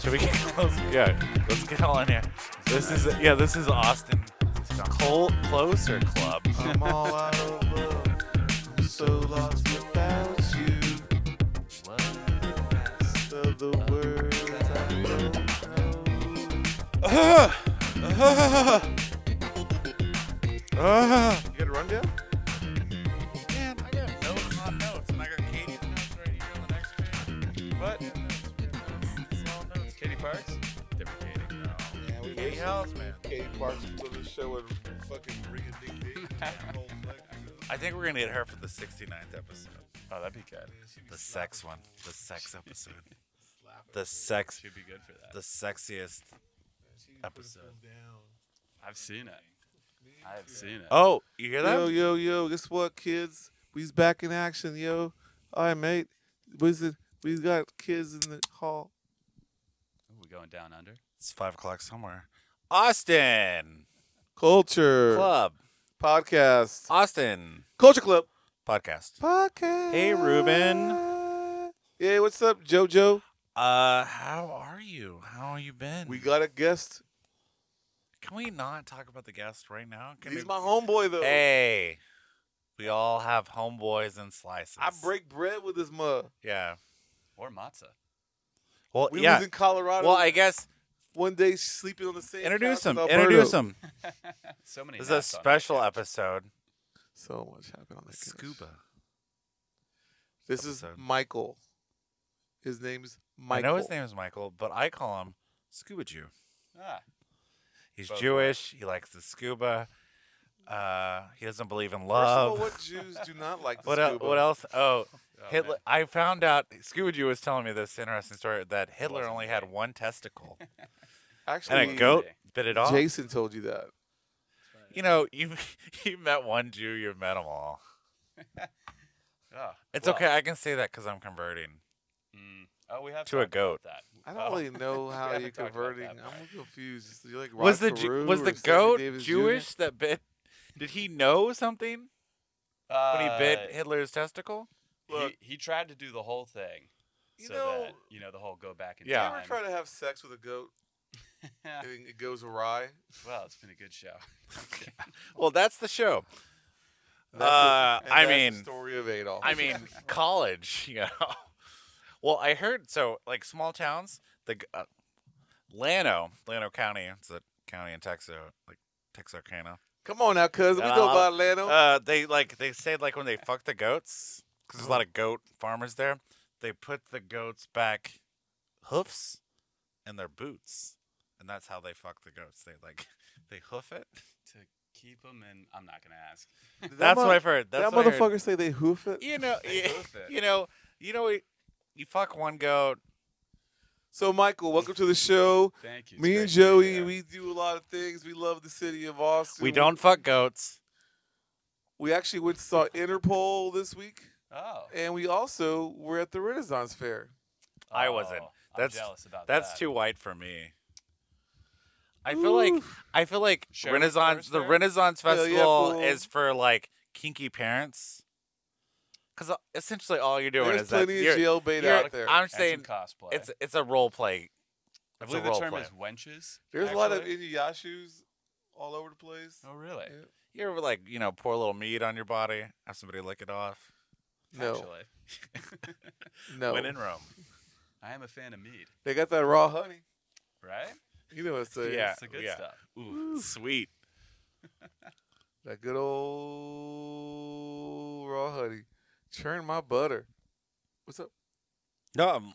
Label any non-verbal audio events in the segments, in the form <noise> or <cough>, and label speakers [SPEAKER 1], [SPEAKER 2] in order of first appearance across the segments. [SPEAKER 1] Should we get <laughs> close? Yeah, let's get all in here. This is yeah, this is Austin. Col- closer
[SPEAKER 2] <laughs>
[SPEAKER 1] club.
[SPEAKER 2] I'm all out of love. I'm so lost without you. Most of the words I don't know. You got a rundown?
[SPEAKER 1] Man, I got notes on notes, and I got Katie's notes right here on the next page. What? Katie Parks? Different Katie. No.
[SPEAKER 2] Yeah, we
[SPEAKER 1] Katie Helms, man.
[SPEAKER 2] Katie Parks to the show and fucking ring a ding ding.
[SPEAKER 3] Oh,
[SPEAKER 1] I think we're gonna get her for the 69th episode. Oh, that'd be good. The sex one. The sex episode. The sex.
[SPEAKER 3] She'd be good for that.
[SPEAKER 1] The sexiest episode.
[SPEAKER 3] I've seen it. I've seen it.
[SPEAKER 1] Oh, you hear
[SPEAKER 2] Yo,
[SPEAKER 1] that?
[SPEAKER 2] yo, yo, guess what, kids? We's back in action, yo. All right, mate. Wizard, we got kids in the hall.
[SPEAKER 3] We're going down under.
[SPEAKER 1] It's five o'clock somewhere. Austin
[SPEAKER 2] Culture
[SPEAKER 1] Club.
[SPEAKER 2] podcast.
[SPEAKER 1] Austin
[SPEAKER 2] Culture Club
[SPEAKER 1] podcast.
[SPEAKER 2] podcast.
[SPEAKER 1] Hey,
[SPEAKER 2] Ruben. Hey, what's up, JoJo?
[SPEAKER 1] Uh, how are you? How have you been?
[SPEAKER 2] We got a guest.
[SPEAKER 1] Can we not talk about the guest right now? Can
[SPEAKER 2] He's
[SPEAKER 1] we-
[SPEAKER 2] my homeboy, though.
[SPEAKER 1] Hey, we all have homeboys and slices.
[SPEAKER 2] I break bread with this mug.
[SPEAKER 1] Yeah.
[SPEAKER 3] Or matzah. <laughs>
[SPEAKER 1] Well,
[SPEAKER 2] We
[SPEAKER 1] yeah.
[SPEAKER 2] was in Colorado.
[SPEAKER 1] Well, I guess
[SPEAKER 2] one day sleeping on the same.
[SPEAKER 1] introduce
[SPEAKER 2] couch
[SPEAKER 1] him.
[SPEAKER 2] with
[SPEAKER 1] Introduce
[SPEAKER 2] Alberto.
[SPEAKER 1] him.
[SPEAKER 3] So many.
[SPEAKER 1] This is a
[SPEAKER 3] hats on.
[SPEAKER 1] special episode.
[SPEAKER 2] So much happened on that. couch.
[SPEAKER 1] Scuba.
[SPEAKER 2] This is
[SPEAKER 1] episode.
[SPEAKER 2] Michael. His name's
[SPEAKER 1] I
[SPEAKER 2] Michael.
[SPEAKER 1] know his name is Michael, but I call him Scuba Jew.
[SPEAKER 3] Ah,
[SPEAKER 1] He's
[SPEAKER 3] Both
[SPEAKER 1] Jewish. He likes the scuba. Uh, he doesn't believe in
[SPEAKER 2] First
[SPEAKER 1] love.
[SPEAKER 2] of all, what Jews do not like
[SPEAKER 1] <laughs>
[SPEAKER 2] the
[SPEAKER 1] what, el-
[SPEAKER 2] scuba?
[SPEAKER 1] what else? Oh,
[SPEAKER 3] Oh,
[SPEAKER 1] Hitler.
[SPEAKER 3] man.
[SPEAKER 1] I found out Scuba Jew was telling me this interesting story that Hitler
[SPEAKER 3] wasn't
[SPEAKER 1] only had one testicle,
[SPEAKER 2] Actually,
[SPEAKER 1] and a goat bit it off.
[SPEAKER 2] Jason told you that.
[SPEAKER 1] You know, you <laughs> you met one Jew, you've met them all.
[SPEAKER 3] Oh,
[SPEAKER 1] It's
[SPEAKER 3] well,
[SPEAKER 1] okay. I can say that because I'm converting.
[SPEAKER 3] mm, oh, we have
[SPEAKER 1] To a
[SPEAKER 3] talked about
[SPEAKER 1] goat.
[SPEAKER 3] That.
[SPEAKER 2] I don't
[SPEAKER 3] Oh.
[SPEAKER 1] <laughs>
[SPEAKER 2] really know how you're
[SPEAKER 3] We haven't talked about
[SPEAKER 2] converting.
[SPEAKER 3] that part.
[SPEAKER 2] I'm confused. You're like
[SPEAKER 1] was the
[SPEAKER 2] Rod
[SPEAKER 1] Ju-
[SPEAKER 2] Carew
[SPEAKER 1] was
[SPEAKER 2] or
[SPEAKER 1] the
[SPEAKER 2] Sammy
[SPEAKER 1] goat
[SPEAKER 2] Davis Jr.?
[SPEAKER 1] Jewish that bit? Did he know something when he bit
[SPEAKER 3] Uh,
[SPEAKER 1] Hitler's testicle?
[SPEAKER 2] Look.
[SPEAKER 3] he, he tried to do the whole thing.
[SPEAKER 2] You
[SPEAKER 3] so
[SPEAKER 2] know-
[SPEAKER 3] that, you know the whole go back in
[SPEAKER 1] Yeah.
[SPEAKER 2] You ever
[SPEAKER 3] time.
[SPEAKER 2] try to have sex with a
[SPEAKER 3] <laughs>
[SPEAKER 2] goat and it goes awry?
[SPEAKER 3] well, it's been a good show. <laughs>
[SPEAKER 1] Well, that's the show.
[SPEAKER 2] That's the-
[SPEAKER 1] Uh,
[SPEAKER 2] and
[SPEAKER 1] I
[SPEAKER 2] that's the
[SPEAKER 1] mean-
[SPEAKER 2] story of Adolf.
[SPEAKER 1] I mean, college, <laughs> you know. Well, I heard so like small towns, the g- uh, Lano, Lano County, it's a county in Texas, like Texarkana.
[SPEAKER 2] come on now, cuz we know
[SPEAKER 1] Uh,
[SPEAKER 2] about Lano.
[SPEAKER 1] Uh, they like they say like when they fuck the goats, because there's a lot of goat farmers there. They put the goats back hoofs in their boots, and that's how they fuck the goats. They like <laughs> they hoof it.
[SPEAKER 3] To keep him in, I'm not gonna ask.
[SPEAKER 2] Did that
[SPEAKER 1] That's
[SPEAKER 2] mo-
[SPEAKER 1] what I've heard. That's
[SPEAKER 2] that
[SPEAKER 1] what I heard.
[SPEAKER 2] motherfucker say they hoof it.
[SPEAKER 1] Uh, You know, <laughs>
[SPEAKER 3] They hoof it.
[SPEAKER 1] you know, you know. You fuck one goat,
[SPEAKER 2] So Michael, welcome to the show.
[SPEAKER 3] Thank you. it's
[SPEAKER 2] Me
[SPEAKER 3] great
[SPEAKER 2] and
[SPEAKER 3] to be
[SPEAKER 2] Joey,
[SPEAKER 3] here.
[SPEAKER 2] we do a lot of things. We love the city of Austin.
[SPEAKER 1] We don't fuck goats.
[SPEAKER 2] We actually went saw Interpol this week,
[SPEAKER 3] Oh,
[SPEAKER 2] and we also were at the Renaissance Fair.
[SPEAKER 1] I wasn't.
[SPEAKER 3] Oh, I'm
[SPEAKER 1] That's-
[SPEAKER 3] jealous about
[SPEAKER 1] That's
[SPEAKER 3] that.
[SPEAKER 1] too white for me. I feel like I feel like
[SPEAKER 3] Sherwood
[SPEAKER 1] Renaissance
[SPEAKER 3] Forest
[SPEAKER 1] the
[SPEAKER 3] Fair?
[SPEAKER 1] Renaissance
[SPEAKER 2] Hell yeah,
[SPEAKER 1] Festival
[SPEAKER 2] fool.
[SPEAKER 1] is for like kinky parents. Cuz essentially all you're doing
[SPEAKER 2] There's
[SPEAKER 1] is that
[SPEAKER 2] plenty of
[SPEAKER 1] you're-
[SPEAKER 2] jail bait
[SPEAKER 1] you're-
[SPEAKER 2] out there.
[SPEAKER 1] I'm
[SPEAKER 3] And some
[SPEAKER 1] saying
[SPEAKER 3] cosplay.
[SPEAKER 1] it's it's a role play.
[SPEAKER 3] I
[SPEAKER 1] It's a
[SPEAKER 3] believe the
[SPEAKER 1] role
[SPEAKER 3] term
[SPEAKER 1] play.
[SPEAKER 3] is wenches.
[SPEAKER 2] There's a lot of
[SPEAKER 3] actually.
[SPEAKER 2] inuyashus all over the place.
[SPEAKER 3] Oh, really?
[SPEAKER 2] Yeah.
[SPEAKER 1] You're like, you know, pour a little meat on your body, have somebody lick it off.
[SPEAKER 2] No,
[SPEAKER 3] Actually,
[SPEAKER 2] no,
[SPEAKER 1] When in Rome.
[SPEAKER 3] I am a fan of mead.
[SPEAKER 2] they got that raw honey.
[SPEAKER 3] Right?
[SPEAKER 2] You know what I'm saying?
[SPEAKER 1] Yeah,
[SPEAKER 3] It's the good
[SPEAKER 1] yeah.
[SPEAKER 3] stuff.
[SPEAKER 1] Ooh, sweet.
[SPEAKER 2] that good old raw honey. Churn my butter. What's up?
[SPEAKER 1] No, I'm,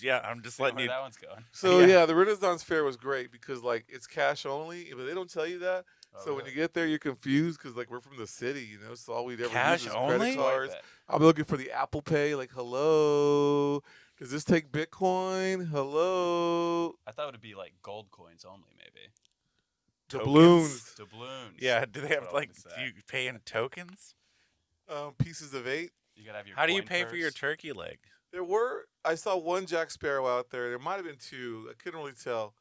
[SPEAKER 1] yeah, I'm just
[SPEAKER 3] See where
[SPEAKER 1] letting you
[SPEAKER 3] that one's going.
[SPEAKER 2] So
[SPEAKER 1] Yeah.
[SPEAKER 2] yeah. the Renaissance Fair was great because like it's cash only, but they don't tell you that.
[SPEAKER 1] Oh,
[SPEAKER 3] Oh,
[SPEAKER 2] so when you get there, you're confused because like we're from the city, you know. So all we ever
[SPEAKER 1] Cash
[SPEAKER 2] use is
[SPEAKER 1] only?
[SPEAKER 2] credit cards. I'm looking for the Apple Pay. Like, hello, does this take Bitcoin? Hello,
[SPEAKER 3] I thought it would be like gold coins only, maybe.
[SPEAKER 2] doubloons,
[SPEAKER 3] Doubloons.
[SPEAKER 1] Yeah, do they
[SPEAKER 3] That's
[SPEAKER 1] have
[SPEAKER 3] what I
[SPEAKER 1] like
[SPEAKER 3] was gonna
[SPEAKER 1] do
[SPEAKER 3] say.
[SPEAKER 1] you pay in tokens?
[SPEAKER 2] um, pieces of eight.
[SPEAKER 3] You gotta have your.
[SPEAKER 1] How do you
[SPEAKER 3] coin
[SPEAKER 1] pay for your
[SPEAKER 3] purse.
[SPEAKER 1] turkey leg?
[SPEAKER 2] There were I saw one Jack Sparrow out there. There might have been two. I couldn't really tell.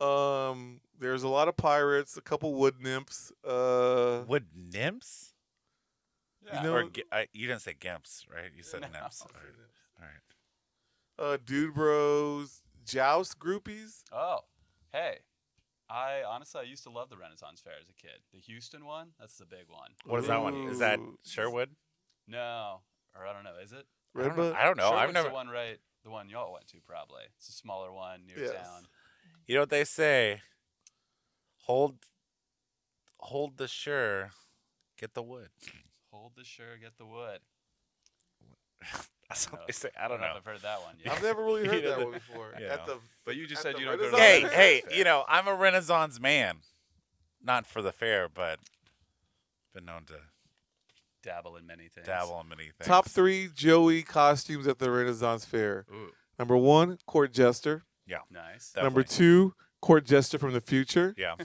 [SPEAKER 2] Um, there's a lot of pirates, a couple wood nymphs. Uh,
[SPEAKER 1] Would nymphs?
[SPEAKER 3] Yeah.
[SPEAKER 2] You know-
[SPEAKER 1] Uh, Or gi- I, you didn't say gimps, right? You
[SPEAKER 3] <laughs>
[SPEAKER 1] said
[SPEAKER 3] No.
[SPEAKER 1] nymphs. All right. All right.
[SPEAKER 2] uh, dude bros, joust groupies.
[SPEAKER 3] Oh, hey. I honestly, I used to love the Renaissance Fair as a kid. The Houston one, that's the big one.
[SPEAKER 1] What is that one? Is that
[SPEAKER 2] Ooh.
[SPEAKER 1] Sherwood?
[SPEAKER 3] No, or I don't know, is it?
[SPEAKER 1] I don't know.
[SPEAKER 2] Redbud?
[SPEAKER 1] I don't know. I've
[SPEAKER 3] Sherwood's
[SPEAKER 1] never.
[SPEAKER 3] The one right, the one y'all went to probably. It's a smaller one near
[SPEAKER 2] Yes.
[SPEAKER 3] town.
[SPEAKER 1] You know what they say? Hold, hold the sure, get the wood. <laughs>
[SPEAKER 3] Hold the sure, get the wood.
[SPEAKER 1] That's
[SPEAKER 3] No,
[SPEAKER 1] what they say. I don't
[SPEAKER 3] if
[SPEAKER 1] know.
[SPEAKER 3] I've heard that one
[SPEAKER 1] <laughs>
[SPEAKER 2] <laughs>
[SPEAKER 3] yet.
[SPEAKER 2] I've never really
[SPEAKER 1] You
[SPEAKER 2] heard
[SPEAKER 1] know
[SPEAKER 2] that
[SPEAKER 1] the-
[SPEAKER 2] one before.
[SPEAKER 1] you
[SPEAKER 2] At
[SPEAKER 1] know.
[SPEAKER 2] the
[SPEAKER 3] but you just
[SPEAKER 2] At
[SPEAKER 3] said
[SPEAKER 2] the
[SPEAKER 3] you don't go to the
[SPEAKER 1] Hey,
[SPEAKER 2] Renaissance
[SPEAKER 1] hey,
[SPEAKER 2] Fair.
[SPEAKER 1] you know, I'm a Renaissance man. Not for the fair, but been known to
[SPEAKER 3] dabble in many things.
[SPEAKER 1] dabble in many things.
[SPEAKER 2] top three Joey costumes at the Renaissance Fair.
[SPEAKER 3] Ooh,
[SPEAKER 2] Number one, court jester.
[SPEAKER 3] nice.
[SPEAKER 2] Number two, court jester from the future.
[SPEAKER 1] Yeah.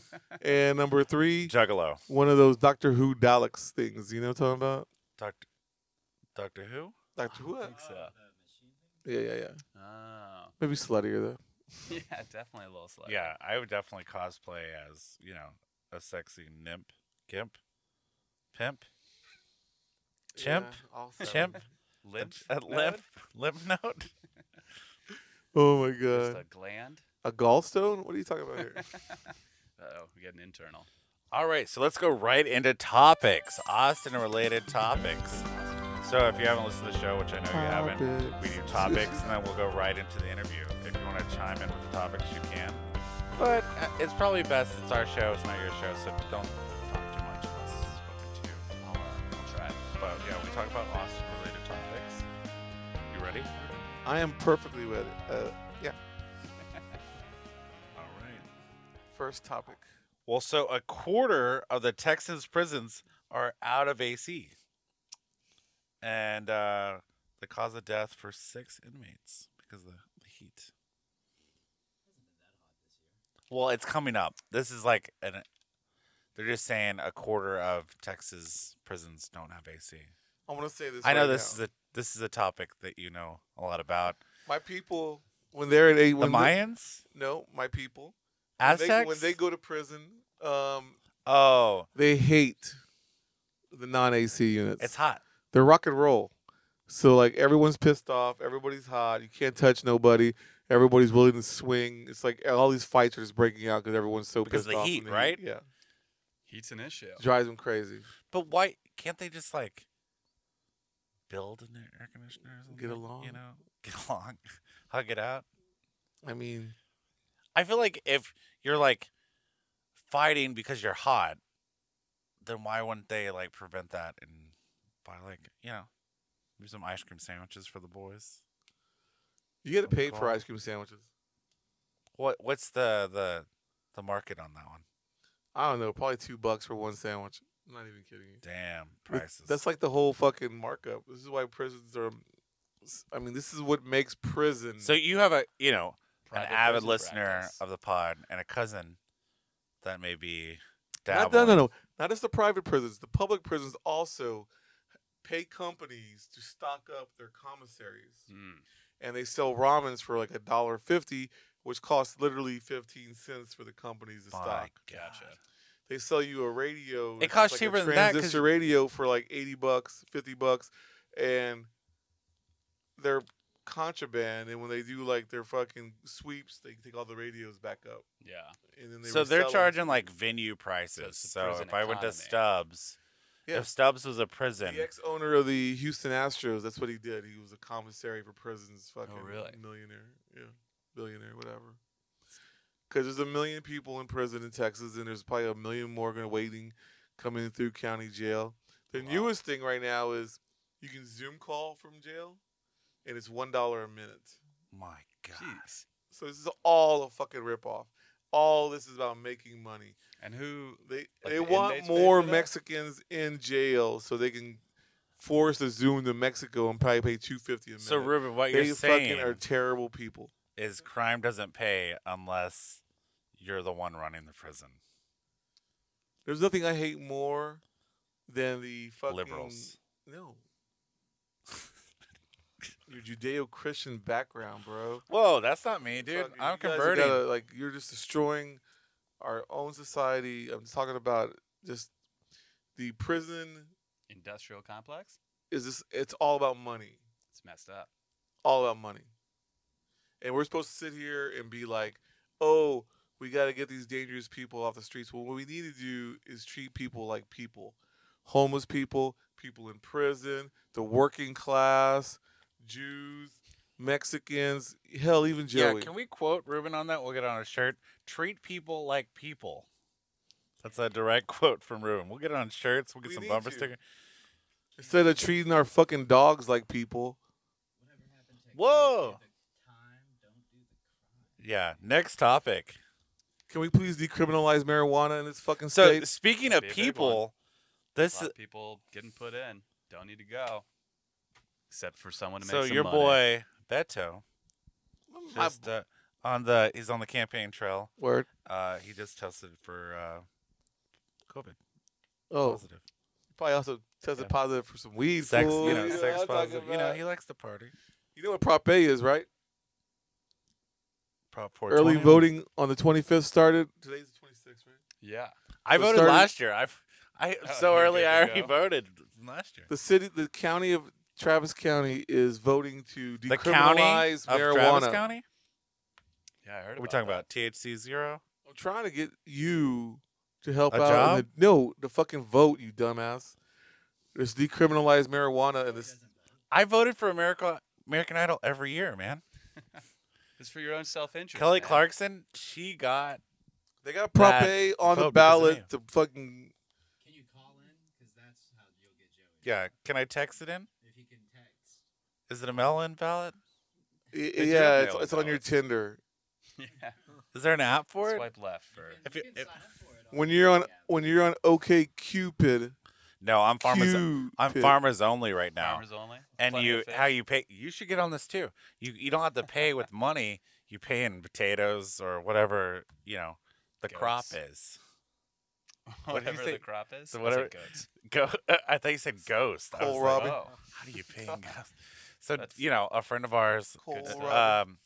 [SPEAKER 2] And number three,
[SPEAKER 1] Juggalo.
[SPEAKER 2] one of those Doctor Who Daleks things. You know what I'm talking about?
[SPEAKER 1] Doctor, Doctor Who?
[SPEAKER 2] Doctor Who?
[SPEAKER 3] I think so.
[SPEAKER 2] Yeah, yeah, yeah.
[SPEAKER 3] Oh,
[SPEAKER 2] Maybe sluttier though.
[SPEAKER 3] <laughs> yeah, definitely a little slow.
[SPEAKER 1] Yeah, I would definitely cosplay as, you know, a sexy nymph, gimp, pimp, Chimp? chimp,
[SPEAKER 3] Lymph.
[SPEAKER 1] <laughs> a
[SPEAKER 3] node?
[SPEAKER 1] lymph, lymph node.
[SPEAKER 2] Oh my
[SPEAKER 1] uh,
[SPEAKER 3] Just
[SPEAKER 2] god.
[SPEAKER 3] a gland.
[SPEAKER 2] A gallstone? What are you talking about <laughs> here?
[SPEAKER 3] Oh, we get an internal.
[SPEAKER 1] All right, so let's go right into topics, Austin related topics. So if you haven't listened to the show, which I know you haven't, we do
[SPEAKER 2] Topics.
[SPEAKER 1] topics and then we'll go right into the interview. If you want to chime in with the topics, you can. But uh, it's probably best, it's our show, it's not your show, so don't talk too much unless spoken to.
[SPEAKER 3] I'll, uh, I'll try.
[SPEAKER 1] But yeah, we talk about Austin related topics. You ready?
[SPEAKER 2] I am perfectly with it. Uh,
[SPEAKER 1] All right.
[SPEAKER 2] first topic.
[SPEAKER 1] Well, so a quarter of the Texans' prisons are out of AC. And uh, the cause of death for six inmates because of the, the heat. Well, it's coming up. This is like an. They're just saying a quarter of Texas prisons don't have AC.
[SPEAKER 2] I want to say this.
[SPEAKER 1] I know
[SPEAKER 2] right
[SPEAKER 1] this
[SPEAKER 2] now.
[SPEAKER 1] is a this is a topic that you know a lot about.
[SPEAKER 2] my people when they're at a
[SPEAKER 1] The
[SPEAKER 2] when they-
[SPEAKER 1] Mayans,
[SPEAKER 2] No, my people. When
[SPEAKER 1] Aztecs.
[SPEAKER 2] they, when they go to prison, um,
[SPEAKER 1] oh,
[SPEAKER 2] they hate the non-AC units.
[SPEAKER 1] it's hot.
[SPEAKER 2] they're rock and roll. So like everyone's pissed off, everybody's hot. You can't touch nobody. Everybody's willing to swing. It's like all these fights are just breaking out because everyone's so
[SPEAKER 1] Because of
[SPEAKER 2] pissed
[SPEAKER 1] the
[SPEAKER 2] off.
[SPEAKER 1] heat,
[SPEAKER 2] from
[SPEAKER 1] right?
[SPEAKER 2] Yeah,
[SPEAKER 3] Heat's an issue.
[SPEAKER 2] drives them crazy.
[SPEAKER 1] But why can't they just like build an air conditioner? Or something?
[SPEAKER 2] Get along.
[SPEAKER 1] you know, <laughs> get along, hug it out.
[SPEAKER 2] I mean,
[SPEAKER 1] I feel like if you're like fighting because you're hot, then why wouldn't they like prevent that and buy like you know, maybe some ice cream sandwiches for the boys?
[SPEAKER 2] you get to
[SPEAKER 1] Oh,
[SPEAKER 2] pay for
[SPEAKER 1] God.
[SPEAKER 2] ice cream sandwiches.
[SPEAKER 1] What what's the the the market on that one?
[SPEAKER 2] I don't know, probably two bucks for one sandwich. I'm not even kidding you.
[SPEAKER 1] Damn
[SPEAKER 2] Th-
[SPEAKER 1] prices.
[SPEAKER 2] That's like the whole fucking markup. This is why prisons are. I mean, this is what makes prison.
[SPEAKER 1] so you have a you know
[SPEAKER 3] Private
[SPEAKER 1] an avid
[SPEAKER 3] prison
[SPEAKER 1] listener
[SPEAKER 3] practice.
[SPEAKER 1] of the pod and a cousin that may be dabbling.
[SPEAKER 2] not, no, no, no. Not just the private prisons. The public prisons also pay companies to stock up their commissaries,
[SPEAKER 1] Hmm.
[SPEAKER 3] Mm.
[SPEAKER 2] and they sell ramens for like a dollar fifty, which costs literally fifteen cents for the companies to
[SPEAKER 1] My
[SPEAKER 2] stock.
[SPEAKER 3] Gotcha.
[SPEAKER 2] They sell you a radio. which is
[SPEAKER 1] costs
[SPEAKER 2] like
[SPEAKER 1] cheaper
[SPEAKER 2] a
[SPEAKER 1] than that 'cause-
[SPEAKER 2] transistor radio for like eighty bucks, fifty bucks, and they're contraband. And when they do like their fucking sweeps, they take all the radios back up,
[SPEAKER 3] Yeah.
[SPEAKER 2] and then they
[SPEAKER 1] so they're
[SPEAKER 2] resell 'em.
[SPEAKER 1] charging like venue prices.
[SPEAKER 3] it's the
[SPEAKER 1] So if
[SPEAKER 3] prison
[SPEAKER 1] I went to
[SPEAKER 3] economy.
[SPEAKER 1] Stubbs,
[SPEAKER 2] Yeah.
[SPEAKER 1] if Stubbs was a prison,
[SPEAKER 2] The ex-owner of the Houston Astros. That's what he did. He was a commissary for prisons. Fucking
[SPEAKER 3] Oh, really?
[SPEAKER 2] millionaire. Yeah, billionaire, whatever. Because there's a million people in prison in Texas, and there's probably a million more going waiting coming through county jail. The
[SPEAKER 3] Wow.
[SPEAKER 2] newest thing right now is you can Zoom call from jail, and it's one dollar a minute.
[SPEAKER 1] my God,
[SPEAKER 3] Jeez.
[SPEAKER 2] So this is all a fucking ripoff. All this is about making money.
[SPEAKER 3] And who?
[SPEAKER 2] They
[SPEAKER 3] Like
[SPEAKER 2] they
[SPEAKER 3] the
[SPEAKER 2] want
[SPEAKER 3] inmates pay
[SPEAKER 2] more
[SPEAKER 3] for that?
[SPEAKER 2] Mexicans in jail so they can force a Zoom to Mexico and probably pay two fifty a minute.
[SPEAKER 1] so Ruben, what
[SPEAKER 2] they
[SPEAKER 1] you're
[SPEAKER 2] fucking
[SPEAKER 1] saying
[SPEAKER 2] are terrible people.
[SPEAKER 1] is crime doesn't pay unless you're the one running the prison.
[SPEAKER 2] There's nothing I hate more than the fucking
[SPEAKER 1] Liberals.
[SPEAKER 2] No, <laughs> your Judeo-Christian background, bro.
[SPEAKER 1] Whoa, that's not me, dude. I'm
[SPEAKER 2] Fuck, you guys are
[SPEAKER 1] converting.
[SPEAKER 2] gotta- like you're just destroying our own society. I'm just talking about just the prison
[SPEAKER 3] Industrial complex?
[SPEAKER 2] is this. It's all about money.
[SPEAKER 3] It's messed up.
[SPEAKER 2] all about money. And we're supposed to sit here and be like, oh, we got to get these dangerous people off the streets. Well, what we need to do is treat people like people homeless people, people in prison, the working class, Jews, Mexicans, hell, even Joey.
[SPEAKER 1] Yeah, can we quote Ruben on that? We'll get it on a shirt. Treat people like people. That's a direct <laughs> quote from Ruben. We'll get it on shirts. We'll get
[SPEAKER 2] We
[SPEAKER 1] some
[SPEAKER 2] need
[SPEAKER 1] bumper
[SPEAKER 2] you.
[SPEAKER 1] stickers.
[SPEAKER 2] Instead of treating our fucking dogs like people,
[SPEAKER 4] Whatever happened to
[SPEAKER 1] Whoa.
[SPEAKER 4] Don't do the time, don't do the crime.
[SPEAKER 1] Yeah. Next topic.
[SPEAKER 2] can we please decriminalize marijuana in this fucking
[SPEAKER 1] So
[SPEAKER 2] state?
[SPEAKER 1] speaking of
[SPEAKER 3] Be a big
[SPEAKER 1] people,
[SPEAKER 3] A
[SPEAKER 1] this
[SPEAKER 3] lot of people getting put in. Don't need to go. Except for someone to make
[SPEAKER 1] so
[SPEAKER 3] some
[SPEAKER 1] your
[SPEAKER 3] money.
[SPEAKER 1] boy Beto
[SPEAKER 2] My
[SPEAKER 1] just uh, on the he's on the campaign trail.
[SPEAKER 2] word.
[SPEAKER 1] Uh, he just tested for uh, COVID
[SPEAKER 2] Oh,
[SPEAKER 1] positive.
[SPEAKER 2] probably also tested
[SPEAKER 1] Yeah.
[SPEAKER 2] positive for some weed.
[SPEAKER 1] Sex,
[SPEAKER 2] fool.
[SPEAKER 1] you know,
[SPEAKER 2] what
[SPEAKER 1] sex
[SPEAKER 2] I'm talking
[SPEAKER 1] positive. You know,
[SPEAKER 2] about.
[SPEAKER 1] he likes to party.
[SPEAKER 2] you know what Prop A is, right?
[SPEAKER 1] Prop 420.
[SPEAKER 2] early voting on the 25th started. Today's the 26th, right?
[SPEAKER 3] Yeah.
[SPEAKER 1] I
[SPEAKER 2] was
[SPEAKER 1] voted
[SPEAKER 2] started-
[SPEAKER 1] last year. I I
[SPEAKER 3] Oh,
[SPEAKER 1] so
[SPEAKER 3] you're
[SPEAKER 1] early.
[SPEAKER 3] good
[SPEAKER 1] I
[SPEAKER 3] to
[SPEAKER 1] already
[SPEAKER 3] go.
[SPEAKER 1] voted last year.
[SPEAKER 2] The city, the county of Travis County is voting to
[SPEAKER 1] The county
[SPEAKER 2] decriminalize
[SPEAKER 1] of
[SPEAKER 2] marijuana.
[SPEAKER 1] Travis County.
[SPEAKER 3] Yeah, I heard
[SPEAKER 1] We're
[SPEAKER 3] about
[SPEAKER 1] talking
[SPEAKER 3] that.
[SPEAKER 1] about THC zero.
[SPEAKER 2] I'm trying to get you to help
[SPEAKER 1] A
[SPEAKER 2] out. in
[SPEAKER 1] job?
[SPEAKER 2] The, no, the fucking vote, you dumbass. It's decriminalize marijuana in
[SPEAKER 4] He
[SPEAKER 2] this.
[SPEAKER 4] doesn't vote.
[SPEAKER 1] I voted for America, American Idol every year, man.
[SPEAKER 3] It's for your own self interest.
[SPEAKER 1] Kelly Clarkson, she got
[SPEAKER 2] They got Prop
[SPEAKER 1] That
[SPEAKER 2] A on
[SPEAKER 1] vote
[SPEAKER 2] the
[SPEAKER 1] because of
[SPEAKER 2] ballot
[SPEAKER 1] you.
[SPEAKER 2] to fucking.
[SPEAKER 4] Can you call in? Because that's how you'll get Joey.
[SPEAKER 1] yeah. Can I text it in?
[SPEAKER 4] If you can text.
[SPEAKER 1] Is it a mail-in ballot?
[SPEAKER 2] y-
[SPEAKER 3] do
[SPEAKER 2] Yeah,
[SPEAKER 3] have
[SPEAKER 2] it's,
[SPEAKER 3] mail-in
[SPEAKER 2] it's on your
[SPEAKER 3] ballots.
[SPEAKER 2] Tinder.
[SPEAKER 3] <laughs> Yeah.
[SPEAKER 1] Is there an app for it?
[SPEAKER 3] Swipe left for.
[SPEAKER 4] You can,
[SPEAKER 1] If
[SPEAKER 4] you
[SPEAKER 1] you-
[SPEAKER 4] can
[SPEAKER 1] if-
[SPEAKER 4] sign up for it
[SPEAKER 2] When you're on,
[SPEAKER 4] the app.
[SPEAKER 2] when you're on OK Cupid,
[SPEAKER 1] No, I'm farmers.
[SPEAKER 2] Cupid.
[SPEAKER 1] I'm farmers only right now.
[SPEAKER 3] Farmers only.
[SPEAKER 1] and
[SPEAKER 3] Plenty
[SPEAKER 1] you
[SPEAKER 3] of fish. <laughs>
[SPEAKER 1] how you pay you should get on this too you you don't have to pay with money you pay in potatoes or whatever you know the crop
[SPEAKER 3] Goats.
[SPEAKER 1] is what did you
[SPEAKER 3] whatever
[SPEAKER 1] say?
[SPEAKER 3] the crop is.
[SPEAKER 1] So
[SPEAKER 3] I said
[SPEAKER 1] whatever-
[SPEAKER 3] goats.
[SPEAKER 1] go <laughs> i thought you said ghost I was
[SPEAKER 2] Cole
[SPEAKER 1] like,
[SPEAKER 2] Robbie.
[SPEAKER 3] Oh,
[SPEAKER 1] how do you pay
[SPEAKER 3] <laughs>
[SPEAKER 1] in ghost so
[SPEAKER 3] That's-
[SPEAKER 1] you know a friend of ours
[SPEAKER 2] Cole
[SPEAKER 3] Good stuff.
[SPEAKER 2] Robbie.
[SPEAKER 1] um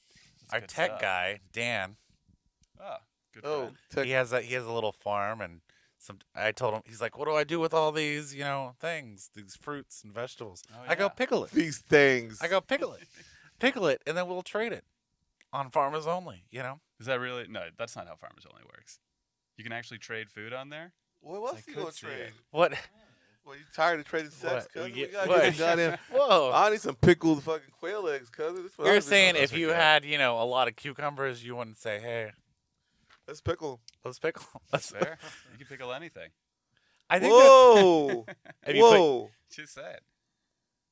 [SPEAKER 3] that's
[SPEAKER 1] our
[SPEAKER 3] good
[SPEAKER 1] tech
[SPEAKER 3] stuff.
[SPEAKER 1] guy dan
[SPEAKER 3] Oh, good
[SPEAKER 2] oh,
[SPEAKER 3] friend.
[SPEAKER 2] tech,
[SPEAKER 1] he has a he has a little farm and some i told him he's like what do i do with all these you know things these fruits and vegetables
[SPEAKER 3] Oh,
[SPEAKER 1] i go
[SPEAKER 3] yeah.
[SPEAKER 1] pickle it
[SPEAKER 2] these things.
[SPEAKER 1] i go pickle it pickle it and then we'll trade it on farmers only you know
[SPEAKER 3] Is that really? No, that's not how Farmers Only works. You can actually trade food on
[SPEAKER 1] <laughs>
[SPEAKER 3] there.
[SPEAKER 2] What
[SPEAKER 3] I
[SPEAKER 2] else you
[SPEAKER 3] could
[SPEAKER 2] gonna
[SPEAKER 3] see it.
[SPEAKER 2] trade?
[SPEAKER 1] what
[SPEAKER 2] Well, you tired of trading sex,
[SPEAKER 1] What?
[SPEAKER 2] cousin?
[SPEAKER 1] We
[SPEAKER 2] We
[SPEAKER 1] get-
[SPEAKER 2] gotta
[SPEAKER 1] what?
[SPEAKER 2] get some goddamn.
[SPEAKER 1] <laughs>
[SPEAKER 2] <laughs>
[SPEAKER 1] Whoa.
[SPEAKER 2] I need some pickled fucking quail eggs, cousin. Oh, That's what I
[SPEAKER 1] You're
[SPEAKER 2] was thinking.
[SPEAKER 1] saying
[SPEAKER 3] those
[SPEAKER 1] if
[SPEAKER 3] are
[SPEAKER 1] you
[SPEAKER 3] good.
[SPEAKER 1] had, you know, a lot of cucumbers, you wouldn't say, "Hey,
[SPEAKER 2] let's pickle.
[SPEAKER 1] let's pickle." <laughs>
[SPEAKER 3] That's
[SPEAKER 1] Let's
[SPEAKER 3] fair. you can pickle anything.
[SPEAKER 1] I think that's,
[SPEAKER 2] Whoa,
[SPEAKER 1] <laughs> Have you put-
[SPEAKER 2] whoa!
[SPEAKER 3] Just say it.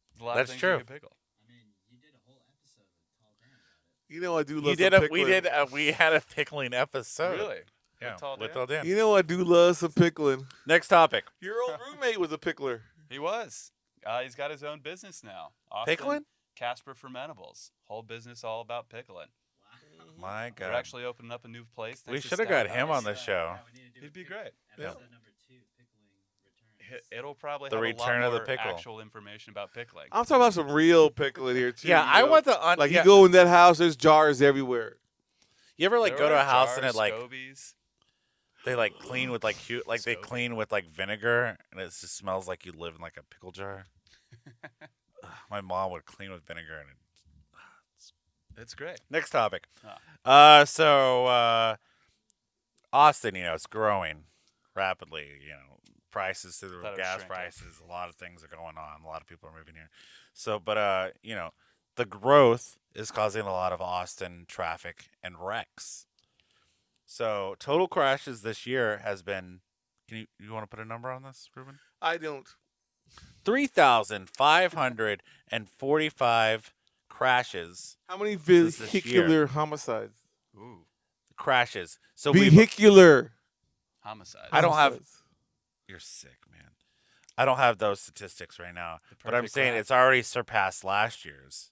[SPEAKER 3] There's a lot
[SPEAKER 1] That's
[SPEAKER 3] of things
[SPEAKER 1] true.
[SPEAKER 3] you can pickle.
[SPEAKER 4] I mean, you did a whole episode with Tall Dan about it.
[SPEAKER 2] You know I do love.
[SPEAKER 1] you
[SPEAKER 2] some
[SPEAKER 1] did a, we
[SPEAKER 2] pickling.
[SPEAKER 1] did a, we had a pickling episode.
[SPEAKER 3] really?
[SPEAKER 1] Yeah.
[SPEAKER 3] With Tall
[SPEAKER 1] with
[SPEAKER 3] Dan?
[SPEAKER 1] Tall Dan.
[SPEAKER 2] You know I do love some pickling.
[SPEAKER 1] Next topic.
[SPEAKER 2] Your old roommate was a pickler.
[SPEAKER 3] He was. Uh, he's got his own business now. Austin,
[SPEAKER 1] Pickling?
[SPEAKER 3] Casper Fermentables. Whole business all about pickling.
[SPEAKER 4] Wow. <laughs>
[SPEAKER 1] My
[SPEAKER 3] They're
[SPEAKER 1] God.
[SPEAKER 3] actually opening up a new place.
[SPEAKER 1] We
[SPEAKER 3] thanks to
[SPEAKER 1] shoulda got
[SPEAKER 3] Scott
[SPEAKER 1] him on
[SPEAKER 3] House.
[SPEAKER 1] the
[SPEAKER 4] So,
[SPEAKER 1] show.
[SPEAKER 4] yeah, we need to do
[SPEAKER 3] He'd
[SPEAKER 4] a
[SPEAKER 3] be
[SPEAKER 4] pick-
[SPEAKER 3] great.
[SPEAKER 1] Yeah.
[SPEAKER 4] Episode number two, pickling returns.
[SPEAKER 3] It- It'll probably
[SPEAKER 1] The
[SPEAKER 3] have
[SPEAKER 1] return
[SPEAKER 3] a lot
[SPEAKER 1] of the
[SPEAKER 3] more
[SPEAKER 1] pickle.
[SPEAKER 3] actual information about pickling.
[SPEAKER 2] I'm talking about some real pickling here too.
[SPEAKER 1] Yeah,
[SPEAKER 2] you
[SPEAKER 1] I
[SPEAKER 2] know?
[SPEAKER 1] want the un-
[SPEAKER 2] Like
[SPEAKER 1] yeah.
[SPEAKER 2] you go in that house, there's jars everywhere.
[SPEAKER 1] You ever like
[SPEAKER 3] There
[SPEAKER 1] go to
[SPEAKER 3] are
[SPEAKER 1] a house and
[SPEAKER 3] jars,
[SPEAKER 1] it like
[SPEAKER 3] scobies.
[SPEAKER 1] they like clean with like hu- like they
[SPEAKER 3] Scoby.
[SPEAKER 1] clean with like vinegar and it just smells like you live in like a pickle
[SPEAKER 3] <laughs>
[SPEAKER 1] jar. Ugh, My mom would clean with vinegar and it
[SPEAKER 3] It's great.
[SPEAKER 1] Next topic.
[SPEAKER 3] Ah.
[SPEAKER 1] Uh, so uh, Austin, you know, it's growing rapidly. You know, prices to the
[SPEAKER 3] Thought it was
[SPEAKER 1] gas
[SPEAKER 3] shrinking.
[SPEAKER 1] prices. A lot of things are going on. A lot of people are moving here. So, but uh, you know, the growth is causing a lot of Austin traffic and wrecks. So total crashes this year has been. Can you you want to put a number on this, Ruben?
[SPEAKER 2] I don't.
[SPEAKER 1] Three thousand five hundred and forty-five crashes.
[SPEAKER 2] How many
[SPEAKER 1] This is this year.
[SPEAKER 2] vehicular homicides?
[SPEAKER 3] Ooh,
[SPEAKER 1] Crashes. So we've
[SPEAKER 2] Vehicular.
[SPEAKER 3] homicide.
[SPEAKER 1] I don't have-
[SPEAKER 2] homicides.
[SPEAKER 1] You're sick, man. I don't have those statistics right now,
[SPEAKER 3] The
[SPEAKER 1] but I'm
[SPEAKER 3] perfect
[SPEAKER 1] saying
[SPEAKER 3] crime.
[SPEAKER 1] it's already surpassed last year's.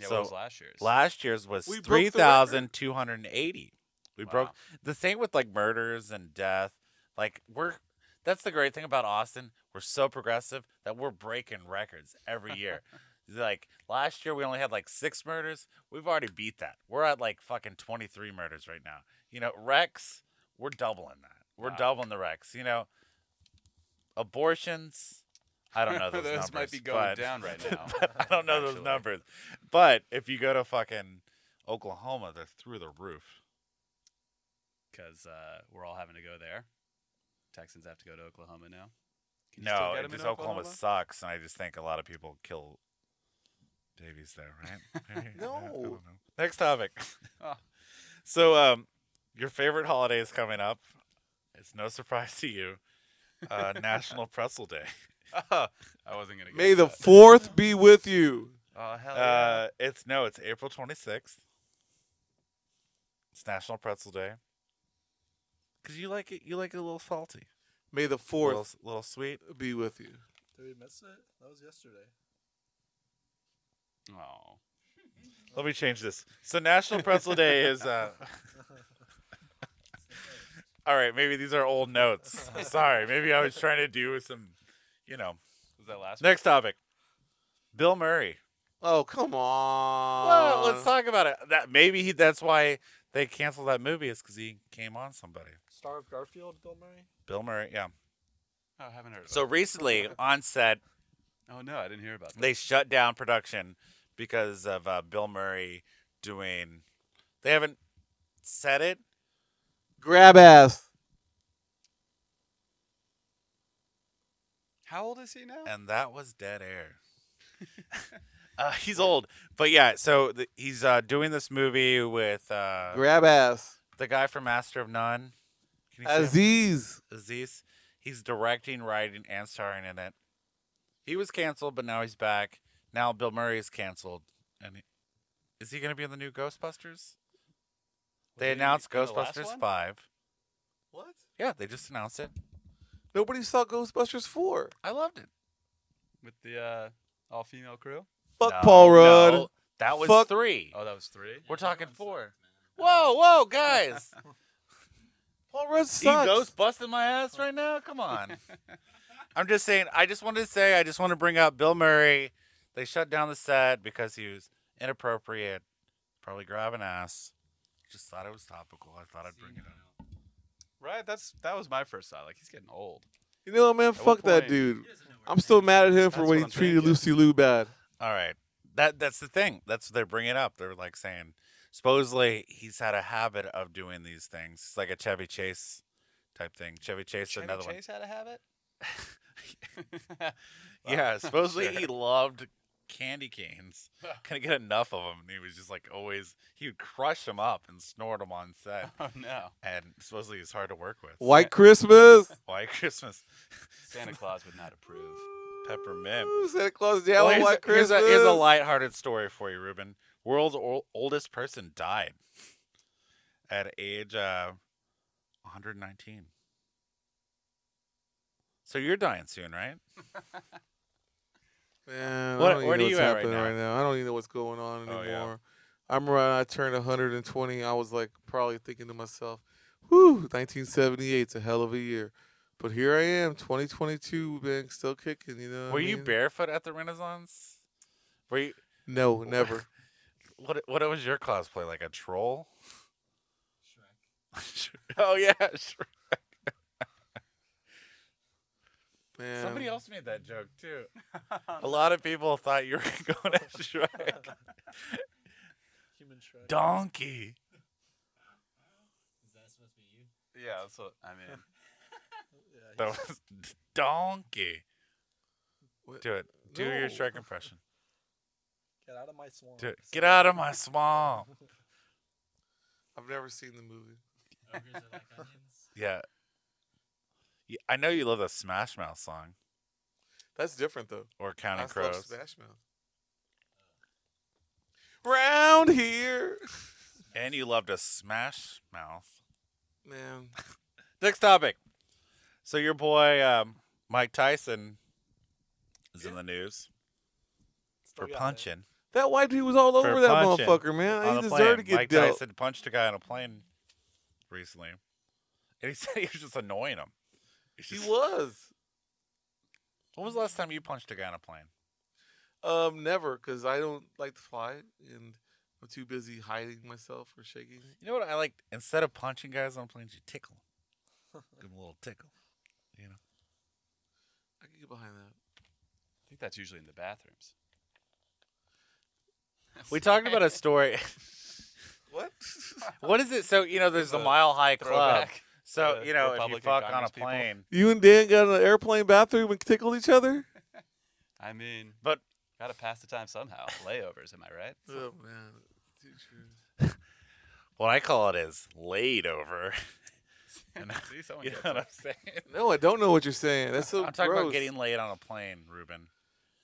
[SPEAKER 3] Yeah,
[SPEAKER 1] so
[SPEAKER 3] what was last year's?
[SPEAKER 1] Last year's was
[SPEAKER 2] We broke the
[SPEAKER 1] three
[SPEAKER 2] record.
[SPEAKER 1] thousand two hundred and eighty. We broke
[SPEAKER 3] Wow.
[SPEAKER 1] the same with like murders and death. Like we're
[SPEAKER 3] <laughs>
[SPEAKER 1] that's the great thing about Austin. We're so progressive that we're breaking records every year. Like last year, we only had like six murders. We've already beat that. We're at like fucking 23 murders right now. You know, Rex, we're doubling that. We're
[SPEAKER 3] Wow.
[SPEAKER 1] doubling the Rex. You know, abortions. I
[SPEAKER 3] <laughs>
[SPEAKER 1] don't know those,
[SPEAKER 3] Those
[SPEAKER 1] numbers.
[SPEAKER 3] might be going
[SPEAKER 1] but-
[SPEAKER 3] down right now,
[SPEAKER 1] <laughs> but I don't know those
[SPEAKER 3] actually.
[SPEAKER 1] numbers. But if you go to fucking Oklahoma, they're through the roof.
[SPEAKER 3] because uh, we're all having to go there. Texans have to go to Oklahoma now. Can you still
[SPEAKER 1] No,
[SPEAKER 3] get
[SPEAKER 1] it
[SPEAKER 3] 'em in
[SPEAKER 1] just Oklahoma?
[SPEAKER 3] Oklahoma?
[SPEAKER 1] sucks, and I just think a lot of people kill babies there,
[SPEAKER 3] <laughs>
[SPEAKER 1] right? Maybe, I don't- I
[SPEAKER 2] No.
[SPEAKER 1] don't know. Next topic. <laughs>
[SPEAKER 3] Oh.
[SPEAKER 1] So, um, your favorite holiday is coming up. It's no surprise to you.
[SPEAKER 3] <laughs>
[SPEAKER 1] Uh, National Pretzel Day.
[SPEAKER 3] I
[SPEAKER 1] <laughs>
[SPEAKER 3] wasn't gonna.
[SPEAKER 2] May
[SPEAKER 3] guess
[SPEAKER 2] the
[SPEAKER 3] that.
[SPEAKER 2] fourth be with you.
[SPEAKER 3] oh hell yeah!
[SPEAKER 1] Uh, it's no, it's April 26th. It's National Pretzel Day. Cause you like it, you like it a little salty, a
[SPEAKER 2] May the
[SPEAKER 1] little,
[SPEAKER 2] fourth
[SPEAKER 1] s- little sweet.
[SPEAKER 2] be with you.
[SPEAKER 5] Did we miss it? That was yesterday.
[SPEAKER 3] Oh,
[SPEAKER 1] Let me change this. So National Pretzel Day is. Uh,
[SPEAKER 3] <laughs>
[SPEAKER 1] all right, maybe these are old <laughs> notes. Sorry, maybe I was trying to do some, you know.
[SPEAKER 3] was that last?
[SPEAKER 1] Next topic, Bill Murray.
[SPEAKER 2] Oh come on.
[SPEAKER 1] Well, let's talk about it. That maybe he, that's why they canceled that movie is because he came on somebody.
[SPEAKER 5] Star of Garfield, Bill Murray.
[SPEAKER 1] Bill Murray, yeah.
[SPEAKER 3] week? Oh, I haven't heard. Of
[SPEAKER 1] So
[SPEAKER 3] so,
[SPEAKER 1] recently on set,
[SPEAKER 3] oh no, I didn't hear about that.
[SPEAKER 1] they shut down production because of uh, Bill Murray doing. They haven't said it.
[SPEAKER 2] grab ass.
[SPEAKER 3] How old is he now?
[SPEAKER 1] and that was dead air. <laughs> uh, he's old, but yeah. So th- he's uh, doing this movie with uh,
[SPEAKER 2] Grab ass.
[SPEAKER 1] the guy from Master of None, Can you say him?
[SPEAKER 2] Aziz.
[SPEAKER 1] Aziz. He's directing, writing, and starring in it. He was canceled, but now he's back. Now Bill Murray is canceled, and he- is he going to be in the new Ghostbusters?
[SPEAKER 3] Was he
[SPEAKER 1] They
[SPEAKER 3] in-
[SPEAKER 1] announced
[SPEAKER 3] in the last
[SPEAKER 1] Ghostbusters
[SPEAKER 3] one?
[SPEAKER 1] Five.
[SPEAKER 2] What?
[SPEAKER 1] Yeah, they just announced it.
[SPEAKER 2] Nobody saw Ghostbusters four.
[SPEAKER 1] I loved it.
[SPEAKER 3] with the uh, all-female crew.
[SPEAKER 2] Fuck
[SPEAKER 1] No,
[SPEAKER 2] Paul Rudd.
[SPEAKER 1] no, that was
[SPEAKER 2] Fuck-
[SPEAKER 1] three.
[SPEAKER 3] Oh, that was three.
[SPEAKER 1] We're talking four.
[SPEAKER 3] Whoa,
[SPEAKER 1] whoa, guys!
[SPEAKER 2] Paul Rudd
[SPEAKER 1] He
[SPEAKER 2] sucks.
[SPEAKER 1] ghost busting my ass right now. Come on. <laughs> I'm just saying. I just wanted to say. I just want to bring up Bill Murray. They shut down the set because he was inappropriate, probably grabbing ass. Just thought it was topical. I thought I'd bring it up.
[SPEAKER 4] Senile.
[SPEAKER 3] Right, that's that was my first thought. Like he's getting old.
[SPEAKER 2] you know what, man?
[SPEAKER 3] what
[SPEAKER 2] Fuck that
[SPEAKER 3] point?
[SPEAKER 2] dude.
[SPEAKER 4] He doesn't know where
[SPEAKER 2] I'm still
[SPEAKER 4] Brad
[SPEAKER 2] mad at him
[SPEAKER 3] That's
[SPEAKER 2] for when
[SPEAKER 3] what
[SPEAKER 2] he
[SPEAKER 3] I'm
[SPEAKER 2] treated
[SPEAKER 3] thinking.
[SPEAKER 2] Lucy Lou bad.
[SPEAKER 1] All right. That that's the thing. That's what they're bringing up. They're like saying, supposedly he's had a habit of doing these things. It's like a Chevy Chase type thing. Chevy Chase,
[SPEAKER 3] Chevy
[SPEAKER 1] another one.
[SPEAKER 3] Chase had
[SPEAKER 1] <laughs>
[SPEAKER 3] a habit.
[SPEAKER 1] Yeah, supposedly
[SPEAKER 2] <laughs>
[SPEAKER 3] Sure.
[SPEAKER 1] he loved candy canes. Couldn't get enough of them. And he was just like always, he would crush them up and snort them on set.
[SPEAKER 3] Oh no,
[SPEAKER 1] And supposedly he's hard to work with.
[SPEAKER 2] White Christmas.
[SPEAKER 1] White Christmas.
[SPEAKER 3] Santa Claus would not approve.
[SPEAKER 1] Peppermint.
[SPEAKER 2] Ooh, Santa Claus down
[SPEAKER 1] Well,
[SPEAKER 2] on
[SPEAKER 1] here's,
[SPEAKER 2] White
[SPEAKER 1] a, here's,
[SPEAKER 2] Christmas.
[SPEAKER 1] a, here's a lighthearted story for you, Ruben. World's ol- oldest person died at age uh, 119. So you're dying soon, right?
[SPEAKER 2] Man,
[SPEAKER 1] What-
[SPEAKER 2] I don't even
[SPEAKER 1] what
[SPEAKER 2] know
[SPEAKER 1] are you
[SPEAKER 2] what's
[SPEAKER 1] at right
[SPEAKER 2] happening
[SPEAKER 1] now?
[SPEAKER 2] right now? I don't even know what's going on
[SPEAKER 1] Oh,
[SPEAKER 2] anymore.
[SPEAKER 1] yeah.
[SPEAKER 2] I remember when I turned 120, I was like probably thinking to myself, whew, 1978's a hell of a year. But here I am, 2022, man, still kicking, you know. what I
[SPEAKER 1] Were you
[SPEAKER 2] mean?
[SPEAKER 1] barefoot at the Renaissance? Were you, <laughs>
[SPEAKER 2] No, never.
[SPEAKER 1] what, what was your cosplay? Like a troll? <laughs>
[SPEAKER 4] Shrek.
[SPEAKER 1] oh yeah, <laughs> sure.
[SPEAKER 2] Man.
[SPEAKER 1] Somebody else made that joke too. A lot of people thought you were <laughs> going as Shrek.
[SPEAKER 5] Human Shrek.
[SPEAKER 1] Donkey.
[SPEAKER 4] Is that supposed to be you?
[SPEAKER 3] Yeah, that's what
[SPEAKER 1] <laughs>
[SPEAKER 3] I mean.
[SPEAKER 1] That
[SPEAKER 5] Yeah, he's-
[SPEAKER 1] was donkey.
[SPEAKER 2] What?
[SPEAKER 1] Do it. Do your
[SPEAKER 2] No.
[SPEAKER 1] Shrek impression.
[SPEAKER 5] get out of my swamp.
[SPEAKER 1] Do it. Get out of my swamp.
[SPEAKER 2] I've never seen the movie.
[SPEAKER 4] Ogres are like onions.
[SPEAKER 1] Yeah. Yeah, I know you love the Smash Mouth song
[SPEAKER 2] That's different, though.
[SPEAKER 1] or Counting
[SPEAKER 2] I still love
[SPEAKER 1] Crows.
[SPEAKER 2] Smash Mouth. Round here.
[SPEAKER 1] And you loved a Smash Mouth.
[SPEAKER 2] Man.
[SPEAKER 1] Next topic. So your boy um, Mike Tyson is in the news
[SPEAKER 5] Still
[SPEAKER 1] for
[SPEAKER 5] got it.
[SPEAKER 1] punching.
[SPEAKER 2] That white dude was all
[SPEAKER 1] For
[SPEAKER 2] over that
[SPEAKER 1] punching
[SPEAKER 2] motherfucker, man.
[SPEAKER 1] on
[SPEAKER 2] He
[SPEAKER 1] the
[SPEAKER 2] deserved
[SPEAKER 1] plane.
[SPEAKER 2] to get
[SPEAKER 1] Mike
[SPEAKER 2] dealt.
[SPEAKER 1] Tyson punched a guy on a plane recently, <laughs> and he said he was just annoying him. He's
[SPEAKER 2] He
[SPEAKER 1] just-
[SPEAKER 2] was.
[SPEAKER 1] When was the last time you punched a guy on a plane?
[SPEAKER 2] Um, never, because I don't like to fly, and I'm too busy hiding myself or shaking.
[SPEAKER 1] You know what I like? Instead of punching guys on planes, you tickle. 'em. Give them a little
[SPEAKER 3] <laughs>
[SPEAKER 1] tickle.
[SPEAKER 2] I can get behind that.
[SPEAKER 3] I think that's usually in the bathrooms.
[SPEAKER 1] We talked about a story.
[SPEAKER 3] <laughs>
[SPEAKER 2] What?
[SPEAKER 1] <laughs> what <laughs> is it? So you know, there's the
[SPEAKER 3] Uh,
[SPEAKER 1] Mile High Club.
[SPEAKER 3] Throwback.
[SPEAKER 1] So
[SPEAKER 3] uh,
[SPEAKER 1] you know, if you
[SPEAKER 3] Republican
[SPEAKER 1] fuck on a
[SPEAKER 3] Congress people.
[SPEAKER 1] plane,
[SPEAKER 2] you and Dan got in an airplane bathroom and tickled each other?
[SPEAKER 3] I mean,
[SPEAKER 1] but
[SPEAKER 3] gotta pass the
[SPEAKER 1] <laughs>
[SPEAKER 3] time somehow. Layovers, am I right?
[SPEAKER 2] Oh man, too true.
[SPEAKER 1] what I call it is laid over. <laughs>
[SPEAKER 3] <laughs> See, someone
[SPEAKER 1] You know
[SPEAKER 3] gets
[SPEAKER 1] what I'm
[SPEAKER 3] it.
[SPEAKER 1] saying?
[SPEAKER 2] No, I don't know what you're saying. That's so
[SPEAKER 1] I'm talking about
[SPEAKER 2] gross.
[SPEAKER 1] getting laid on a plane, Ruben.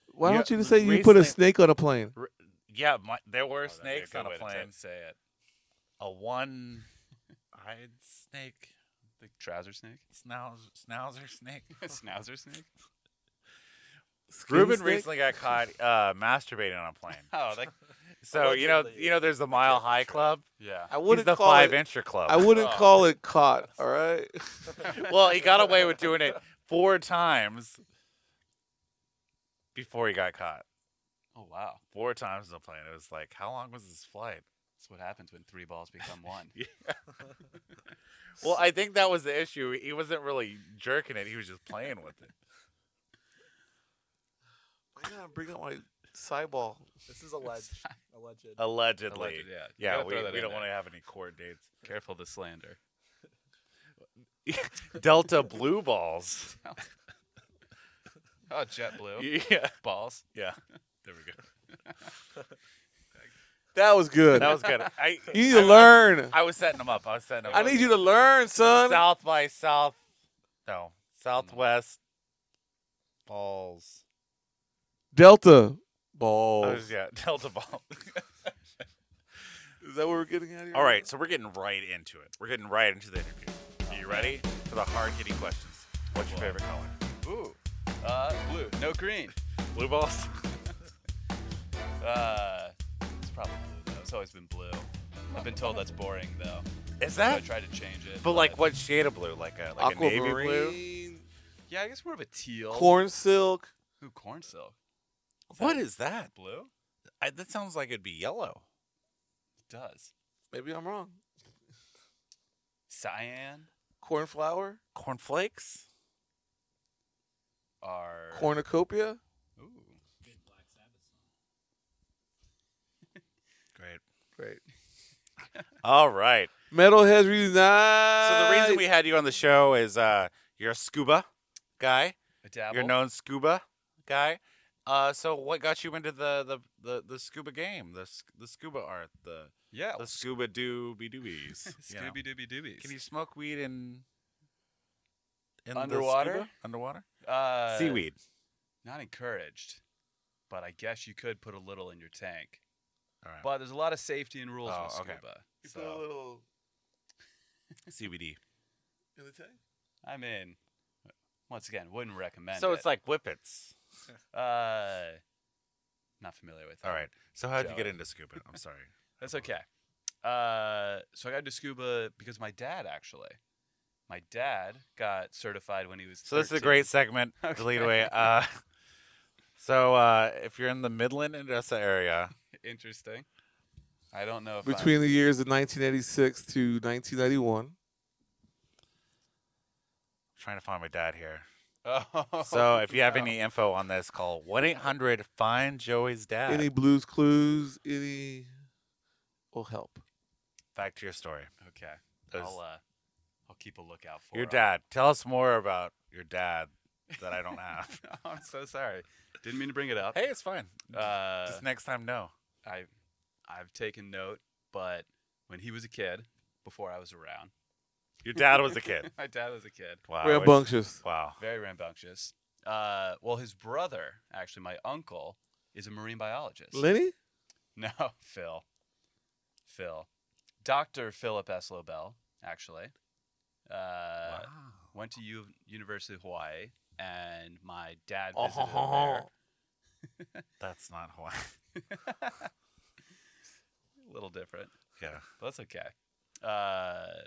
[SPEAKER 2] Why
[SPEAKER 1] Yeah,
[SPEAKER 2] don't you just say
[SPEAKER 1] l-
[SPEAKER 2] you put a
[SPEAKER 1] recently-
[SPEAKER 2] snake on a plane?
[SPEAKER 1] Yeah, my, there
[SPEAKER 3] Oh,
[SPEAKER 1] were
[SPEAKER 3] that'd be
[SPEAKER 1] snakes
[SPEAKER 3] good
[SPEAKER 1] on a
[SPEAKER 3] way to
[SPEAKER 1] plane.
[SPEAKER 3] t- say it.
[SPEAKER 1] a one-eyed snake,
[SPEAKER 3] The
[SPEAKER 1] <laughs>
[SPEAKER 3] trouser snake,
[SPEAKER 1] snouzer, snouzer snake.
[SPEAKER 3] schnauzer snake.
[SPEAKER 2] Skin
[SPEAKER 1] Ruben
[SPEAKER 2] snake?
[SPEAKER 1] recently got caught uh, masturbating on a plane.
[SPEAKER 3] Oh, that,
[SPEAKER 1] So you know,
[SPEAKER 5] Allegedly.
[SPEAKER 1] you know, there's the Mile High Club.
[SPEAKER 3] yeah.
[SPEAKER 1] <laughs>
[SPEAKER 2] I
[SPEAKER 1] He's
[SPEAKER 2] wouldn't
[SPEAKER 1] the
[SPEAKER 2] call
[SPEAKER 1] five
[SPEAKER 2] it.
[SPEAKER 1] incher club.
[SPEAKER 2] I wouldn't
[SPEAKER 3] Oh.
[SPEAKER 2] call it caught. All right. <laughs>
[SPEAKER 1] well, he got away with doing it four times before he got caught.
[SPEAKER 3] Oh wow,
[SPEAKER 1] Four times on the plane. It was like, how long was this flight?
[SPEAKER 3] that's what happens when three balls become
[SPEAKER 1] <laughs>
[SPEAKER 3] one.
[SPEAKER 1] Well, I think that was the issue. He wasn't really jerking it. He was just playing with it.
[SPEAKER 2] Why not bring up my sideball?
[SPEAKER 5] This is alleged. Alleged.
[SPEAKER 1] Allegedly.
[SPEAKER 3] Alleged, yeah, You
[SPEAKER 1] Yeah,
[SPEAKER 3] gotta
[SPEAKER 1] we,
[SPEAKER 3] throw that
[SPEAKER 1] we
[SPEAKER 3] in
[SPEAKER 1] don't
[SPEAKER 3] there.
[SPEAKER 1] want to have any court dates.
[SPEAKER 3] Careful the slander.
[SPEAKER 1] Delta Blue Balls.
[SPEAKER 3] Oh, JetBlue
[SPEAKER 1] <laughs> Yeah.
[SPEAKER 3] balls.
[SPEAKER 1] Yeah. There we go.
[SPEAKER 2] That was good.
[SPEAKER 1] That was good. <laughs> I,
[SPEAKER 2] you need
[SPEAKER 1] I-
[SPEAKER 2] to learn.
[SPEAKER 1] I was setting them up. I was setting them
[SPEAKER 2] I
[SPEAKER 1] up.
[SPEAKER 2] need you to learn, son.
[SPEAKER 1] South by South. No. Southwest Balls.
[SPEAKER 2] Delta
[SPEAKER 1] Oh,
[SPEAKER 2] balls.
[SPEAKER 1] yeah. <laughs> Delta Ball.
[SPEAKER 2] Is that what we're getting at here?
[SPEAKER 1] All right. So we're getting right into it. We're getting right into the interview. Are you ready for the hard hitting questions? What's your
[SPEAKER 3] Whoa.
[SPEAKER 1] favorite color?
[SPEAKER 3] Ooh, uh, blue. No green.
[SPEAKER 1] Blue balls.
[SPEAKER 3] Uh, it's probably blue though. It's always been blue. I've been told that's boring though.
[SPEAKER 1] Is
[SPEAKER 3] So I
[SPEAKER 1] that?
[SPEAKER 3] tried to change it.
[SPEAKER 1] But like, what shade of blue? Like a like a navy blue.
[SPEAKER 2] Aquamarine,
[SPEAKER 3] Yeah, I guess more of a teal.
[SPEAKER 2] corn silk.
[SPEAKER 3] Ooh, corn silk.
[SPEAKER 1] What is that?
[SPEAKER 3] Blue?
[SPEAKER 1] I, that sounds like it'd be yellow.
[SPEAKER 3] It does.
[SPEAKER 2] Maybe I'm wrong.
[SPEAKER 3] Cyan
[SPEAKER 2] Corn flour,
[SPEAKER 1] Cornflakes.
[SPEAKER 3] are
[SPEAKER 2] cornucopia.
[SPEAKER 3] Ooh.
[SPEAKER 4] Good Black Sabbath song.
[SPEAKER 1] Great.
[SPEAKER 2] Great.
[SPEAKER 1] All right.
[SPEAKER 2] Metalheads
[SPEAKER 1] So
[SPEAKER 2] reunite.
[SPEAKER 1] the reason we had you on the show is uh, you're a scuba guy.
[SPEAKER 3] A dabble.
[SPEAKER 1] You're a known scuba guy. Uh, so what got you into the the, the, the scuba game, the sc- the scuba art, the
[SPEAKER 3] yeah.
[SPEAKER 1] <laughs>
[SPEAKER 3] <laughs>
[SPEAKER 1] the scuba doobie <laughs> doobies? you know?
[SPEAKER 3] Scooby Dooby Doobies.
[SPEAKER 1] Can you smoke weed in, in the
[SPEAKER 3] Underwater?
[SPEAKER 1] scuba? Underwater?
[SPEAKER 3] uh,
[SPEAKER 1] Seaweed.
[SPEAKER 3] Not encouraged, but I guess you could put a little in your tank.
[SPEAKER 1] All right.
[SPEAKER 3] But there's a lot of safety and rules
[SPEAKER 1] Oh,
[SPEAKER 3] with
[SPEAKER 1] okay.
[SPEAKER 3] scuba.
[SPEAKER 2] You put a
[SPEAKER 3] So
[SPEAKER 2] little
[SPEAKER 1] CBD.
[SPEAKER 2] in the tank.
[SPEAKER 3] I mean, once again, wouldn't recommend.
[SPEAKER 1] So
[SPEAKER 3] it.
[SPEAKER 1] it's like whippets.
[SPEAKER 3] uh, not familiar with.
[SPEAKER 1] All
[SPEAKER 3] that.
[SPEAKER 1] right. So how'd you get
[SPEAKER 3] Jelly.
[SPEAKER 1] into scuba? I'm <laughs> sorry.
[SPEAKER 3] That's okay. Uh, so I got into scuba because of my dad actually. My dad got certified when he was.
[SPEAKER 1] So this is a
[SPEAKER 3] 13.
[SPEAKER 1] great <laughs> segment to lead away. Uh, <laughs> so uh, if you're in the Midland Odessa area,
[SPEAKER 3] <laughs> Interesting. I don't know if I'm-
[SPEAKER 2] Between the years of 1986 to 1991.
[SPEAKER 1] trying to find my dad here.
[SPEAKER 3] <laughs> Oh,
[SPEAKER 1] <laughs> So if you have
[SPEAKER 3] no.
[SPEAKER 1] any info on this, call 1 800 Find Joey's Dad.
[SPEAKER 2] Any blues clues? Any will help.
[SPEAKER 1] Back to your story.
[SPEAKER 3] <laughs> Okay.
[SPEAKER 1] Those-
[SPEAKER 3] I'll uh, I'll keep a lookout for
[SPEAKER 1] your
[SPEAKER 3] it.
[SPEAKER 1] dad. Tell us more about your dad that I don't
[SPEAKER 3] <laughs>
[SPEAKER 1] have.
[SPEAKER 3] <laughs> I'm so sorry. Didn't mean to bring it up.
[SPEAKER 1] hey, it's fine.
[SPEAKER 3] Uh,
[SPEAKER 1] Just next time, no.
[SPEAKER 3] I I've taken note, but when he was a kid, before I was around,
[SPEAKER 1] Your dad was a
[SPEAKER 3] <laughs>
[SPEAKER 1] kid.
[SPEAKER 3] my dad was a kid,
[SPEAKER 1] Wow. I wish-
[SPEAKER 2] Rambunctious.
[SPEAKER 1] Wow.
[SPEAKER 3] very rambunctious. Uh, well, his brother, actually, my uncle, is a marine biologist.
[SPEAKER 2] Lenny?
[SPEAKER 3] <laughs> no, Phil. Phil, Doctor Philip S. Lobel, actually. Uh,
[SPEAKER 1] wow.
[SPEAKER 3] Went to U- University of Hawaii, and my dad
[SPEAKER 2] Oh,
[SPEAKER 3] visited him there.
[SPEAKER 1] That's not Hawaii.
[SPEAKER 3] a little different,
[SPEAKER 1] <laughs> Yeah.
[SPEAKER 3] but that's okay. Uh,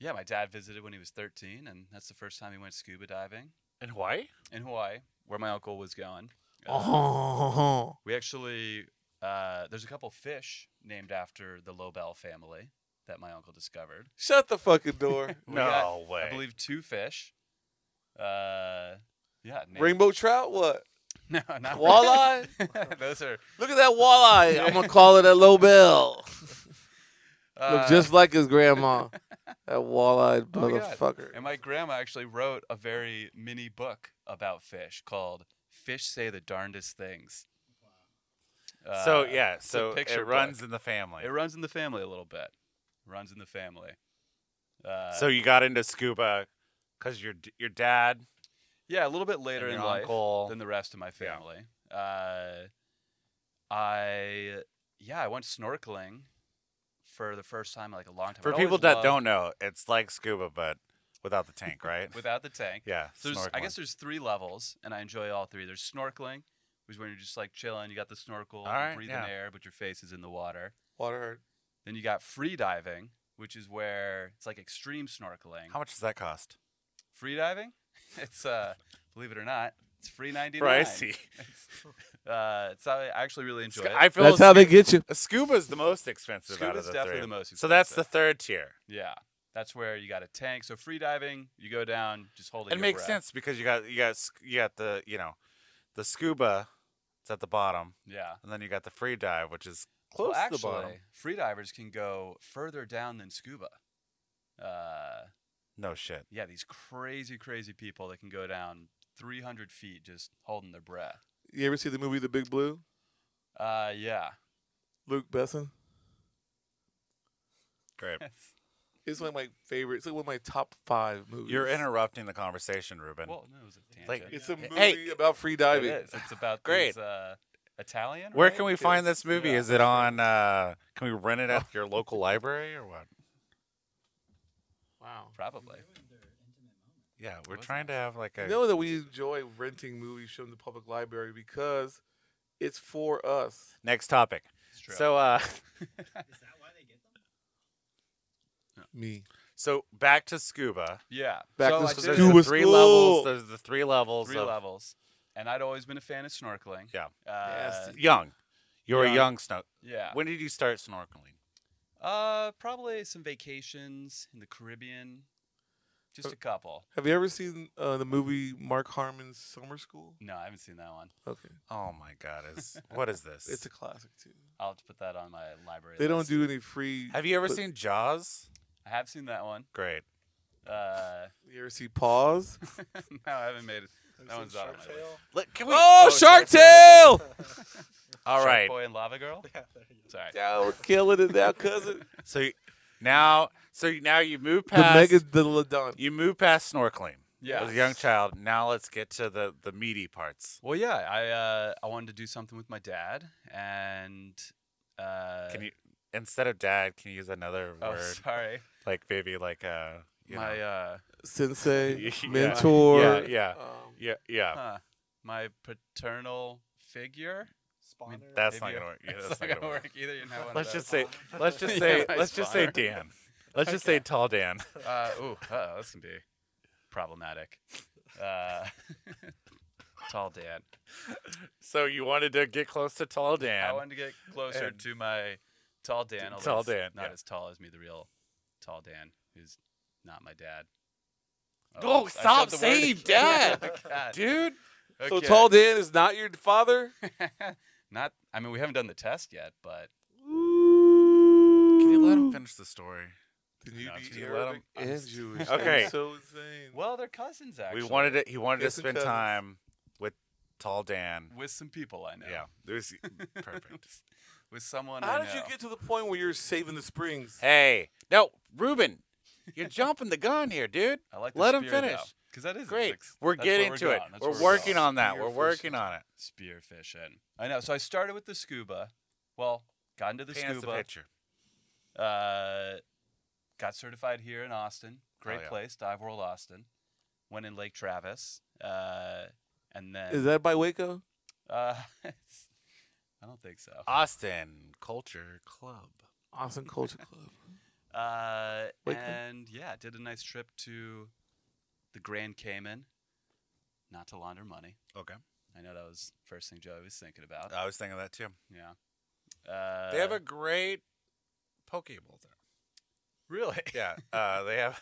[SPEAKER 3] yeah, my dad visited when he was 13, and that's the first time he went scuba diving
[SPEAKER 1] In Hawaii?
[SPEAKER 3] in Hawaii, where my uncle was going. Uh,
[SPEAKER 2] Oh,
[SPEAKER 3] We actually uh, there's a couple fish named after the Lobel family that my uncle discovered.
[SPEAKER 2] Shut the fucking door.
[SPEAKER 3] We
[SPEAKER 1] no
[SPEAKER 3] got,
[SPEAKER 1] way.
[SPEAKER 3] I believe two fish. Uh, yeah, named-
[SPEAKER 2] Rainbow trout? What?
[SPEAKER 3] <laughs> No, not
[SPEAKER 2] Walleye?
[SPEAKER 3] <laughs> Those are
[SPEAKER 2] Look at that walleye. I'm gonna call it a low bell.
[SPEAKER 3] uh,
[SPEAKER 2] Look just like his grandma. That walleye
[SPEAKER 3] Oh my God.
[SPEAKER 2] motherfucker.
[SPEAKER 3] And my grandma actually wrote a very mini book about fish called "Fish Say the Darndest Things."
[SPEAKER 1] so
[SPEAKER 3] Uh,
[SPEAKER 1] yeah,
[SPEAKER 3] it's a
[SPEAKER 1] so it
[SPEAKER 3] picture
[SPEAKER 1] runs
[SPEAKER 3] book.
[SPEAKER 1] in the family.
[SPEAKER 3] It runs in the family a little bit. Runs in the family. Uh,
[SPEAKER 1] so you got into scuba because your d- your dad
[SPEAKER 3] yeah, a little bit later
[SPEAKER 1] and
[SPEAKER 3] in
[SPEAKER 1] your
[SPEAKER 3] life
[SPEAKER 1] uncle.
[SPEAKER 3] than the rest of my
[SPEAKER 1] Yeah.
[SPEAKER 3] family. Uh, I yeah, I went snorkeling for the first time in like a long time.
[SPEAKER 1] For
[SPEAKER 3] I'd
[SPEAKER 1] people
[SPEAKER 3] always
[SPEAKER 1] that
[SPEAKER 3] loved-
[SPEAKER 1] don't know, it's like scuba but <laughs> without the tank, right?
[SPEAKER 3] without the tank.
[SPEAKER 1] yeah,
[SPEAKER 3] So there's, I
[SPEAKER 1] snorkeling.
[SPEAKER 3] guess there's three levels, and I enjoy all three. There's snorkeling, which is when you're just like chilling. You got the snorkel,
[SPEAKER 1] All
[SPEAKER 3] you're
[SPEAKER 1] right,
[SPEAKER 3] breathing
[SPEAKER 1] yeah.
[SPEAKER 3] air, but your face is in the water.
[SPEAKER 2] Water hurt.
[SPEAKER 3] Then you got free diving, which is where it's like extreme snorkeling.
[SPEAKER 1] How much does that cost?
[SPEAKER 3] free diving? <laughs> It's uh, believe it or not, it's free ninety nine.
[SPEAKER 1] Pricey.
[SPEAKER 3] It's, <laughs> uh, it's I actually really enjoy it.
[SPEAKER 1] I feel
[SPEAKER 2] That's how they
[SPEAKER 1] scu-
[SPEAKER 2] get you.
[SPEAKER 1] a scuba's the most expensive out of
[SPEAKER 3] Scuba's
[SPEAKER 1] the
[SPEAKER 3] definitely
[SPEAKER 1] three.
[SPEAKER 3] the most
[SPEAKER 1] So that's the
[SPEAKER 3] expensive.
[SPEAKER 1] third tier.
[SPEAKER 3] yeah, that's where you got a tank. So free diving, you go down, just holding.
[SPEAKER 1] It
[SPEAKER 3] your
[SPEAKER 1] makes
[SPEAKER 3] breath.
[SPEAKER 1] sense because you got you got sc- you got the you know the scuba, it's at the bottom,
[SPEAKER 3] Yeah.
[SPEAKER 1] and then you got the free dive, which is
[SPEAKER 3] Well,
[SPEAKER 1] close
[SPEAKER 3] actually,
[SPEAKER 1] to the bottom.
[SPEAKER 3] free divers can go further down than scuba. Uh,
[SPEAKER 1] No shit.
[SPEAKER 3] yeah, these crazy, crazy people that can go down 300 feet just holding their breath.
[SPEAKER 2] You ever see the movie The Big Blue?
[SPEAKER 3] Uh, yeah. <laughs>
[SPEAKER 2] Luke Besson?
[SPEAKER 1] Great.
[SPEAKER 3] <laughs>
[SPEAKER 2] It's one of my favorite. It's like one of my top five movies.
[SPEAKER 1] You're interrupting the conversation, Ruben.
[SPEAKER 3] well, no, it was a tangent.
[SPEAKER 1] Like,
[SPEAKER 2] It's a
[SPEAKER 1] Hey.
[SPEAKER 2] movie about free diving.
[SPEAKER 3] It is. It's
[SPEAKER 1] <sighs>
[SPEAKER 3] about
[SPEAKER 1] Great.
[SPEAKER 3] these, uh, Italian.
[SPEAKER 1] Where
[SPEAKER 3] right?
[SPEAKER 1] can we find this movie?
[SPEAKER 3] Yeah,
[SPEAKER 1] Is it on? Uh, can we rent it at your local library or what?
[SPEAKER 2] Wow.
[SPEAKER 3] Probably.
[SPEAKER 1] Yeah, we're
[SPEAKER 3] What's
[SPEAKER 1] trying to have like a.
[SPEAKER 2] You know that we enjoy renting movies from the public library because it's for us.
[SPEAKER 1] Next topic.
[SPEAKER 3] It's true.
[SPEAKER 1] So, uh, <laughs>
[SPEAKER 4] Is that why they get <laughs> them?
[SPEAKER 2] Me.
[SPEAKER 1] so back to scuba.
[SPEAKER 3] <laughs> yeah.
[SPEAKER 2] Back
[SPEAKER 3] so
[SPEAKER 2] to
[SPEAKER 3] Oh, I
[SPEAKER 1] So
[SPEAKER 3] did
[SPEAKER 1] there's
[SPEAKER 2] Scuba
[SPEAKER 1] the three
[SPEAKER 2] school.
[SPEAKER 1] levels. There's the three levels.
[SPEAKER 3] three
[SPEAKER 1] of
[SPEAKER 3] levels. And I'd always been a fan of snorkeling.
[SPEAKER 1] Yeah.
[SPEAKER 3] Uh,
[SPEAKER 2] Yes.
[SPEAKER 1] Young. You're a
[SPEAKER 3] Young.
[SPEAKER 1] young snow.
[SPEAKER 3] yeah.
[SPEAKER 1] When did you start snorkeling?
[SPEAKER 3] Uh, probably some vacations in the Caribbean. Just
[SPEAKER 2] Oh.
[SPEAKER 3] a couple.
[SPEAKER 2] Have you ever seen uh, the movie Mark Harmon's Summer School?
[SPEAKER 3] No, I haven't seen that one.
[SPEAKER 2] Okay.
[SPEAKER 1] Oh my God!
[SPEAKER 3] <laughs>
[SPEAKER 1] Is what is this?
[SPEAKER 2] It's a classic too.
[SPEAKER 3] I'll have to put that on my library.
[SPEAKER 2] They don't
[SPEAKER 3] list.
[SPEAKER 2] do any free.
[SPEAKER 1] have you ever
[SPEAKER 2] but-
[SPEAKER 1] seen Jaws?
[SPEAKER 3] I have seen that one.
[SPEAKER 1] Great.
[SPEAKER 3] Uh, <laughs>
[SPEAKER 2] You ever see Paws?
[SPEAKER 3] no, I haven't made it. That one's out of
[SPEAKER 5] Shark
[SPEAKER 3] my list.
[SPEAKER 4] <laughs>
[SPEAKER 5] Tale.
[SPEAKER 1] Look, can we?
[SPEAKER 2] Oh, Shark
[SPEAKER 3] Shark
[SPEAKER 2] Tale!
[SPEAKER 1] All
[SPEAKER 3] Shark
[SPEAKER 1] right.
[SPEAKER 3] Boy and Lava Girl.
[SPEAKER 5] yeah, there you go.
[SPEAKER 3] Sorry.
[SPEAKER 2] Yeah, we're killing it now, cousin.
[SPEAKER 1] So you- now, so you- now you move
[SPEAKER 2] the
[SPEAKER 1] past.
[SPEAKER 2] Mega the Ladon.
[SPEAKER 1] you move past snorkeling.
[SPEAKER 3] Yeah.
[SPEAKER 1] As a young child, now let's get to the the meaty parts.
[SPEAKER 3] Well, yeah, I uh, I wanted to do something with my dad, and uh,
[SPEAKER 1] Can you instead of dad, can you use another
[SPEAKER 3] Oh,
[SPEAKER 1] word?
[SPEAKER 3] sorry,
[SPEAKER 1] Like maybe like uh, you
[SPEAKER 3] my
[SPEAKER 1] know. Yeah,
[SPEAKER 3] uh,
[SPEAKER 2] Sensei,
[SPEAKER 1] yeah,
[SPEAKER 2] mentor.
[SPEAKER 1] yeah, yeah,
[SPEAKER 2] Um,
[SPEAKER 1] yeah, yeah.
[SPEAKER 3] huh, my paternal figure.
[SPEAKER 5] Spawner.
[SPEAKER 1] That's not
[SPEAKER 3] Maybe a-
[SPEAKER 1] gonna work.
[SPEAKER 3] <laughs>
[SPEAKER 1] Yeah,
[SPEAKER 3] It's
[SPEAKER 1] that's
[SPEAKER 3] not
[SPEAKER 1] not gonna work.
[SPEAKER 3] either. You know, one of
[SPEAKER 1] Let's just
[SPEAKER 3] those. <laughs>
[SPEAKER 1] say, let's
[SPEAKER 4] <laughs>
[SPEAKER 1] just
[SPEAKER 3] Yeah,
[SPEAKER 1] say,
[SPEAKER 3] my
[SPEAKER 1] let's just say
[SPEAKER 3] spawner.
[SPEAKER 1] Dan. Let's just say tall Dan. <laughs>
[SPEAKER 3] Uh, ooh, uh, this can be problematic. Uh, <laughs> tall dad.
[SPEAKER 1] So you wanted to get close to tall
[SPEAKER 3] I
[SPEAKER 1] Dan.
[SPEAKER 3] wanted to get closer
[SPEAKER 1] and-
[SPEAKER 3] to my tall Dan. although
[SPEAKER 1] Tall
[SPEAKER 3] it's
[SPEAKER 1] Dan,
[SPEAKER 3] not
[SPEAKER 1] yeah.
[SPEAKER 3] as tall as me, the real tall Dan, who's not my dad.
[SPEAKER 1] Oh,
[SPEAKER 3] I said
[SPEAKER 1] stop
[SPEAKER 3] the word
[SPEAKER 1] saying
[SPEAKER 3] again.
[SPEAKER 1] dad,
[SPEAKER 3] <laughs> God.
[SPEAKER 1] dude.
[SPEAKER 2] So
[SPEAKER 3] Okay.
[SPEAKER 2] Tall Dan is not your father?
[SPEAKER 3] <laughs> not. I mean, we haven't done the test yet, but
[SPEAKER 1] Can you let him finish the story?
[SPEAKER 2] Can you
[SPEAKER 3] No, it's
[SPEAKER 2] be
[SPEAKER 1] gonna let
[SPEAKER 2] Arabic
[SPEAKER 3] him-
[SPEAKER 2] and Jewish?
[SPEAKER 1] Okay.
[SPEAKER 2] That's so insane.
[SPEAKER 3] well, they're cousins actually.
[SPEAKER 1] We wanted it. He wanted to
[SPEAKER 2] Kiss and
[SPEAKER 1] spend
[SPEAKER 2] cousins.
[SPEAKER 1] time with tall Dan.
[SPEAKER 3] with some people I know.
[SPEAKER 1] Yeah, it was
[SPEAKER 3] <laughs>
[SPEAKER 1] perfect.
[SPEAKER 3] with someone.
[SPEAKER 2] How
[SPEAKER 3] I
[SPEAKER 2] did you
[SPEAKER 3] know.
[SPEAKER 2] get to the point where you're saving the springs?
[SPEAKER 1] Hey, no, Ruben, you're jumping the gun here, dude.
[SPEAKER 3] I like.
[SPEAKER 1] Let him finish.
[SPEAKER 3] Because that is
[SPEAKER 1] Great.
[SPEAKER 3] Six,
[SPEAKER 1] We're getting to it. We're, working on that. We're
[SPEAKER 2] Spearfishing.
[SPEAKER 1] working on it.
[SPEAKER 3] spearfishing. I know. So I started with the scuba. Well, got into the
[SPEAKER 1] Paint us a
[SPEAKER 3] scuba.
[SPEAKER 1] picture.
[SPEAKER 3] Uh, got certified here in Austin. Great
[SPEAKER 1] Oh, yeah.
[SPEAKER 3] place, Dive World Austin. Went in Lake Travis. Uh, and then
[SPEAKER 2] Is that by Waco?
[SPEAKER 3] uh, <laughs> it's- I don't think so.
[SPEAKER 1] Uh, Austin Culture Club.
[SPEAKER 2] Austin Culture Club.
[SPEAKER 3] Uh,
[SPEAKER 2] Waco?
[SPEAKER 3] and yeah, did a nice trip to the Grand Cayman, not to launder money.
[SPEAKER 1] Okay.
[SPEAKER 3] I know that was the first thing Joey was thinking about.
[SPEAKER 1] I was thinking that too.
[SPEAKER 3] yeah. Uh,
[SPEAKER 1] They have a great Pokeball there.
[SPEAKER 3] really
[SPEAKER 1] Yeah, <laughs> uh, they have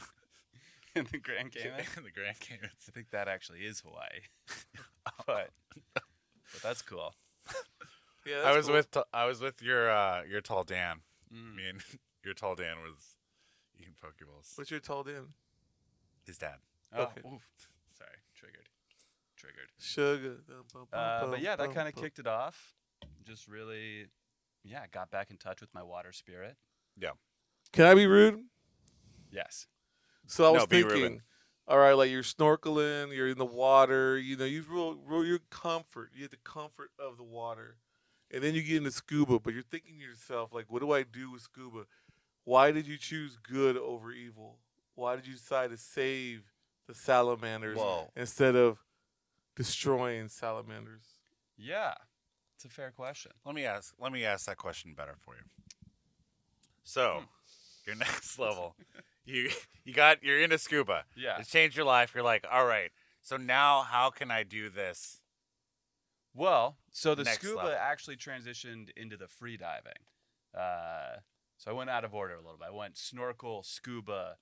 [SPEAKER 3] in the <laughs> Grand Cayman.
[SPEAKER 1] in <laughs> the Grand Cayman.
[SPEAKER 3] I think that actually is Hawaii, <laughs> but but that's cool.
[SPEAKER 2] Yeah,
[SPEAKER 1] I
[SPEAKER 2] that's
[SPEAKER 1] was
[SPEAKER 2] cool.
[SPEAKER 1] with Ta- I was with your uh, your tall Dan. I
[SPEAKER 3] Mm.
[SPEAKER 1] mean, <laughs> your tall Dan was eating Pokeballs.
[SPEAKER 2] What's your tall dude?
[SPEAKER 1] His dad.
[SPEAKER 3] Oh,
[SPEAKER 2] Okay.
[SPEAKER 3] oof. Sorry, triggered, triggered.
[SPEAKER 2] Sugar. Dum, bum, bum,
[SPEAKER 3] Uh, but
[SPEAKER 2] bum,
[SPEAKER 3] yeah, that
[SPEAKER 2] bum,
[SPEAKER 3] kind of
[SPEAKER 2] bum.
[SPEAKER 3] kicked it off. Just really, yeah, got back in touch with my water spirit.
[SPEAKER 2] Can I be rude?
[SPEAKER 3] Yes.
[SPEAKER 2] So I
[SPEAKER 1] No,
[SPEAKER 2] was
[SPEAKER 1] be
[SPEAKER 2] thinking,
[SPEAKER 1] Ruben.
[SPEAKER 2] all right, like you're snorkeling, you're in the water, you know, you've real, real your comfort, you have the comfort of the water, and then you get into scuba, but you're thinking to yourself, like, what do I do with scuba? Why did you choose good over evil? Why did you decide to save the salamanders
[SPEAKER 1] Whoa.
[SPEAKER 2] instead of destroying salamanders?
[SPEAKER 3] Yeah, it's a fair question.
[SPEAKER 1] Let me ask. Let me ask that question better for you. So, your <laughs> next level, you you got you're into scuba.
[SPEAKER 3] Yeah.
[SPEAKER 1] It's changed your life. You're like, all right. So now, how can I do this?
[SPEAKER 3] Well, so the
[SPEAKER 1] Next
[SPEAKER 3] scuba
[SPEAKER 1] level.
[SPEAKER 3] actually transitioned into the free diving. Uh, so I went out of order a little bit. I went snorkel, scuba,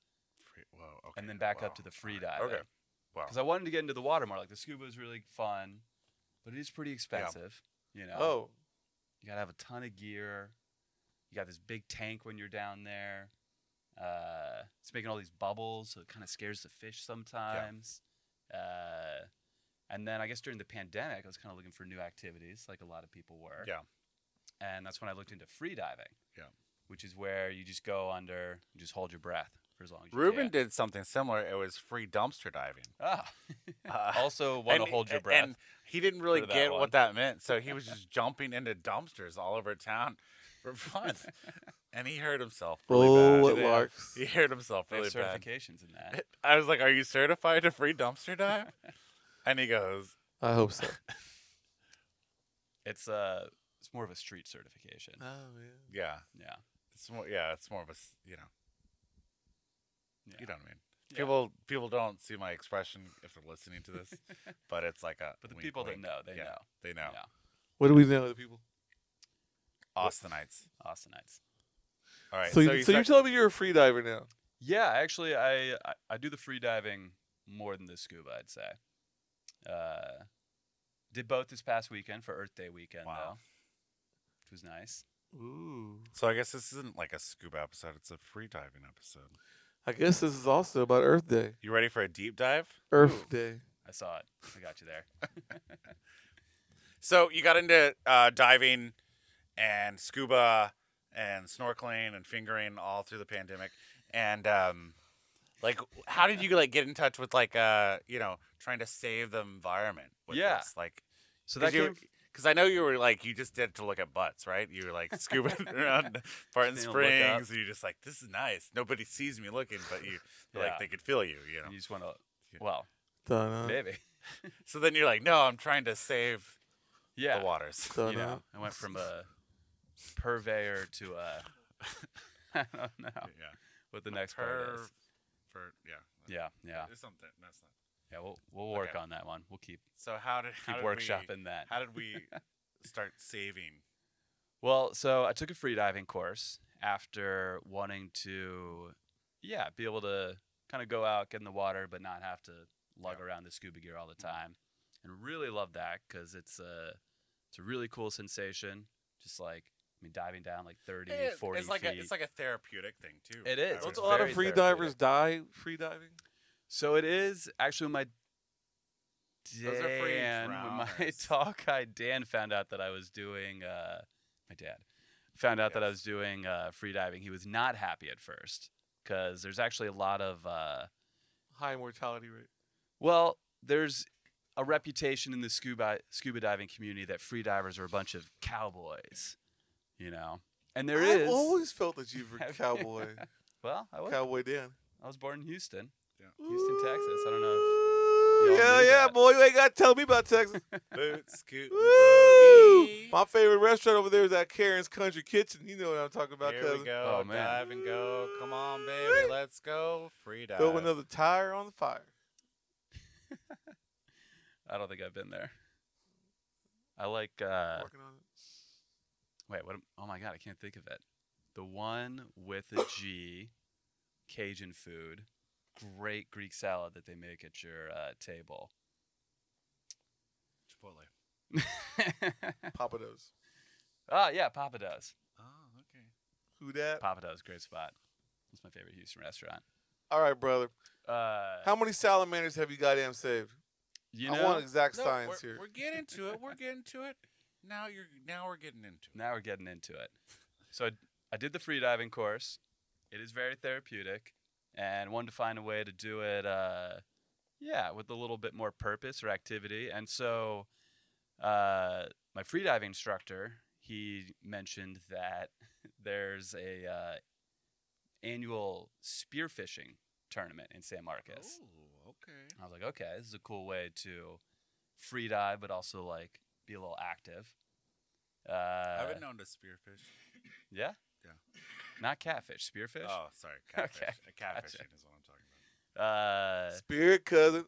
[SPEAKER 1] Free, whoa, okay.
[SPEAKER 3] and then back
[SPEAKER 1] wow,
[SPEAKER 3] up to the free
[SPEAKER 1] all right,
[SPEAKER 3] diving.
[SPEAKER 1] Okay. Wow.
[SPEAKER 3] Because I wanted to get into the water more. Like the scuba is really fun, but it is pretty expensive. You know.
[SPEAKER 2] Oh,
[SPEAKER 3] You gotta have a ton of gear. You got this big tank when you're down there. Uh, it's making all these bubbles, so it kind of scares the fish sometimes. Uh, and then I guess during the pandemic, I was kind of looking for new activities, like a lot of people were.
[SPEAKER 1] Yeah.
[SPEAKER 3] And that's when I looked into free diving.
[SPEAKER 1] Yeah.
[SPEAKER 3] Which is where you just go under, and just hold your breath for as long as you
[SPEAKER 1] Ruben
[SPEAKER 3] can.
[SPEAKER 1] did something similar. It was free dumpster
[SPEAKER 3] <laughs>
[SPEAKER 1] diving.
[SPEAKER 3] Ah.
[SPEAKER 1] Uh,
[SPEAKER 3] <laughs> also, want
[SPEAKER 1] <laughs> and-
[SPEAKER 3] to hold your
[SPEAKER 1] and-
[SPEAKER 3] breath.
[SPEAKER 1] And he didn't really
[SPEAKER 3] for that
[SPEAKER 1] get
[SPEAKER 3] one.
[SPEAKER 1] what that meant, so
[SPEAKER 3] <laughs>
[SPEAKER 1] he was just jumping into dumpsters all over town <laughs> for
[SPEAKER 3] <laughs>
[SPEAKER 1] fun. and he hurt himself really
[SPEAKER 2] oh,
[SPEAKER 1] bad.
[SPEAKER 2] what
[SPEAKER 1] Yeah.
[SPEAKER 2] larks?
[SPEAKER 1] He hurt himself
[SPEAKER 3] they have
[SPEAKER 1] really bad.
[SPEAKER 3] certifications in that.
[SPEAKER 1] <laughs> I was like, "Are you certified to free dumpster dive?" and he goes,
[SPEAKER 2] I
[SPEAKER 1] <laughs>
[SPEAKER 2] hope so.
[SPEAKER 3] <laughs> It's uh, it's more of a street certification.
[SPEAKER 2] oh, yeah.
[SPEAKER 1] "Yeah,
[SPEAKER 3] Yeah.
[SPEAKER 1] it's more. Yeah, it's more of a s- you know,
[SPEAKER 3] Yeah.
[SPEAKER 1] you know what I mean."
[SPEAKER 3] Yeah.
[SPEAKER 1] People people don't see my expression if they're listening to
[SPEAKER 3] <laughs>
[SPEAKER 1] this, but it's like a.
[SPEAKER 3] But the
[SPEAKER 1] wink,
[SPEAKER 3] people
[SPEAKER 1] wink.
[SPEAKER 3] that know, they
[SPEAKER 1] Yeah,
[SPEAKER 3] know.
[SPEAKER 1] They know.
[SPEAKER 3] Yeah.
[SPEAKER 2] What do we know, the people?
[SPEAKER 1] Austinites.
[SPEAKER 3] Austinites.
[SPEAKER 1] All right.
[SPEAKER 2] so, you, so
[SPEAKER 1] start-
[SPEAKER 2] you're telling me you're a free diver now?
[SPEAKER 3] Yeah, actually, I, I I do the free diving more than the scuba. I'd say. Uh, did both this past weekend for Earth Day weekend
[SPEAKER 1] Wow.
[SPEAKER 3] though, which was nice.
[SPEAKER 2] Ooh.
[SPEAKER 1] So I guess this isn't like a scuba episode; it's a free diving episode.
[SPEAKER 2] I guess this is also about Earth Day.
[SPEAKER 1] You ready for a deep dive?
[SPEAKER 2] Earth Day.
[SPEAKER 3] I saw it. I got you there. <laughs>
[SPEAKER 1] So you got into uh, diving and scuba and snorkeling and fingering all through the pandemic, and um, like, how did you like get in touch with like uh, you know trying to save the environment? With
[SPEAKER 3] Yeah.
[SPEAKER 1] this? like
[SPEAKER 3] So that came.
[SPEAKER 1] because I know you were like you just did it to look at butts, right? You were like
[SPEAKER 3] <laughs>
[SPEAKER 1] scuba around Barton
[SPEAKER 3] Just being able to look up.
[SPEAKER 1] Springs, and you're just like, this is nice. Nobody sees me looking, but you
[SPEAKER 3] Yeah.
[SPEAKER 1] like they could feel you, you know.
[SPEAKER 3] You just want <laughs>
[SPEAKER 1] Yeah.
[SPEAKER 3] to. Well,
[SPEAKER 2] Dun,
[SPEAKER 3] maybe. <laughs>
[SPEAKER 1] So then you're like, no, I'm trying to save
[SPEAKER 3] Yeah.
[SPEAKER 1] the waters.
[SPEAKER 2] dun,
[SPEAKER 3] you know, I went from a purveyor to a. <laughs> I don't know
[SPEAKER 1] <laughs> Yeah.
[SPEAKER 3] what the next part
[SPEAKER 1] per
[SPEAKER 3] is.
[SPEAKER 1] for yeah
[SPEAKER 3] Yeah, yeah,
[SPEAKER 1] It's something that's not
[SPEAKER 3] yeah. We'll we'll work
[SPEAKER 1] Okay.
[SPEAKER 3] on that one. We'll keep
[SPEAKER 1] so how did how
[SPEAKER 3] keep
[SPEAKER 1] did we,
[SPEAKER 3] workshopping that.
[SPEAKER 1] how did
[SPEAKER 3] <laughs>
[SPEAKER 1] we start saving
[SPEAKER 3] Well, so I took a freediving course after wanting to, yeah, be able to kind of go out, get in the water, but not have to
[SPEAKER 1] Yeah.
[SPEAKER 3] lug
[SPEAKER 1] Mm-hmm.
[SPEAKER 3] around the scuba gear all the time. And really love that because it's a, it's a really cool sensation. Just like, I mean, diving down like 30, 40
[SPEAKER 1] it's like
[SPEAKER 3] feet.
[SPEAKER 1] a, it's like a therapeutic thing too
[SPEAKER 3] It is.
[SPEAKER 1] I
[SPEAKER 2] Don't
[SPEAKER 1] would
[SPEAKER 3] It's
[SPEAKER 2] a
[SPEAKER 1] say.
[SPEAKER 2] lot
[SPEAKER 3] very <laughs>
[SPEAKER 2] of free divers die free diving?
[SPEAKER 3] so it is actually my
[SPEAKER 1] Those are free
[SPEAKER 3] Dan, when my <laughs>
[SPEAKER 1] drowners.
[SPEAKER 3] talk guy Dan found out that I was doing, uh, my dad found out that I
[SPEAKER 1] Yes.
[SPEAKER 3] was doing uh, free diving. He was not happy at first because there's actually a lot of, uh,
[SPEAKER 2] High mortality rate.
[SPEAKER 3] Well, there's a reputation in the scuba scuba diving community that free divers are a bunch of cowboys, you know. And there
[SPEAKER 2] I've
[SPEAKER 3] is.
[SPEAKER 2] always felt that you were
[SPEAKER 3] <laughs> Have you?
[SPEAKER 2] cowboy.
[SPEAKER 3] well, I was,
[SPEAKER 2] cowboy Dan.
[SPEAKER 3] I was born in Houston,
[SPEAKER 1] Yeah.
[SPEAKER 3] Houston, Texas. I don't know. If,
[SPEAKER 2] Ooh,
[SPEAKER 3] y'all
[SPEAKER 2] Yeah,
[SPEAKER 3] knew
[SPEAKER 2] yeah,
[SPEAKER 3] that.
[SPEAKER 2] boy. You ain't got to tell me about
[SPEAKER 3] <laughs>
[SPEAKER 2] Texas.
[SPEAKER 1] boot scoot
[SPEAKER 2] Woo!
[SPEAKER 1] boogie.
[SPEAKER 2] My favorite restaurant over there is that Karen's Country Kitchen. You know what I'm talking about,
[SPEAKER 1] here we
[SPEAKER 2] cousin.
[SPEAKER 1] go
[SPEAKER 3] Oh, man.
[SPEAKER 1] dive and go come on baby let's go free dive
[SPEAKER 2] Throw another tire on the fire.
[SPEAKER 3] I don't think I've been there. I like. Uh,
[SPEAKER 2] Working on it.
[SPEAKER 3] wait, what? am- Oh my god, I can't think of it. The one with a G, Cajun food, great Greek salad that they make at your uh, table. <laughs>
[SPEAKER 1] Chipotle.
[SPEAKER 2] Papa does.
[SPEAKER 3] oh yeah, Papa does.
[SPEAKER 1] Oh, okay.
[SPEAKER 2] Who that?
[SPEAKER 3] Papa does, great spot. That's my favorite Houston restaurant.
[SPEAKER 2] All right, brother.
[SPEAKER 3] Uh,
[SPEAKER 2] How many salamanders have you goddamn saved?
[SPEAKER 3] you
[SPEAKER 2] I
[SPEAKER 3] know?
[SPEAKER 2] want exact
[SPEAKER 1] No,
[SPEAKER 2] science
[SPEAKER 1] we're,
[SPEAKER 2] here.
[SPEAKER 1] We're getting to it. We're getting to it. Now you're. Now we're getting into it.
[SPEAKER 3] now we're getting into it. So I, I did the free diving course. It is very therapeutic, and wanted to find a way to do it, uh, yeah, with a little bit more purpose or activity. And so, uh, my free diving instructor he mentioned that <laughs> there's a uh, annual spearfishing tournament in San Marcos.
[SPEAKER 1] Oh, okay.
[SPEAKER 3] I was like, okay, this is a cool way to free dive, but also like be a little active. Uh,
[SPEAKER 1] I've been known to spearfish.
[SPEAKER 3] yeah.
[SPEAKER 1] Yeah.
[SPEAKER 3] Not catfish, spearfish.
[SPEAKER 1] Oh, sorry, catfish.
[SPEAKER 3] <laughs> Okay,
[SPEAKER 1] Uh, Catfishing
[SPEAKER 3] gotcha.
[SPEAKER 1] is what I'm talking about.
[SPEAKER 3] Uh,
[SPEAKER 2] Spirit cousin.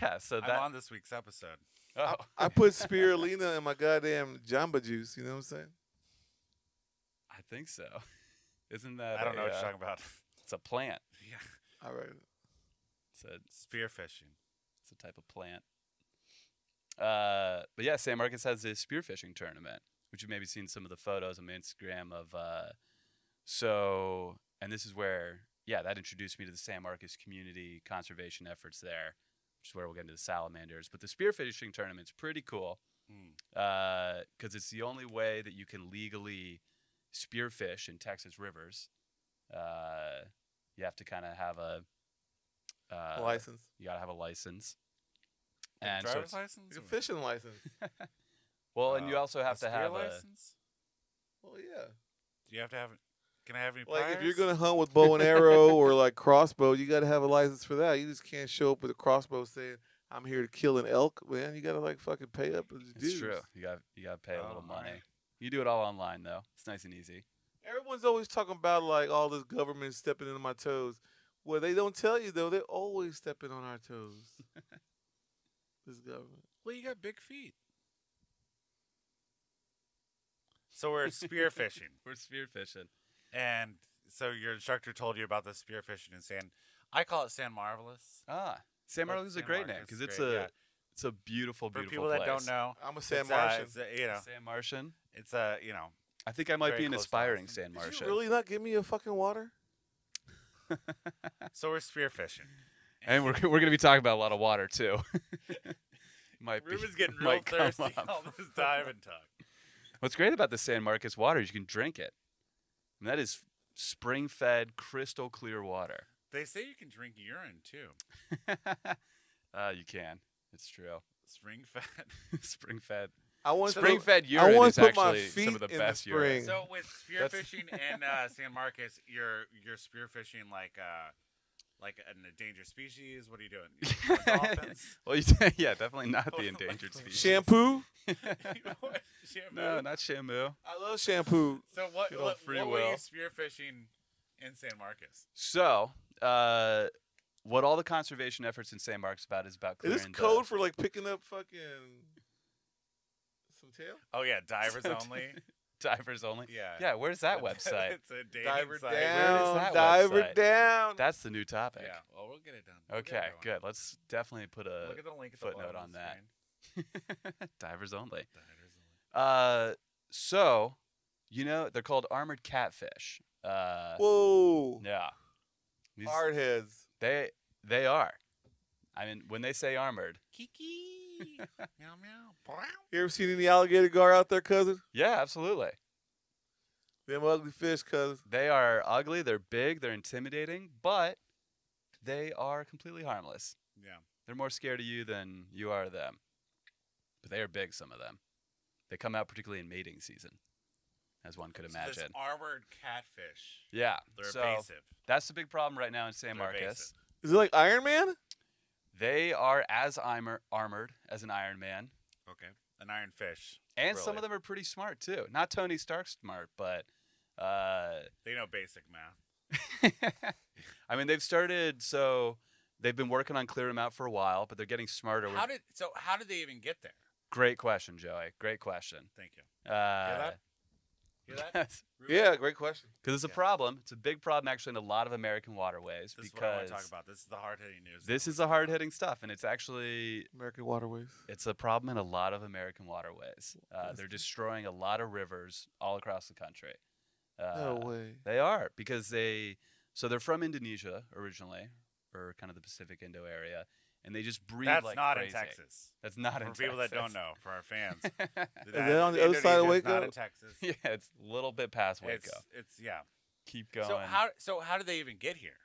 [SPEAKER 3] yeah. So that.
[SPEAKER 1] Oh. I'm on this week's episode.
[SPEAKER 3] oh,
[SPEAKER 2] I put spirulina in my goddamn Jamba Juice. You know what I'm saying?
[SPEAKER 3] I think so. <laughs> Isn't that?
[SPEAKER 1] I don't
[SPEAKER 3] a,
[SPEAKER 1] know what
[SPEAKER 3] uh,
[SPEAKER 1] you're talking about. <laughs>
[SPEAKER 3] It's a plant.
[SPEAKER 1] yeah,
[SPEAKER 2] All right.
[SPEAKER 3] It's a
[SPEAKER 1] spearfishing.
[SPEAKER 3] It's a type of plant. Uh, but yeah, San Marcos has this spearfishing tournament, which you've maybe seen some of the photos on my Instagram of. Uh, so, and this is where, yeah, that introduced me to the San Marcos community conservation efforts there, which is where we'll get into the salamanders. But the spearfishing tournament's pretty cool
[SPEAKER 1] Mm.
[SPEAKER 3] because uh, it's the only way that you can legally spearfish in Texas rivers. Uh, you have to kind of have a uh,
[SPEAKER 2] license.
[SPEAKER 3] you gotta have a license.
[SPEAKER 1] Like
[SPEAKER 3] And so
[SPEAKER 1] driver's
[SPEAKER 3] it's-
[SPEAKER 1] license.
[SPEAKER 2] It's a
[SPEAKER 1] or-
[SPEAKER 2] fishing license.
[SPEAKER 3] well, and you
[SPEAKER 1] uh,
[SPEAKER 3] also
[SPEAKER 1] a
[SPEAKER 3] have to
[SPEAKER 1] spear
[SPEAKER 3] have a
[SPEAKER 1] license.
[SPEAKER 2] Well, yeah.
[SPEAKER 1] Do you have to have? Can I have any?
[SPEAKER 2] Like if you're
[SPEAKER 1] priors?
[SPEAKER 2] gonna hunt with bow and arrow
[SPEAKER 3] <laughs>
[SPEAKER 2] or like crossbow, you gotta have a license for that. You just can't show up with a crossbow saying, "I'm here to kill an elk." Man, you gotta like fucking pay up. It's
[SPEAKER 3] it's true. You got you gotta pay a
[SPEAKER 1] Oh,
[SPEAKER 3] little money.
[SPEAKER 1] alright.
[SPEAKER 3] You do it all online though. It's nice and easy.
[SPEAKER 2] Everyone's always talking about like all this government stepping into my toes. What they don't tell you though, they're always stepping on our toes.
[SPEAKER 3] <laughs>
[SPEAKER 2] this government.
[SPEAKER 1] Well, you got big feet. So
[SPEAKER 2] <laughs>
[SPEAKER 1] we're spearfishing,
[SPEAKER 3] We're spearfishing.
[SPEAKER 1] and so your instructor told you about the spearfishing in San. I call it San Marvelous.
[SPEAKER 3] Ah, San
[SPEAKER 1] Like
[SPEAKER 3] Marcos is a
[SPEAKER 1] San
[SPEAKER 3] great name
[SPEAKER 1] Marcos
[SPEAKER 3] because
[SPEAKER 1] is
[SPEAKER 3] it's
[SPEAKER 1] great,
[SPEAKER 3] a
[SPEAKER 1] yeah.
[SPEAKER 3] it's a beautiful,
[SPEAKER 1] For
[SPEAKER 3] beautiful
[SPEAKER 1] people that don't
[SPEAKER 3] place.
[SPEAKER 1] know,
[SPEAKER 2] I'm a San
[SPEAKER 1] it's, uh,
[SPEAKER 2] Martian.
[SPEAKER 1] it's a- you know,
[SPEAKER 3] San Martian.
[SPEAKER 1] it's a you know.
[SPEAKER 3] I think I might
[SPEAKER 1] Very
[SPEAKER 3] be an
[SPEAKER 1] close to
[SPEAKER 3] aspiring
[SPEAKER 1] Boston.
[SPEAKER 3] San
[SPEAKER 2] Did
[SPEAKER 3] Martian.
[SPEAKER 2] you really not give me a fucking water?
[SPEAKER 1] So we're spearfishing.
[SPEAKER 3] And we're <laughs> we're gonna be talking about a lot of water too. <laughs> might be,
[SPEAKER 1] Ruben's
[SPEAKER 3] <laughs>
[SPEAKER 1] getting real
[SPEAKER 3] might come
[SPEAKER 1] thirsty
[SPEAKER 3] up.
[SPEAKER 1] <laughs> all this dive and talk.
[SPEAKER 3] What's great about the San Marcos water is you can drink it. And that is spring fed, crystal clear
[SPEAKER 2] <laughs>
[SPEAKER 3] water.
[SPEAKER 1] They say you can drink urine too.
[SPEAKER 3] uh, you can. It's true. <laughs>
[SPEAKER 1] Spring fat.
[SPEAKER 3] spring fed.
[SPEAKER 2] I want
[SPEAKER 3] Spring
[SPEAKER 2] to,
[SPEAKER 3] fed
[SPEAKER 2] I
[SPEAKER 3] urine
[SPEAKER 2] wanna
[SPEAKER 3] is
[SPEAKER 2] put my
[SPEAKER 3] actually
[SPEAKER 2] feet
[SPEAKER 3] some of the
[SPEAKER 2] in the
[SPEAKER 3] best urine.
[SPEAKER 2] spring.
[SPEAKER 1] So with
[SPEAKER 3] That's-
[SPEAKER 1] spearfishing in
[SPEAKER 3] <laughs>
[SPEAKER 1] uh, San Marcos, you're you're spearfishing like uh like an endangered species. What are you doing?
[SPEAKER 3] <laughs>
[SPEAKER 1] You want dolphins? <laughs>
[SPEAKER 3] Well, you <laughs> say, yeah, definitely
[SPEAKER 2] <laughs>
[SPEAKER 3] not the
[SPEAKER 1] Oh
[SPEAKER 3] endangered species.
[SPEAKER 2] shampoo.
[SPEAKER 1] You want shamu?
[SPEAKER 3] <laughs> no, not shamu.
[SPEAKER 2] I love shampoo.
[SPEAKER 1] So what
[SPEAKER 3] Good old
[SPEAKER 1] what,
[SPEAKER 3] free
[SPEAKER 1] what were you
[SPEAKER 3] will.
[SPEAKER 1] spearfishing in San Marcos?
[SPEAKER 3] So, uh, what all the conservation efforts in San Marcos about is about
[SPEAKER 2] Is
[SPEAKER 3] clearing
[SPEAKER 2] this
[SPEAKER 3] the-
[SPEAKER 2] code for like picking up fucking some tail?
[SPEAKER 1] Oh yeah, divers
[SPEAKER 3] So-
[SPEAKER 1] only.
[SPEAKER 3] divers only.
[SPEAKER 1] <laughs> Yeah.
[SPEAKER 3] Yeah, where's that
[SPEAKER 2] <laughs>
[SPEAKER 1] <laughs>
[SPEAKER 3] website?
[SPEAKER 1] it's a dating
[SPEAKER 2] Diver
[SPEAKER 1] site.
[SPEAKER 2] down,
[SPEAKER 3] that
[SPEAKER 2] diver
[SPEAKER 3] website?
[SPEAKER 2] down.
[SPEAKER 3] That's the new topic.
[SPEAKER 1] Yeah. Well, we'll get it done. We'll get
[SPEAKER 3] Okay,
[SPEAKER 1] it going.
[SPEAKER 3] good. Let's definitely put a
[SPEAKER 1] Look at the link at the
[SPEAKER 3] footnote
[SPEAKER 1] bottom of
[SPEAKER 3] on
[SPEAKER 1] the
[SPEAKER 3] that.
[SPEAKER 1] screen.
[SPEAKER 3] divers only.
[SPEAKER 1] Divers only.
[SPEAKER 3] Uh, so, you know, they're called armored catfish. Uh,
[SPEAKER 2] Whoa,
[SPEAKER 3] yeah. These-
[SPEAKER 2] hard heads.
[SPEAKER 3] They they are. I mean, when they say armored, <laughs>
[SPEAKER 1] Kiki. meow meow. Brown.
[SPEAKER 2] You ever seen any alligator gar out there, cousin?
[SPEAKER 3] yeah, absolutely.
[SPEAKER 2] Them ugly fish, cousin.
[SPEAKER 3] They are ugly. They're big. They're intimidating, but they are completely harmless.
[SPEAKER 1] Yeah.
[SPEAKER 3] They're more scared of you than you are of them. But they are big. Some of them. They come out particularly in mating season, as one could
[SPEAKER 1] So
[SPEAKER 3] imagine.
[SPEAKER 1] this armored catfish.
[SPEAKER 3] yeah.
[SPEAKER 1] They're
[SPEAKER 3] so
[SPEAKER 1] invasive.
[SPEAKER 3] that's the big problem right now in San
[SPEAKER 1] They're
[SPEAKER 3] Marcos.
[SPEAKER 1] evasive.
[SPEAKER 2] Is it like Iron Man?
[SPEAKER 3] They are as armor- armored as an Iron Man.
[SPEAKER 1] Okay. An iron fish.
[SPEAKER 3] And some
[SPEAKER 1] Really?
[SPEAKER 3] of them are pretty smart too. Not Tony Stark smart, but uh, <laughs>
[SPEAKER 1] They know basic math.
[SPEAKER 3] I mean they've started. So they've been working on clearing them out for a while, but they're getting smarter. with-
[SPEAKER 1] How did so? How did they even get there?
[SPEAKER 3] Great question, Joey. Great question.
[SPEAKER 1] Thank you.
[SPEAKER 3] Uh,
[SPEAKER 1] that?
[SPEAKER 3] <laughs>
[SPEAKER 1] Hear that?
[SPEAKER 2] Yeah, great question.
[SPEAKER 3] Because it's a
[SPEAKER 1] Yeah.
[SPEAKER 3] problem. It's a big problem actually in a lot of American waterways
[SPEAKER 1] This is what I want
[SPEAKER 3] because
[SPEAKER 1] to talk about. This is the hard hitting news.
[SPEAKER 3] this is the hard hitting stuff, and it's actually
[SPEAKER 2] American waterways.
[SPEAKER 3] it's a problem in a lot of American waterways. Uh,
[SPEAKER 2] Yes.
[SPEAKER 3] they're destroying a lot of rivers all across the country. Uh,
[SPEAKER 2] No way.
[SPEAKER 3] They are because they so they're from Indonesia originally, or kind of the Pacific Indo area, and they just breed
[SPEAKER 1] That's
[SPEAKER 3] like
[SPEAKER 1] not
[SPEAKER 3] crazy.
[SPEAKER 1] in Texas.
[SPEAKER 3] That's not
[SPEAKER 1] For
[SPEAKER 3] in
[SPEAKER 1] people that don't
[SPEAKER 3] Texas.
[SPEAKER 1] know, for our fans,
[SPEAKER 3] <laughs>
[SPEAKER 2] Is that on the other side
[SPEAKER 1] Indonesia's
[SPEAKER 2] of
[SPEAKER 1] Not
[SPEAKER 2] Waco?
[SPEAKER 1] in Texas.
[SPEAKER 3] yeah, <laughs> it's a little bit past Waco.
[SPEAKER 1] It's, it's yeah.
[SPEAKER 3] Keep going.
[SPEAKER 1] So how so how did they even get here?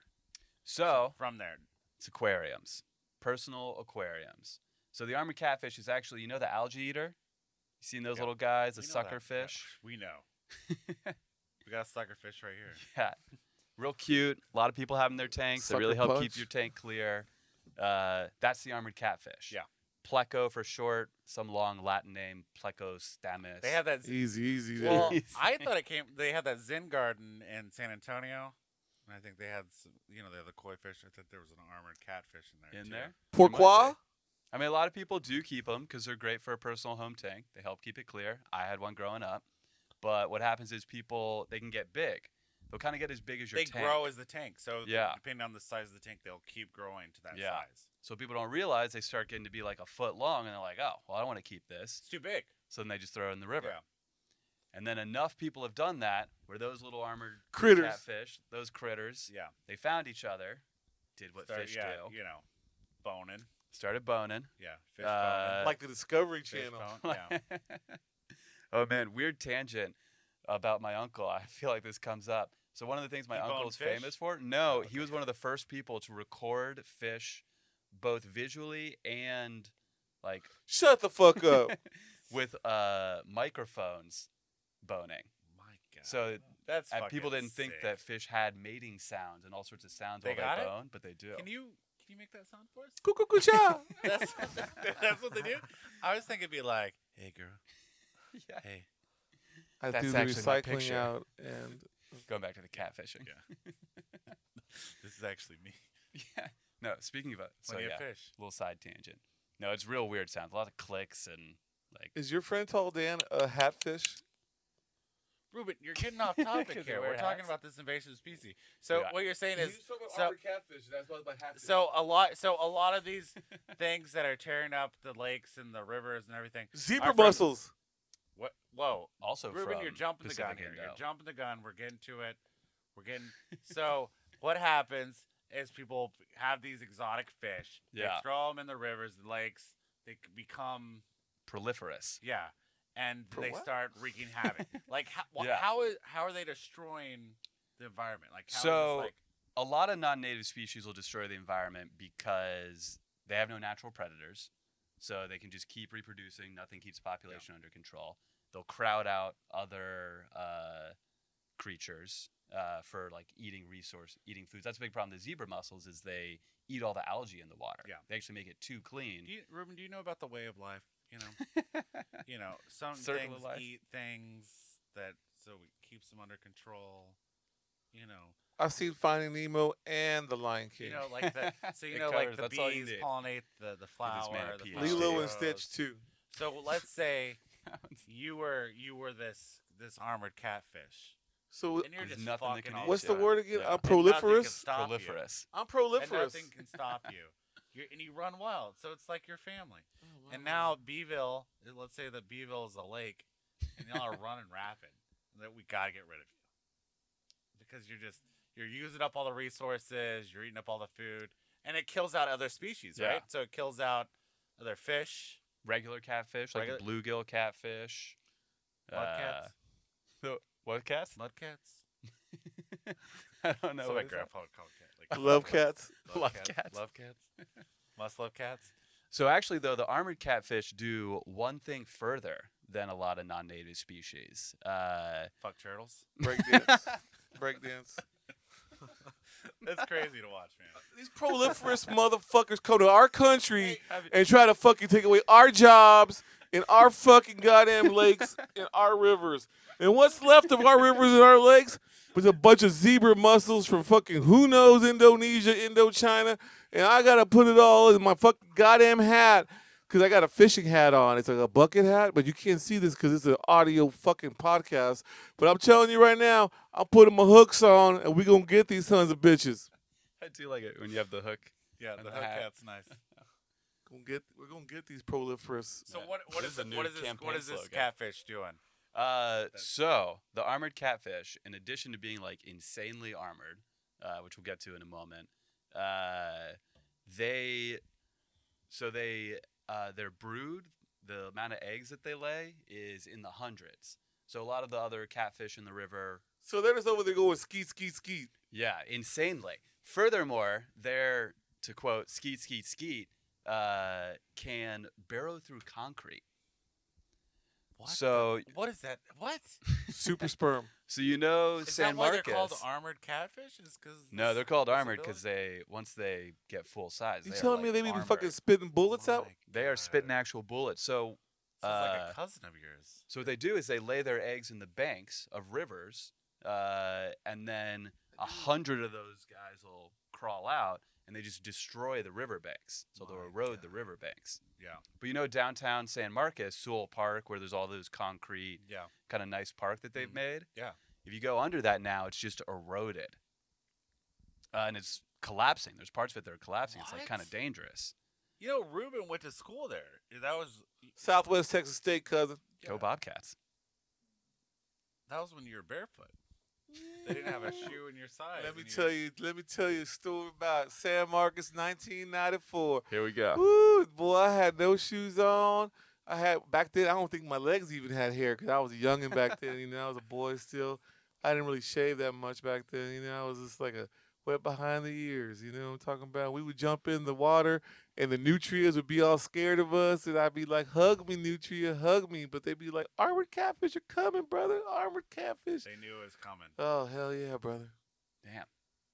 [SPEAKER 3] so
[SPEAKER 1] from there,
[SPEAKER 3] It's aquariums, personal aquariums. So the armored catfish is actually, you know, the algae eater. You seen those
[SPEAKER 1] Yep.
[SPEAKER 3] little guys, the
[SPEAKER 1] We know that.
[SPEAKER 3] sucker
[SPEAKER 1] Yeah,
[SPEAKER 3] fish?
[SPEAKER 1] We know.
[SPEAKER 3] <laughs>
[SPEAKER 1] we got a sucker fish right here.
[SPEAKER 3] Yeah, real cute. A lot of people have in their tanks. they really
[SPEAKER 2] Sucker
[SPEAKER 3] help
[SPEAKER 2] punch.
[SPEAKER 3] keep your tank clear. Uh, that's the armored catfish.
[SPEAKER 1] Yeah.
[SPEAKER 3] Pleco for short. Some long Latin name, Pleco stamus.
[SPEAKER 1] They had that. z-
[SPEAKER 2] Easy, easy. there.
[SPEAKER 1] Well,
[SPEAKER 3] <laughs> Yeah.
[SPEAKER 1] I thought it came. They had that Zen Garden in San Antonio, and I think they had some. You know, they had the koi fish. I think there was an armored catfish in there.
[SPEAKER 3] in
[SPEAKER 1] too.
[SPEAKER 3] there.
[SPEAKER 2] Pourquoi?
[SPEAKER 3] I mean, a lot of people do keep them because they're great for a personal home tank. They help keep it clear. I had one growing up, but what happens is people they can get big. They'll kind of get as big as your
[SPEAKER 1] They
[SPEAKER 3] tank.
[SPEAKER 1] grow as the tank, so th-
[SPEAKER 3] Yeah.
[SPEAKER 1] depending on the size of the tank, they'll keep growing to that
[SPEAKER 3] Yeah.
[SPEAKER 1] size.
[SPEAKER 3] So people don't realize they start getting to be like a foot long, and they're like, "Oh, well, I don't want to keep this."
[SPEAKER 1] It's too big.
[SPEAKER 3] So then they just throw it in the river.
[SPEAKER 1] Yeah.
[SPEAKER 3] And then enough people have done that where those little armored
[SPEAKER 2] Critters.
[SPEAKER 3] catfish, those critters,
[SPEAKER 1] Yeah,
[SPEAKER 3] they found each other, did what
[SPEAKER 1] Start-
[SPEAKER 3] fish
[SPEAKER 1] yeah,
[SPEAKER 3] do,
[SPEAKER 1] you know, boning.
[SPEAKER 3] started boning.
[SPEAKER 1] Yeah, fish
[SPEAKER 3] Uh,
[SPEAKER 1] boning.
[SPEAKER 2] Like the Discovery
[SPEAKER 1] Fish
[SPEAKER 2] Channel.
[SPEAKER 1] bone, yeah.
[SPEAKER 3] <laughs> oh man, weird tangent about my uncle. I feel like this comes up. So one of the things my
[SPEAKER 1] He boned
[SPEAKER 3] uncle is
[SPEAKER 1] fish?
[SPEAKER 3] famous for? No,
[SPEAKER 1] Oh,
[SPEAKER 3] he was one of the first people to record fish, both visually and like
[SPEAKER 2] Shut the fuck
[SPEAKER 3] <laughs>
[SPEAKER 2] up.
[SPEAKER 3] with uh, microphones boning.
[SPEAKER 1] My God.
[SPEAKER 3] So
[SPEAKER 1] that's
[SPEAKER 3] uh, people
[SPEAKER 1] fucking
[SPEAKER 3] didn't think
[SPEAKER 1] sick.
[SPEAKER 3] that fish had mating sounds and all sorts of sounds
[SPEAKER 1] They
[SPEAKER 3] while they
[SPEAKER 1] got
[SPEAKER 3] bone, but they do.
[SPEAKER 1] Can you can you make that sound for us? <laughs>
[SPEAKER 2] Cuckoo-cuckoo-cha.
[SPEAKER 1] That's that's what they do. I was thinking, it'd be like, hey girl, <laughs>
[SPEAKER 3] yeah.
[SPEAKER 1] hey.
[SPEAKER 2] I
[SPEAKER 3] That's
[SPEAKER 2] threw the
[SPEAKER 3] actually my
[SPEAKER 2] recycling
[SPEAKER 3] picture.
[SPEAKER 2] out and
[SPEAKER 3] Going back to the catfishing.
[SPEAKER 1] Yeah. This is actually me.
[SPEAKER 3] Yeah. No, speaking of it, <laughs> so
[SPEAKER 1] Plenty
[SPEAKER 3] yeah,
[SPEAKER 1] of fish.
[SPEAKER 3] little side tangent. No, it's real weird sounds. A lot of clicks and like
[SPEAKER 2] Is your friend Tall Dan a hatfish?
[SPEAKER 1] Ruben, you're getting off topic
[SPEAKER 3] <laughs> 'Cause
[SPEAKER 1] here.
[SPEAKER 3] they
[SPEAKER 1] We're
[SPEAKER 3] wear
[SPEAKER 1] talking
[SPEAKER 3] hats.
[SPEAKER 1] about this invasive species. So
[SPEAKER 3] Yeah.
[SPEAKER 1] what you're saying is so-
[SPEAKER 2] catfish. That's why my hatfish.
[SPEAKER 1] so a lot so a lot of
[SPEAKER 3] <laughs>
[SPEAKER 1] these things that are tearing up the lakes and the rivers and everything.
[SPEAKER 2] zebra
[SPEAKER 1] friend-
[SPEAKER 2] mussels.
[SPEAKER 1] What whoa.
[SPEAKER 3] also
[SPEAKER 1] Ruben,
[SPEAKER 3] from
[SPEAKER 1] you're jumping
[SPEAKER 3] Pacific
[SPEAKER 1] the gun here.
[SPEAKER 3] Indo.
[SPEAKER 1] You're jumping the gun. We're getting to it. We're
[SPEAKER 3] <laughs>
[SPEAKER 1] getting so what happens is people have these exotic fish.
[SPEAKER 3] Yeah.
[SPEAKER 1] They throw them in the rivers, the lakes. They c- become
[SPEAKER 3] proliferous.
[SPEAKER 1] yeah, and
[SPEAKER 2] For
[SPEAKER 1] they
[SPEAKER 2] what?
[SPEAKER 1] start wreaking havoc. like how, wha-
[SPEAKER 3] <laughs> Yeah.
[SPEAKER 1] how is how are they destroying the environment? Like how is
[SPEAKER 3] So-
[SPEAKER 1] this, like
[SPEAKER 3] A lot of non-native species will destroy the environment because they have no natural predators, so they can just keep reproducing. Nothing keeps population under control. They'll crowd out other uh, creatures uh, for like eating resource, eating foods. That's a big problem. The zebra mussels is they eat all the algae in the water.
[SPEAKER 1] Yeah.
[SPEAKER 3] they actually make it too clean.
[SPEAKER 1] Do you, Ruben, do you know about the way of life? You know,
[SPEAKER 3] <laughs>
[SPEAKER 1] you know, some
[SPEAKER 3] Circle of
[SPEAKER 1] things
[SPEAKER 3] life.
[SPEAKER 1] eat things that so it keeps them under control. You know,
[SPEAKER 2] I've seen Finding Nemo and The Lion King.
[SPEAKER 1] you know, like
[SPEAKER 3] <laughs>
[SPEAKER 1] the so you
[SPEAKER 3] It
[SPEAKER 1] know, like
[SPEAKER 3] covers-
[SPEAKER 1] the
[SPEAKER 3] that's all you
[SPEAKER 1] bees
[SPEAKER 3] need.
[SPEAKER 1] pollinate the the flower.
[SPEAKER 3] man a
[SPEAKER 1] the
[SPEAKER 3] PhD.
[SPEAKER 1] flower
[SPEAKER 2] Lilo and
[SPEAKER 1] grows.
[SPEAKER 2] Stitch too.
[SPEAKER 1] So let's
[SPEAKER 3] <laughs>
[SPEAKER 1] say you were you were this this armored catfish,
[SPEAKER 2] So
[SPEAKER 1] and you're
[SPEAKER 3] There's
[SPEAKER 1] just
[SPEAKER 3] nothing that
[SPEAKER 1] fucking
[SPEAKER 3] can
[SPEAKER 1] all
[SPEAKER 3] do
[SPEAKER 2] what's
[SPEAKER 1] the
[SPEAKER 2] the
[SPEAKER 1] time.
[SPEAKER 2] word again?
[SPEAKER 3] Yeah.
[SPEAKER 1] And
[SPEAKER 2] I'm
[SPEAKER 1] nothing can
[SPEAKER 2] proliferous.
[SPEAKER 1] stop you.
[SPEAKER 3] Proliferous.
[SPEAKER 2] I'm
[SPEAKER 1] And
[SPEAKER 2] proliferous.
[SPEAKER 1] nothing can stop you. You're, and you run wild, so it's like your family. And now Beeville, eh, let's say that Beeville is a lake, and y'all are running rapid. That we gotta get rid of you because you're just you're using up all the resources. You're eating up all the food, and it kills out other species,
[SPEAKER 3] Yeah.
[SPEAKER 1] right? So it kills out other fish,
[SPEAKER 3] regular catfish, like the bluegill catfish.
[SPEAKER 1] mudcats,
[SPEAKER 3] Uh, <laughs> what cats?
[SPEAKER 1] mudcats.
[SPEAKER 3] I
[SPEAKER 1] That's
[SPEAKER 3] don't know. what
[SPEAKER 1] what my
[SPEAKER 3] is that?
[SPEAKER 1] grandpa would call cat. Like,
[SPEAKER 2] <laughs>
[SPEAKER 1] <laughs>
[SPEAKER 2] Love cats.
[SPEAKER 3] Love
[SPEAKER 1] cats.
[SPEAKER 3] cats.
[SPEAKER 1] Love cats. Must love cats.
[SPEAKER 3] So actually, though, the armored catfish do one thing further than a lot of non-native species. Uh,
[SPEAKER 1] Fuck turtles.
[SPEAKER 2] Breakdance. Breakdance.
[SPEAKER 1] That's crazy to watch, man.
[SPEAKER 2] These <laughs> proliferous motherfuckers come to our country
[SPEAKER 1] have you-
[SPEAKER 2] and try to fucking take away our jobs and our fucking goddamn lakes and our rivers. And what's left of our rivers and our lakes was a bunch of zebra mussels from fucking who knows Indonesia, Indochina. And I gotta put it all in my fucking goddamn hat because I got a fishing hat on. It's like a bucket hat, but you can't see this because it's an audio fucking podcast. But I'm telling you right now, I'm putting my hooks on, and we gonna get these sons of bitches.
[SPEAKER 3] I do like it when you have the hook.
[SPEAKER 1] Yeah,
[SPEAKER 3] And
[SPEAKER 1] the
[SPEAKER 3] the
[SPEAKER 1] hook
[SPEAKER 3] hat.
[SPEAKER 1] hat's nice.
[SPEAKER 2] Gonna get, we're gonna get these proliferous.
[SPEAKER 1] So
[SPEAKER 3] Yeah.
[SPEAKER 1] what what
[SPEAKER 3] This
[SPEAKER 1] is
[SPEAKER 3] is a
[SPEAKER 1] it-
[SPEAKER 3] new
[SPEAKER 1] what is this what
[SPEAKER 3] campaign
[SPEAKER 1] is this
[SPEAKER 3] slogan.
[SPEAKER 1] catfish doing?
[SPEAKER 3] Uh,
[SPEAKER 1] That's-
[SPEAKER 3] so the armored catfish, in addition to being like insanely armored, uh, which we'll get to in a moment, uh, they, so they, uh, their brood, the amount of eggs that they lay is in the hundreds. So a lot of the other catfish in the river,
[SPEAKER 2] So they're just over there going skeet, skeet, skeet.
[SPEAKER 3] yeah, insanely. Furthermore, they're to quote skeet skeet skeet, uh, can burrow through concrete.
[SPEAKER 1] What
[SPEAKER 3] So
[SPEAKER 1] the- what is that?
[SPEAKER 3] <laughs>
[SPEAKER 1] What?
[SPEAKER 2] Super sperm.
[SPEAKER 3] so you know
[SPEAKER 1] Is
[SPEAKER 3] San
[SPEAKER 1] that why
[SPEAKER 3] Marcos.
[SPEAKER 1] they're called armored catfish? Is because
[SPEAKER 3] No, they're called armored because they once they get full size.
[SPEAKER 2] You
[SPEAKER 3] they are,
[SPEAKER 2] telling me
[SPEAKER 3] like,
[SPEAKER 2] they be
[SPEAKER 3] armored.
[SPEAKER 2] fucking spitting bullets out?
[SPEAKER 3] They are
[SPEAKER 1] Uh.
[SPEAKER 3] spitting actual bullets. So,
[SPEAKER 1] like
[SPEAKER 3] uh,
[SPEAKER 1] a cousin of yours.
[SPEAKER 3] so what they do is they lay their eggs in the banks of rivers, uh, and then a hundred of those guys will crawl out and they just destroy the riverbanks. So they'll
[SPEAKER 1] My
[SPEAKER 3] erode the
[SPEAKER 1] God.
[SPEAKER 3] riverbanks.
[SPEAKER 1] Yeah,
[SPEAKER 3] But you know, downtown San Marcos, Sewell Park, where there's all those concrete
[SPEAKER 1] yeah.
[SPEAKER 3] kind of nice park that they've
[SPEAKER 1] Mhm.
[SPEAKER 3] made.
[SPEAKER 1] Yeah.
[SPEAKER 3] If you go under that now, it's just eroded. Uh, and it's collapsing. There's parts of it that are collapsing. It's like
[SPEAKER 1] What?
[SPEAKER 3] kind of dangerous.
[SPEAKER 1] You know, Ruben went to school there. That was
[SPEAKER 2] Southwest Texas State, cousin.
[SPEAKER 3] Go
[SPEAKER 1] Yeah.
[SPEAKER 3] Bobcats.
[SPEAKER 1] that was when you were barefoot. They didn't have a shoe in your size.
[SPEAKER 2] Let me
[SPEAKER 1] and
[SPEAKER 2] tell you. Let me tell you a story about San Marcos, 1994.
[SPEAKER 3] Here we go.
[SPEAKER 2] Woo, boy, I had no shoes on. I had back then. I don't think my legs even had hair because I was young and back then. You know, I was a boy still. I didn't really shave that much back then. You know, I was just like a wet behind the ears. You know what I'm talking about? We would jump in the water, and the nutrias would be all scared of us, and I'd be like, "Hug me, nutria, hug me," but they'd be like, "Armored catfish are coming, brother. Armored catfish."
[SPEAKER 1] They knew it was coming.
[SPEAKER 2] Oh hell yeah, brother.
[SPEAKER 3] Damn.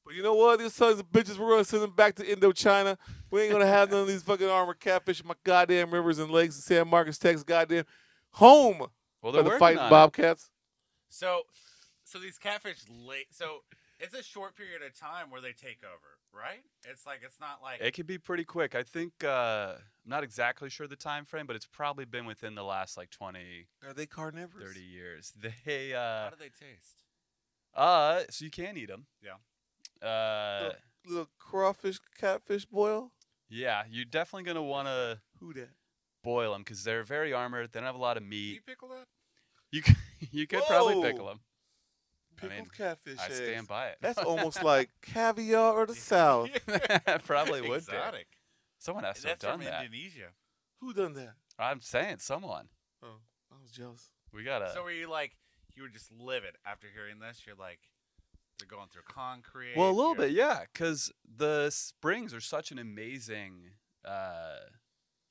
[SPEAKER 2] But you know what? These sons of bitches, we're gonna send them back to Indochina. We ain't gonna have none of these fucking armored catfish in my goddamn rivers and lakes in San Marcos, Texas, goddamn home
[SPEAKER 3] Well,
[SPEAKER 2] of
[SPEAKER 3] they're
[SPEAKER 2] the
[SPEAKER 3] working
[SPEAKER 2] fighting
[SPEAKER 3] on it.
[SPEAKER 2] bobcats.
[SPEAKER 1] So, so these catfish late. So it's a short period of time where they take over, right? It's like it's not like
[SPEAKER 3] It could be pretty quick. I think uh, I'm not exactly sure the time frame, but it's probably been within the last like 20,
[SPEAKER 2] Are they carnivorous?
[SPEAKER 3] 30 years. <laughs> They
[SPEAKER 1] how
[SPEAKER 3] uh,
[SPEAKER 1] do they taste?
[SPEAKER 3] uh so you can eat them.
[SPEAKER 1] Yeah.
[SPEAKER 3] Uh,
[SPEAKER 2] Little crawfish, catfish boil.
[SPEAKER 3] yeah, you're definitely gonna want to
[SPEAKER 2] Who that?
[SPEAKER 3] boil them because they're very armored. They don't have a lot of
[SPEAKER 1] Do you
[SPEAKER 3] meat.
[SPEAKER 1] pickle that?
[SPEAKER 3] You could, <laughs> you could probably
[SPEAKER 2] Whoa.
[SPEAKER 3] pickle them.
[SPEAKER 2] Pickled
[SPEAKER 3] mean,
[SPEAKER 2] catfish.
[SPEAKER 3] I stand
[SPEAKER 2] eggs.
[SPEAKER 3] by it. <laughs>
[SPEAKER 2] That's almost like caviar or the South.
[SPEAKER 3] probably would be.
[SPEAKER 1] Exotic.
[SPEAKER 3] Someone has to have
[SPEAKER 1] That's
[SPEAKER 3] done
[SPEAKER 1] from
[SPEAKER 3] that.
[SPEAKER 1] Indonesia.
[SPEAKER 2] Who done that?
[SPEAKER 3] I'm saying someone.
[SPEAKER 2] Oh, I was jealous.
[SPEAKER 3] We gotta.
[SPEAKER 1] so were you like you were just livid after hearing this? You're like they're going through concrete.
[SPEAKER 3] well, a little
[SPEAKER 1] you're-
[SPEAKER 3] bit, yeah, because the springs are such an amazing, uh,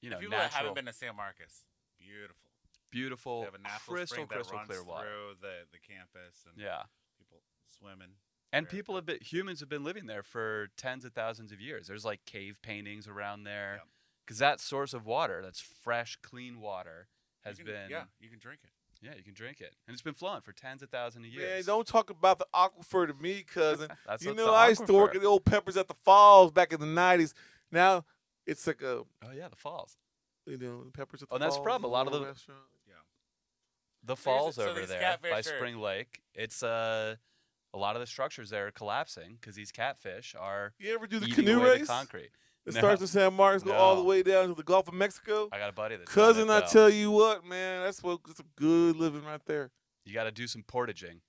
[SPEAKER 3] you know,
[SPEAKER 1] If people that
[SPEAKER 3] natural,
[SPEAKER 1] haven't been to San Marcos, beautiful. They
[SPEAKER 3] beautiful,
[SPEAKER 1] have a natural
[SPEAKER 3] crystal,
[SPEAKER 1] spring that
[SPEAKER 3] crystal
[SPEAKER 1] runs
[SPEAKER 3] clear water.
[SPEAKER 1] through the the campus and
[SPEAKER 3] Yeah,
[SPEAKER 1] people swimming.
[SPEAKER 3] and
[SPEAKER 1] Very
[SPEAKER 3] people have been humans have been living there for tens of thousands of years. There's like cave paintings around there
[SPEAKER 1] Yep.
[SPEAKER 3] because that source of water, that's fresh, clean water, has
[SPEAKER 1] you can,
[SPEAKER 3] been
[SPEAKER 1] yeah, you can drink
[SPEAKER 3] <laughs>
[SPEAKER 1] it.
[SPEAKER 3] yeah, you can drink it, and it's been flowing for tens of thousands of
[SPEAKER 2] Man,
[SPEAKER 3] years.
[SPEAKER 2] don't talk about the aquifer to me, cousin.
[SPEAKER 3] That's
[SPEAKER 2] you
[SPEAKER 3] what the
[SPEAKER 2] know, I used to work
[SPEAKER 3] aquifer-
[SPEAKER 2] at the old Peppers at the Falls back in the '90s. Now it's like a
[SPEAKER 3] Oh yeah, the falls.
[SPEAKER 2] you know Peppers at the
[SPEAKER 3] Oh, that's the
[SPEAKER 2] Falls,
[SPEAKER 3] problem. A lot of
[SPEAKER 2] little
[SPEAKER 3] the-
[SPEAKER 2] restaurant.
[SPEAKER 1] So
[SPEAKER 3] the
[SPEAKER 1] here's
[SPEAKER 3] falls
[SPEAKER 1] the- so
[SPEAKER 3] over
[SPEAKER 1] these
[SPEAKER 3] there
[SPEAKER 1] catfish
[SPEAKER 3] by
[SPEAKER 1] are-
[SPEAKER 3] Spring Lake. It's uh, a lot of the structures there are collapsing because these catfish are
[SPEAKER 2] You ever do the
[SPEAKER 3] eating
[SPEAKER 2] canoe
[SPEAKER 3] away
[SPEAKER 2] race?
[SPEAKER 3] the concrete.
[SPEAKER 2] It
[SPEAKER 3] No.
[SPEAKER 2] starts in San Marcos, go all the
[SPEAKER 3] No.
[SPEAKER 2] way down to the Gulf of Mexico.
[SPEAKER 3] I got a buddy that's done
[SPEAKER 2] Cousin,
[SPEAKER 3] it,
[SPEAKER 2] I
[SPEAKER 3] though.
[SPEAKER 2] tell you what, man, that's what that's some good living right there.
[SPEAKER 3] you got to do some portaging.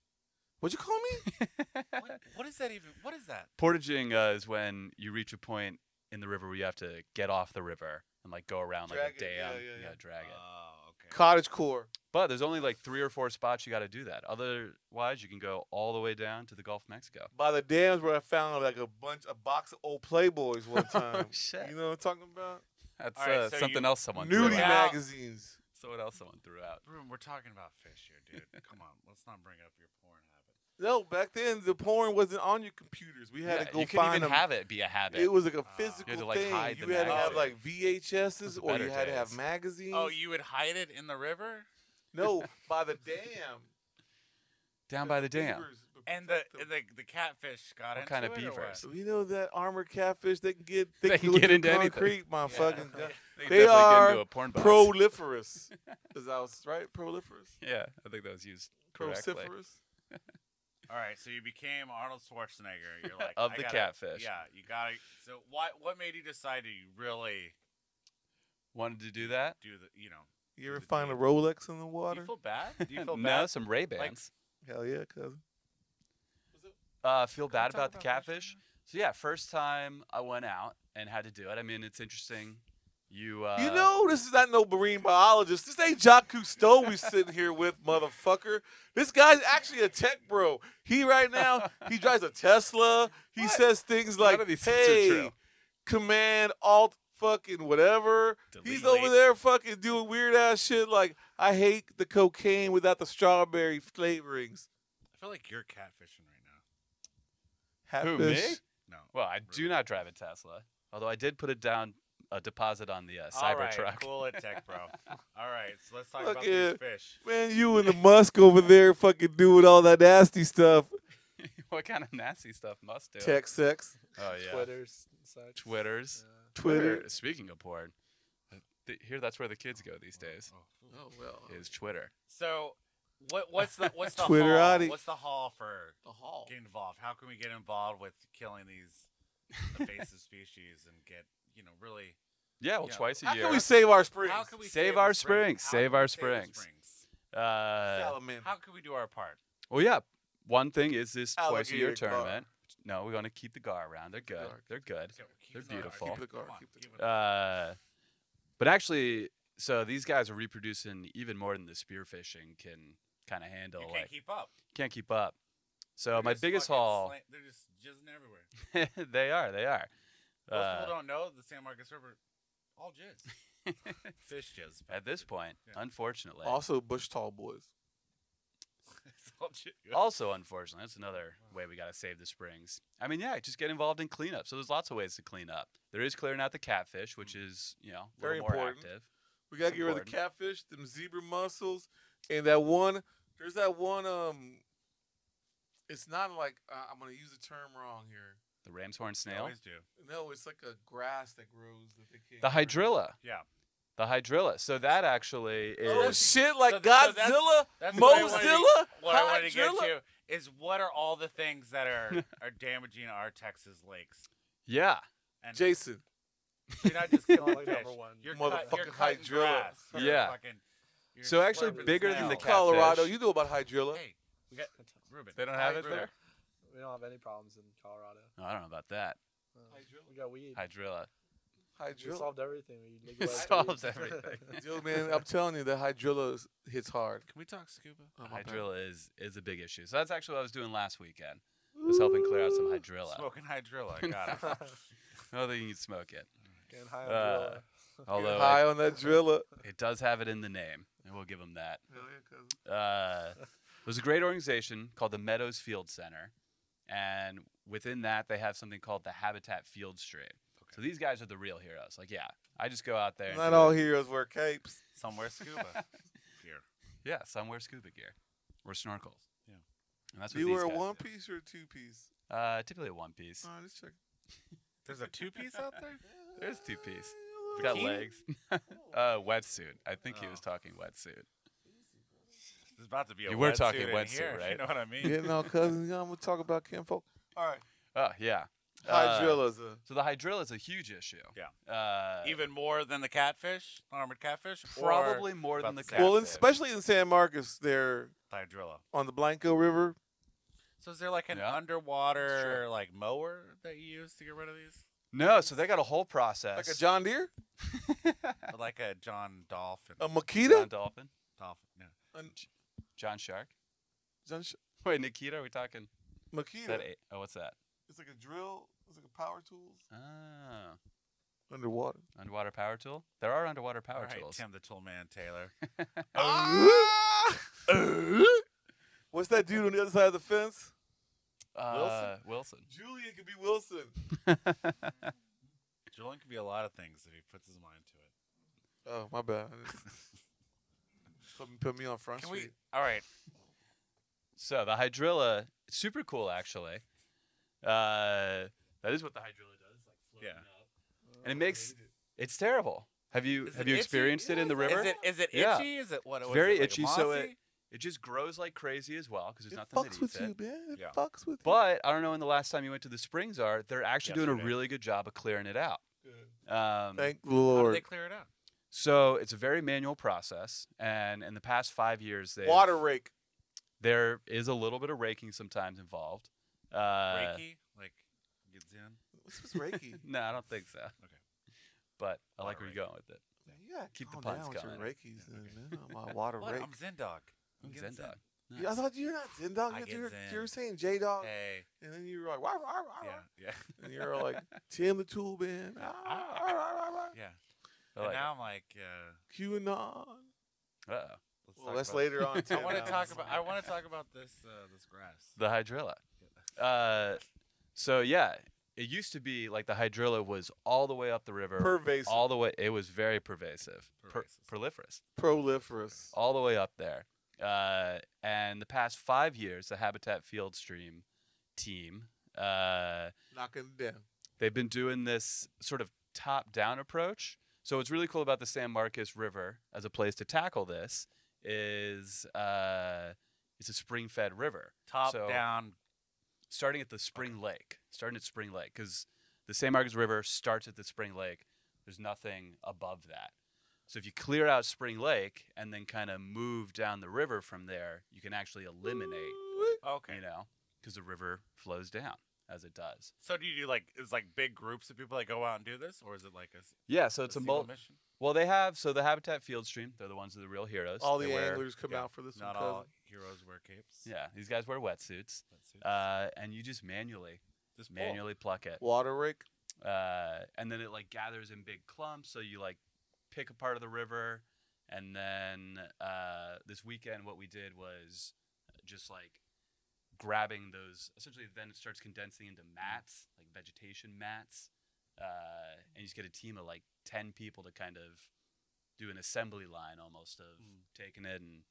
[SPEAKER 2] What you call me?
[SPEAKER 1] What, what is that even? What is that?
[SPEAKER 3] <laughs> portaging uh, is when you reach a point in the river where you have to get off the river and like go around like
[SPEAKER 2] Drag
[SPEAKER 3] a
[SPEAKER 2] it.
[SPEAKER 3] dam.
[SPEAKER 2] Yeah, yeah,
[SPEAKER 3] you
[SPEAKER 2] yeah. Uh.
[SPEAKER 3] gotta drag it.
[SPEAKER 1] Oh, okay.
[SPEAKER 2] Cottage core.
[SPEAKER 3] But there's only like three or four spots you got to do that. Otherwise, you can go all the way down to the Gulf of Mexico.
[SPEAKER 2] By the dams where I found like a bunch, a box of old Playboys
[SPEAKER 3] <laughs>
[SPEAKER 2] one time.
[SPEAKER 3] shit.
[SPEAKER 2] you know what I'm talking about?
[SPEAKER 3] That's
[SPEAKER 1] All right,
[SPEAKER 3] uh,
[SPEAKER 1] so
[SPEAKER 3] something
[SPEAKER 1] you-
[SPEAKER 3] else someone threw
[SPEAKER 2] Nudie
[SPEAKER 1] Wow.
[SPEAKER 3] out.
[SPEAKER 1] ma-
[SPEAKER 2] magazines.
[SPEAKER 3] So what else someone threw out?
[SPEAKER 1] Ruben, we're talking about fish here, dude. <laughs> Come on, let's not bring up your porn habit.
[SPEAKER 2] No, back then the porn wasn't on your computers. We had
[SPEAKER 3] Yeah,
[SPEAKER 2] to go
[SPEAKER 3] you couldn't
[SPEAKER 2] find
[SPEAKER 3] even
[SPEAKER 2] them.
[SPEAKER 3] have it be a habit.
[SPEAKER 2] It was like a
[SPEAKER 1] Ah. You had
[SPEAKER 2] physical
[SPEAKER 3] Uh, to, like,
[SPEAKER 2] thing.
[SPEAKER 3] hide the
[SPEAKER 2] you had to have
[SPEAKER 1] magazine.
[SPEAKER 2] like
[SPEAKER 3] Those
[SPEAKER 2] VHSs,
[SPEAKER 3] are
[SPEAKER 2] or you
[SPEAKER 3] better
[SPEAKER 2] had to have
[SPEAKER 3] days.
[SPEAKER 2] magazines.
[SPEAKER 1] Oh, you would hide it in the river?
[SPEAKER 2] no, by the dam.
[SPEAKER 3] <laughs> down by the dam.
[SPEAKER 2] Beavers, the
[SPEAKER 1] And the
[SPEAKER 2] protect
[SPEAKER 1] and
[SPEAKER 2] them.
[SPEAKER 1] the, the catfish got
[SPEAKER 3] What
[SPEAKER 1] into
[SPEAKER 3] kind of
[SPEAKER 1] it or
[SPEAKER 3] beavers?
[SPEAKER 2] we know that armored catfish they can get they,
[SPEAKER 3] <laughs> They
[SPEAKER 2] can
[SPEAKER 3] can get
[SPEAKER 2] get
[SPEAKER 3] into
[SPEAKER 2] into
[SPEAKER 3] anything.
[SPEAKER 2] concrete, my
[SPEAKER 1] Yeah. <laughs>
[SPEAKER 2] fucking
[SPEAKER 1] Yeah.
[SPEAKER 2] god.
[SPEAKER 3] They,
[SPEAKER 2] They
[SPEAKER 3] definitely
[SPEAKER 2] are
[SPEAKER 3] get into a porn box. <laughs>
[SPEAKER 2] proliferous. Is that was right? Proliferous.
[SPEAKER 3] Yeah, I think that was used correctly.
[SPEAKER 2] Prociferous.
[SPEAKER 1] All right, so you became Arnold Schwarzenegger.
[SPEAKER 3] <laughs>
[SPEAKER 1] You're like
[SPEAKER 3] Of
[SPEAKER 1] "I
[SPEAKER 3] the
[SPEAKER 1] gotta-
[SPEAKER 3] catfish.
[SPEAKER 1] Yeah, you got to So why what made you decide to really
[SPEAKER 3] Wanted to do that.
[SPEAKER 1] do the, you know,
[SPEAKER 2] You ever
[SPEAKER 1] Dude.
[SPEAKER 2] find a Rolex in the
[SPEAKER 1] do
[SPEAKER 2] water?
[SPEAKER 1] you feel bad? Do
[SPEAKER 3] <laughs>
[SPEAKER 1] you feel bad?
[SPEAKER 3] no, some Ray Bans.
[SPEAKER 2] Hell yeah, cousin.
[SPEAKER 3] uh, feel
[SPEAKER 1] Can we
[SPEAKER 3] bad
[SPEAKER 1] talk
[SPEAKER 3] about the
[SPEAKER 1] about this
[SPEAKER 3] catfish. So yeah, first time I went out and had to do it. I mean, it's interesting. You uh,
[SPEAKER 2] you
[SPEAKER 3] <laughs>
[SPEAKER 2] know, this is not no marine biologist. This ain't Jacques Cousteau we sitting here with, motherfucker. This guy's actually a tech bro. He right now, he drives a Tesla. He
[SPEAKER 3] What?
[SPEAKER 2] says things
[SPEAKER 3] None
[SPEAKER 2] like,
[SPEAKER 3] of these things are
[SPEAKER 2] hey,
[SPEAKER 3] true."
[SPEAKER 2] command alt fucking whatever. He's
[SPEAKER 1] Delete.
[SPEAKER 2] over there fucking doing weird ass shit like, I hate the cocaine without the strawberry flavorings.
[SPEAKER 1] I feel like you're catfishing right now.
[SPEAKER 3] Who,
[SPEAKER 2] Catfish.
[SPEAKER 3] me?
[SPEAKER 1] No.
[SPEAKER 3] Well, I do not drive a Tesla, although I did put a down a deposit on the uh,
[SPEAKER 1] All right,
[SPEAKER 3] Cybertruck.
[SPEAKER 1] Cool it, tech bro. All right, so let's talk
[SPEAKER 2] Look
[SPEAKER 1] about
[SPEAKER 2] here.
[SPEAKER 1] these fish.
[SPEAKER 2] Man, you and the Musk over there fucking doing all that nasty stuff.
[SPEAKER 3] <laughs> what kind of nasty stuff must do? it?
[SPEAKER 2] Tech sex,
[SPEAKER 3] Oh yeah,
[SPEAKER 5] Twitter's and such.
[SPEAKER 3] Twitters,
[SPEAKER 5] Yeah.
[SPEAKER 2] Twitter.
[SPEAKER 3] Speaking of porn, th- here that's where the kids go these days.
[SPEAKER 2] Oh, well.
[SPEAKER 3] Is Twitter.
[SPEAKER 1] So what what's the what's
[SPEAKER 3] <laughs>
[SPEAKER 1] the
[SPEAKER 2] Twitter
[SPEAKER 1] haul?
[SPEAKER 2] outie.
[SPEAKER 1] What's the haul for
[SPEAKER 2] The hall.
[SPEAKER 1] get involved? How can we get involved with killing
[SPEAKER 3] <laughs>
[SPEAKER 1] these invasive species and get you know really?
[SPEAKER 3] Yeah, well,
[SPEAKER 1] Yeah.
[SPEAKER 3] twice a
[SPEAKER 2] How
[SPEAKER 3] year.
[SPEAKER 2] can we save our springs?
[SPEAKER 1] How can we
[SPEAKER 3] Save
[SPEAKER 1] the
[SPEAKER 3] our springs,
[SPEAKER 1] springs? How
[SPEAKER 3] save
[SPEAKER 1] can we
[SPEAKER 3] our
[SPEAKER 1] the
[SPEAKER 3] springs. uh,
[SPEAKER 2] Salamander.
[SPEAKER 1] How can we do our part?
[SPEAKER 3] well, yeah. One thing is this twice a year
[SPEAKER 2] Alligator gar.
[SPEAKER 3] tournament. No, we're gonna keep the gar around. They're good.
[SPEAKER 2] gar.
[SPEAKER 3] They're good.
[SPEAKER 1] Okay, well, keep
[SPEAKER 3] They're
[SPEAKER 1] it in our-
[SPEAKER 3] beautiful.
[SPEAKER 1] keep it-
[SPEAKER 2] Keep the
[SPEAKER 1] come
[SPEAKER 2] guard,
[SPEAKER 1] on,
[SPEAKER 2] keep the
[SPEAKER 1] keep it-
[SPEAKER 3] Uh, but actually, so these guys are reproducing even more than the spearfishing can kind of handle.
[SPEAKER 1] You
[SPEAKER 3] like
[SPEAKER 1] can't keep up.
[SPEAKER 3] can't keep up. So
[SPEAKER 1] They're
[SPEAKER 3] my
[SPEAKER 1] just
[SPEAKER 3] biggest
[SPEAKER 1] fucking
[SPEAKER 3] haul.
[SPEAKER 1] slant- they're just jizzing everywhere.
[SPEAKER 3] <laughs> they are. They are.
[SPEAKER 1] Most
[SPEAKER 3] Uh,
[SPEAKER 1] people don't know the San Marcos River, all jizz.
[SPEAKER 3] <laughs>
[SPEAKER 1] Fish jizz. <laughs>
[SPEAKER 3] at this point,
[SPEAKER 1] Yeah.
[SPEAKER 3] unfortunately.
[SPEAKER 2] Also, Bush Tall Boys.
[SPEAKER 1] It's all <laughs> jizz.
[SPEAKER 3] Also, unfortunately, that's another way we got to save the springs. I mean, yeah, just get involved in cleanup. So there's lots of ways to clean up. There is clearing out the catfish, which
[SPEAKER 1] Mm-hmm.
[SPEAKER 3] is you know a
[SPEAKER 2] Very
[SPEAKER 3] little more
[SPEAKER 2] important.
[SPEAKER 3] active.
[SPEAKER 2] We gotta
[SPEAKER 3] It's
[SPEAKER 2] get rid of the catfish, them zebra mussels, and that one. There's that one. Um, it's not like uh, I'm gonna use the term wrong here.
[SPEAKER 3] The ram's horn
[SPEAKER 1] They
[SPEAKER 3] snail,
[SPEAKER 1] always do.
[SPEAKER 2] No, it's like a grass that grows that they can't.
[SPEAKER 3] the
[SPEAKER 2] get rid of.
[SPEAKER 3] hydrilla,
[SPEAKER 1] Yeah.
[SPEAKER 3] the hydrilla. So that actually
[SPEAKER 2] Oh
[SPEAKER 3] is
[SPEAKER 2] shit! Like
[SPEAKER 1] So th- so that's-
[SPEAKER 2] Godzilla,
[SPEAKER 1] That's what I wanted to-
[SPEAKER 2] Mozilla,
[SPEAKER 1] What I wanted to get
[SPEAKER 2] Hydrilla.
[SPEAKER 1] to is what are all the things that
[SPEAKER 3] <laughs>
[SPEAKER 1] are are damaging our Texas lakes?
[SPEAKER 3] yeah.
[SPEAKER 1] And
[SPEAKER 2] Jason.
[SPEAKER 1] you're not just killing
[SPEAKER 5] Like
[SPEAKER 1] fish.
[SPEAKER 5] number one.
[SPEAKER 1] You're cut- you're
[SPEAKER 2] Motherfucking
[SPEAKER 1] cutting
[SPEAKER 2] hydrilla.
[SPEAKER 1] grass. You're
[SPEAKER 3] Yeah.
[SPEAKER 1] fucking- you're
[SPEAKER 3] So actually
[SPEAKER 1] slurping
[SPEAKER 3] bigger
[SPEAKER 1] snail.
[SPEAKER 3] than the
[SPEAKER 2] You
[SPEAKER 3] catfish.
[SPEAKER 2] Colorado, you know about hydrilla.
[SPEAKER 1] Hey, we got Ruben.
[SPEAKER 3] They don't have it
[SPEAKER 1] Ruben.
[SPEAKER 3] there.
[SPEAKER 5] We don't have any problems in Colorado.
[SPEAKER 3] No, I don't know about that
[SPEAKER 5] Uh,
[SPEAKER 2] Hydrilla?
[SPEAKER 5] We got weed.
[SPEAKER 1] <laughs>
[SPEAKER 3] hydrilla.
[SPEAKER 5] We
[SPEAKER 2] Hydrilla.
[SPEAKER 5] solved everything. We
[SPEAKER 3] <laughs>
[SPEAKER 5] legalized
[SPEAKER 3] solves
[SPEAKER 5] weed.
[SPEAKER 1] <laughs>
[SPEAKER 3] everything.
[SPEAKER 2] <laughs>
[SPEAKER 3] <laughs>
[SPEAKER 2] Yo, man, I'm telling you, the hydrilla is- hits hard.
[SPEAKER 1] Can we talk scuba?
[SPEAKER 2] Oh, my bad.
[SPEAKER 3] Hydrilla is is a big issue. So that's actually what I was doing last weekend. Was helping clear out some hydrilla.
[SPEAKER 1] Smoking hydrilla.
[SPEAKER 2] <laughs>
[SPEAKER 1] Got it.
[SPEAKER 3] <laughs> I don't think you can smoke
[SPEAKER 1] <laughs>
[SPEAKER 3] it.
[SPEAKER 5] Getting high
[SPEAKER 3] Uh,
[SPEAKER 5] on Gorilla.
[SPEAKER 2] Get
[SPEAKER 3] Although
[SPEAKER 2] high on that driller.
[SPEAKER 3] it, it does have it in the name, and we'll give them that. Uh, there's a great organization called the Meadows Field Center, and within that they have something called the Habitat Field Stream. So these guys are the real heroes. Like, yeah, I just go out there. and
[SPEAKER 2] Not
[SPEAKER 3] do
[SPEAKER 2] all
[SPEAKER 3] it.
[SPEAKER 2] heroes wear capes.
[SPEAKER 1] Somewhere scuba. Here.
[SPEAKER 3] Yeah, some wear scuba gear or snorkels.
[SPEAKER 1] Yeah.
[SPEAKER 3] and that's
[SPEAKER 2] Do
[SPEAKER 3] what
[SPEAKER 2] you
[SPEAKER 3] these
[SPEAKER 2] wear a
[SPEAKER 3] guys
[SPEAKER 2] one
[SPEAKER 3] do.
[SPEAKER 2] piece or a two piece?
[SPEAKER 3] Uh, typically a one piece.
[SPEAKER 2] Oh, let's check.
[SPEAKER 1] There's a two piece out there.
[SPEAKER 3] There's two piece.
[SPEAKER 2] Uh,
[SPEAKER 3] Got
[SPEAKER 1] Bikini?
[SPEAKER 3] legs. <laughs> uh, wetsuit. I think he
[SPEAKER 1] Oh.
[SPEAKER 3] was talking wetsuit.
[SPEAKER 1] There's about to be a
[SPEAKER 3] You were
[SPEAKER 1] wetsuit
[SPEAKER 3] talking
[SPEAKER 1] in
[SPEAKER 3] wetsuit,
[SPEAKER 1] here, <laughs> if You
[SPEAKER 3] right?
[SPEAKER 1] know what I mean?
[SPEAKER 2] Yeah, no, cousins. I'm gonna talk about kinfolk. All right,
[SPEAKER 3] Oh yeah. Uh,
[SPEAKER 2] hydrilla's a
[SPEAKER 3] So the hydrilla is a huge issue.
[SPEAKER 1] Yeah.
[SPEAKER 3] Uh,
[SPEAKER 1] Even more than the catfish, armored catfish, or
[SPEAKER 3] probably more
[SPEAKER 1] about
[SPEAKER 3] than the
[SPEAKER 1] the
[SPEAKER 3] cat.
[SPEAKER 1] same.
[SPEAKER 2] well, in,
[SPEAKER 1] catfish.
[SPEAKER 2] especially in San Marcos, there
[SPEAKER 1] the hydrilla.
[SPEAKER 2] on the Blanco River.
[SPEAKER 1] So is there like an
[SPEAKER 3] Yeah.
[SPEAKER 1] underwater
[SPEAKER 3] Sure.
[SPEAKER 1] like mower that you use to get rid of these?
[SPEAKER 3] No, so they got a whole process.
[SPEAKER 2] Like a John Deere,
[SPEAKER 1] Or like a John Dolphin.
[SPEAKER 2] a
[SPEAKER 3] John
[SPEAKER 2] Makita,
[SPEAKER 3] Dolphin,
[SPEAKER 1] Dolphin. No.
[SPEAKER 3] John Shark. <laughs>
[SPEAKER 2] John Sh-
[SPEAKER 3] Wait, Nikita, are we talking? Is
[SPEAKER 2] Makita.
[SPEAKER 3] that eight? Oh, what's that?
[SPEAKER 2] It's like a drill. It's like a power tools
[SPEAKER 3] Oh,
[SPEAKER 2] underwater.
[SPEAKER 3] underwater power tool. There are underwater
[SPEAKER 1] All
[SPEAKER 3] power
[SPEAKER 1] right,
[SPEAKER 3] tools.
[SPEAKER 1] Tim the Tool Man Taylor.
[SPEAKER 2] <laughs> What's that dude on the other side of the fence?
[SPEAKER 3] Uh, Wilson.
[SPEAKER 2] Julian could be Wilson.
[SPEAKER 1] Julian can be a lot of things if he puts his mind to it.
[SPEAKER 2] Oh, my bad. I just- put, me- put me on front
[SPEAKER 1] Can
[SPEAKER 2] street.
[SPEAKER 1] we? All right.
[SPEAKER 3] So the hydrilla, it's super cool actually. Uh, that is what the hydrilla does, like floating
[SPEAKER 1] Yeah.
[SPEAKER 3] up. And it makes it's terrible. Have you
[SPEAKER 1] Oh, Is
[SPEAKER 3] have
[SPEAKER 1] it
[SPEAKER 3] you
[SPEAKER 1] itchy?
[SPEAKER 3] experienced it in the river?
[SPEAKER 1] Is it is it itchy?
[SPEAKER 3] Yeah.
[SPEAKER 1] Is it what?
[SPEAKER 3] It's
[SPEAKER 1] what is
[SPEAKER 3] very
[SPEAKER 1] it, like
[SPEAKER 3] itchy, so
[SPEAKER 1] mossy?
[SPEAKER 3] it- It just grows like crazy as well because there's
[SPEAKER 2] It
[SPEAKER 3] nothing that
[SPEAKER 2] fucks
[SPEAKER 3] eats
[SPEAKER 2] with
[SPEAKER 3] it.
[SPEAKER 2] you, man. It
[SPEAKER 1] Yeah.
[SPEAKER 2] fucks with you.
[SPEAKER 3] But I don't know when the last time you went to the springs are. They're actually doing a
[SPEAKER 1] Yesterday.
[SPEAKER 3] really good job of clearing it out. Um,
[SPEAKER 2] Thank
[SPEAKER 1] How
[SPEAKER 2] the
[SPEAKER 1] do
[SPEAKER 2] Lord.
[SPEAKER 1] they clear it out?
[SPEAKER 3] so it's a very manual process, and in the past five years, they
[SPEAKER 2] Water rake.
[SPEAKER 3] there is a little bit of raking sometimes involved. Uh,
[SPEAKER 1] Reiki, like gets in.
[SPEAKER 2] What's
[SPEAKER 1] <laughs>
[SPEAKER 2] this Reiki?
[SPEAKER 3] <laughs> No, I don't think so.
[SPEAKER 1] Okay.
[SPEAKER 3] But I
[SPEAKER 1] Water
[SPEAKER 3] like where
[SPEAKER 1] rake.
[SPEAKER 3] you're going with it.
[SPEAKER 2] Man, you gotta
[SPEAKER 3] Keep the
[SPEAKER 2] calm
[SPEAKER 3] puns
[SPEAKER 2] down with your
[SPEAKER 3] coming.
[SPEAKER 2] Reikis, then, man. Oh,
[SPEAKER 1] <laughs>
[SPEAKER 2] my water
[SPEAKER 1] What?
[SPEAKER 2] rake.
[SPEAKER 1] I'm Zen Dog. I'm
[SPEAKER 3] Ooh,
[SPEAKER 1] getting
[SPEAKER 3] Zen dog.
[SPEAKER 2] Yeah, I
[SPEAKER 3] Nice.
[SPEAKER 2] thought you were not Zen Dog.
[SPEAKER 1] I
[SPEAKER 2] yet.
[SPEAKER 1] get
[SPEAKER 2] You were, you
[SPEAKER 1] Zen.
[SPEAKER 2] were saying J Dog,
[SPEAKER 1] Hey,
[SPEAKER 2] and then you were like, wah, wah, wah, wah.
[SPEAKER 1] yeah, yeah, <laughs>
[SPEAKER 2] and you're like Tim the Tool Man, ah, ah, ah, ah, ah.
[SPEAKER 1] yeah.
[SPEAKER 3] I
[SPEAKER 1] and
[SPEAKER 3] like
[SPEAKER 1] now I'm like, uh,
[SPEAKER 2] QAnon.
[SPEAKER 1] let's
[SPEAKER 3] it. Uh-oh.
[SPEAKER 2] Well,
[SPEAKER 1] talk
[SPEAKER 2] that's
[SPEAKER 1] about-
[SPEAKER 2] later
[SPEAKER 1] <laughs>
[SPEAKER 2] on.
[SPEAKER 1] I
[SPEAKER 2] Tim.
[SPEAKER 1] want to
[SPEAKER 2] That
[SPEAKER 1] talk
[SPEAKER 2] was-
[SPEAKER 1] about. I want to talk about this uh, this grass.
[SPEAKER 3] The hydrilla. Uh, so yeah, it used to be like the hydrilla was all the way up the river,
[SPEAKER 2] pervasive,
[SPEAKER 3] all the way. It was very pervasive, per-
[SPEAKER 1] Pervasive.
[SPEAKER 3] proliferous,
[SPEAKER 2] proliferous.
[SPEAKER 3] all the way up there. Uh, and the past five years, the Habitat Field Stream team, uh,
[SPEAKER 2] knocking it down.
[SPEAKER 3] they've been doing this sort of top-down approach. So what's really cool about the San Marcos River as a place to tackle this is uh, it's a spring-fed river
[SPEAKER 1] Top
[SPEAKER 3] So-
[SPEAKER 1] down.
[SPEAKER 3] starting at the Spring Lake, starting at Spring Lake, because the San Marcos River starts at the Spring Lake. There's nothing above that. So if you clear out Spring Lake and then kind of move down the river from there, you can actually eliminate,
[SPEAKER 1] Okay.
[SPEAKER 3] you know, because the river flows down as it does.
[SPEAKER 1] So do you do like is like big groups of people that go out and do this, or is it like a? s-
[SPEAKER 3] Yeah, so it's a
[SPEAKER 1] single
[SPEAKER 3] mul-
[SPEAKER 1] mission?
[SPEAKER 3] well, they have so the Habitat Field Stream. They're the ones that are the real heroes.
[SPEAKER 2] All
[SPEAKER 3] They
[SPEAKER 2] the
[SPEAKER 3] wear-
[SPEAKER 2] anglers come
[SPEAKER 1] yeah,
[SPEAKER 2] out for this
[SPEAKER 1] Not
[SPEAKER 2] one. cousin.
[SPEAKER 1] all heroes wear capes.
[SPEAKER 3] Yeah, these guys wear wetsuits,
[SPEAKER 1] Wetsuits.
[SPEAKER 3] uh, and you just manually,
[SPEAKER 1] Just pull.
[SPEAKER 3] manually pluck it.
[SPEAKER 2] Water rake.
[SPEAKER 3] uh, and then it like gathers in big clumps. So you like pick a part of the river, and then uh, this weekend what we did was just like grabbing those. Essentially, then it starts condensing into mats, like vegetation mats, uh, and you just get a team of like ten people to kind of do an assembly line almost of taking it and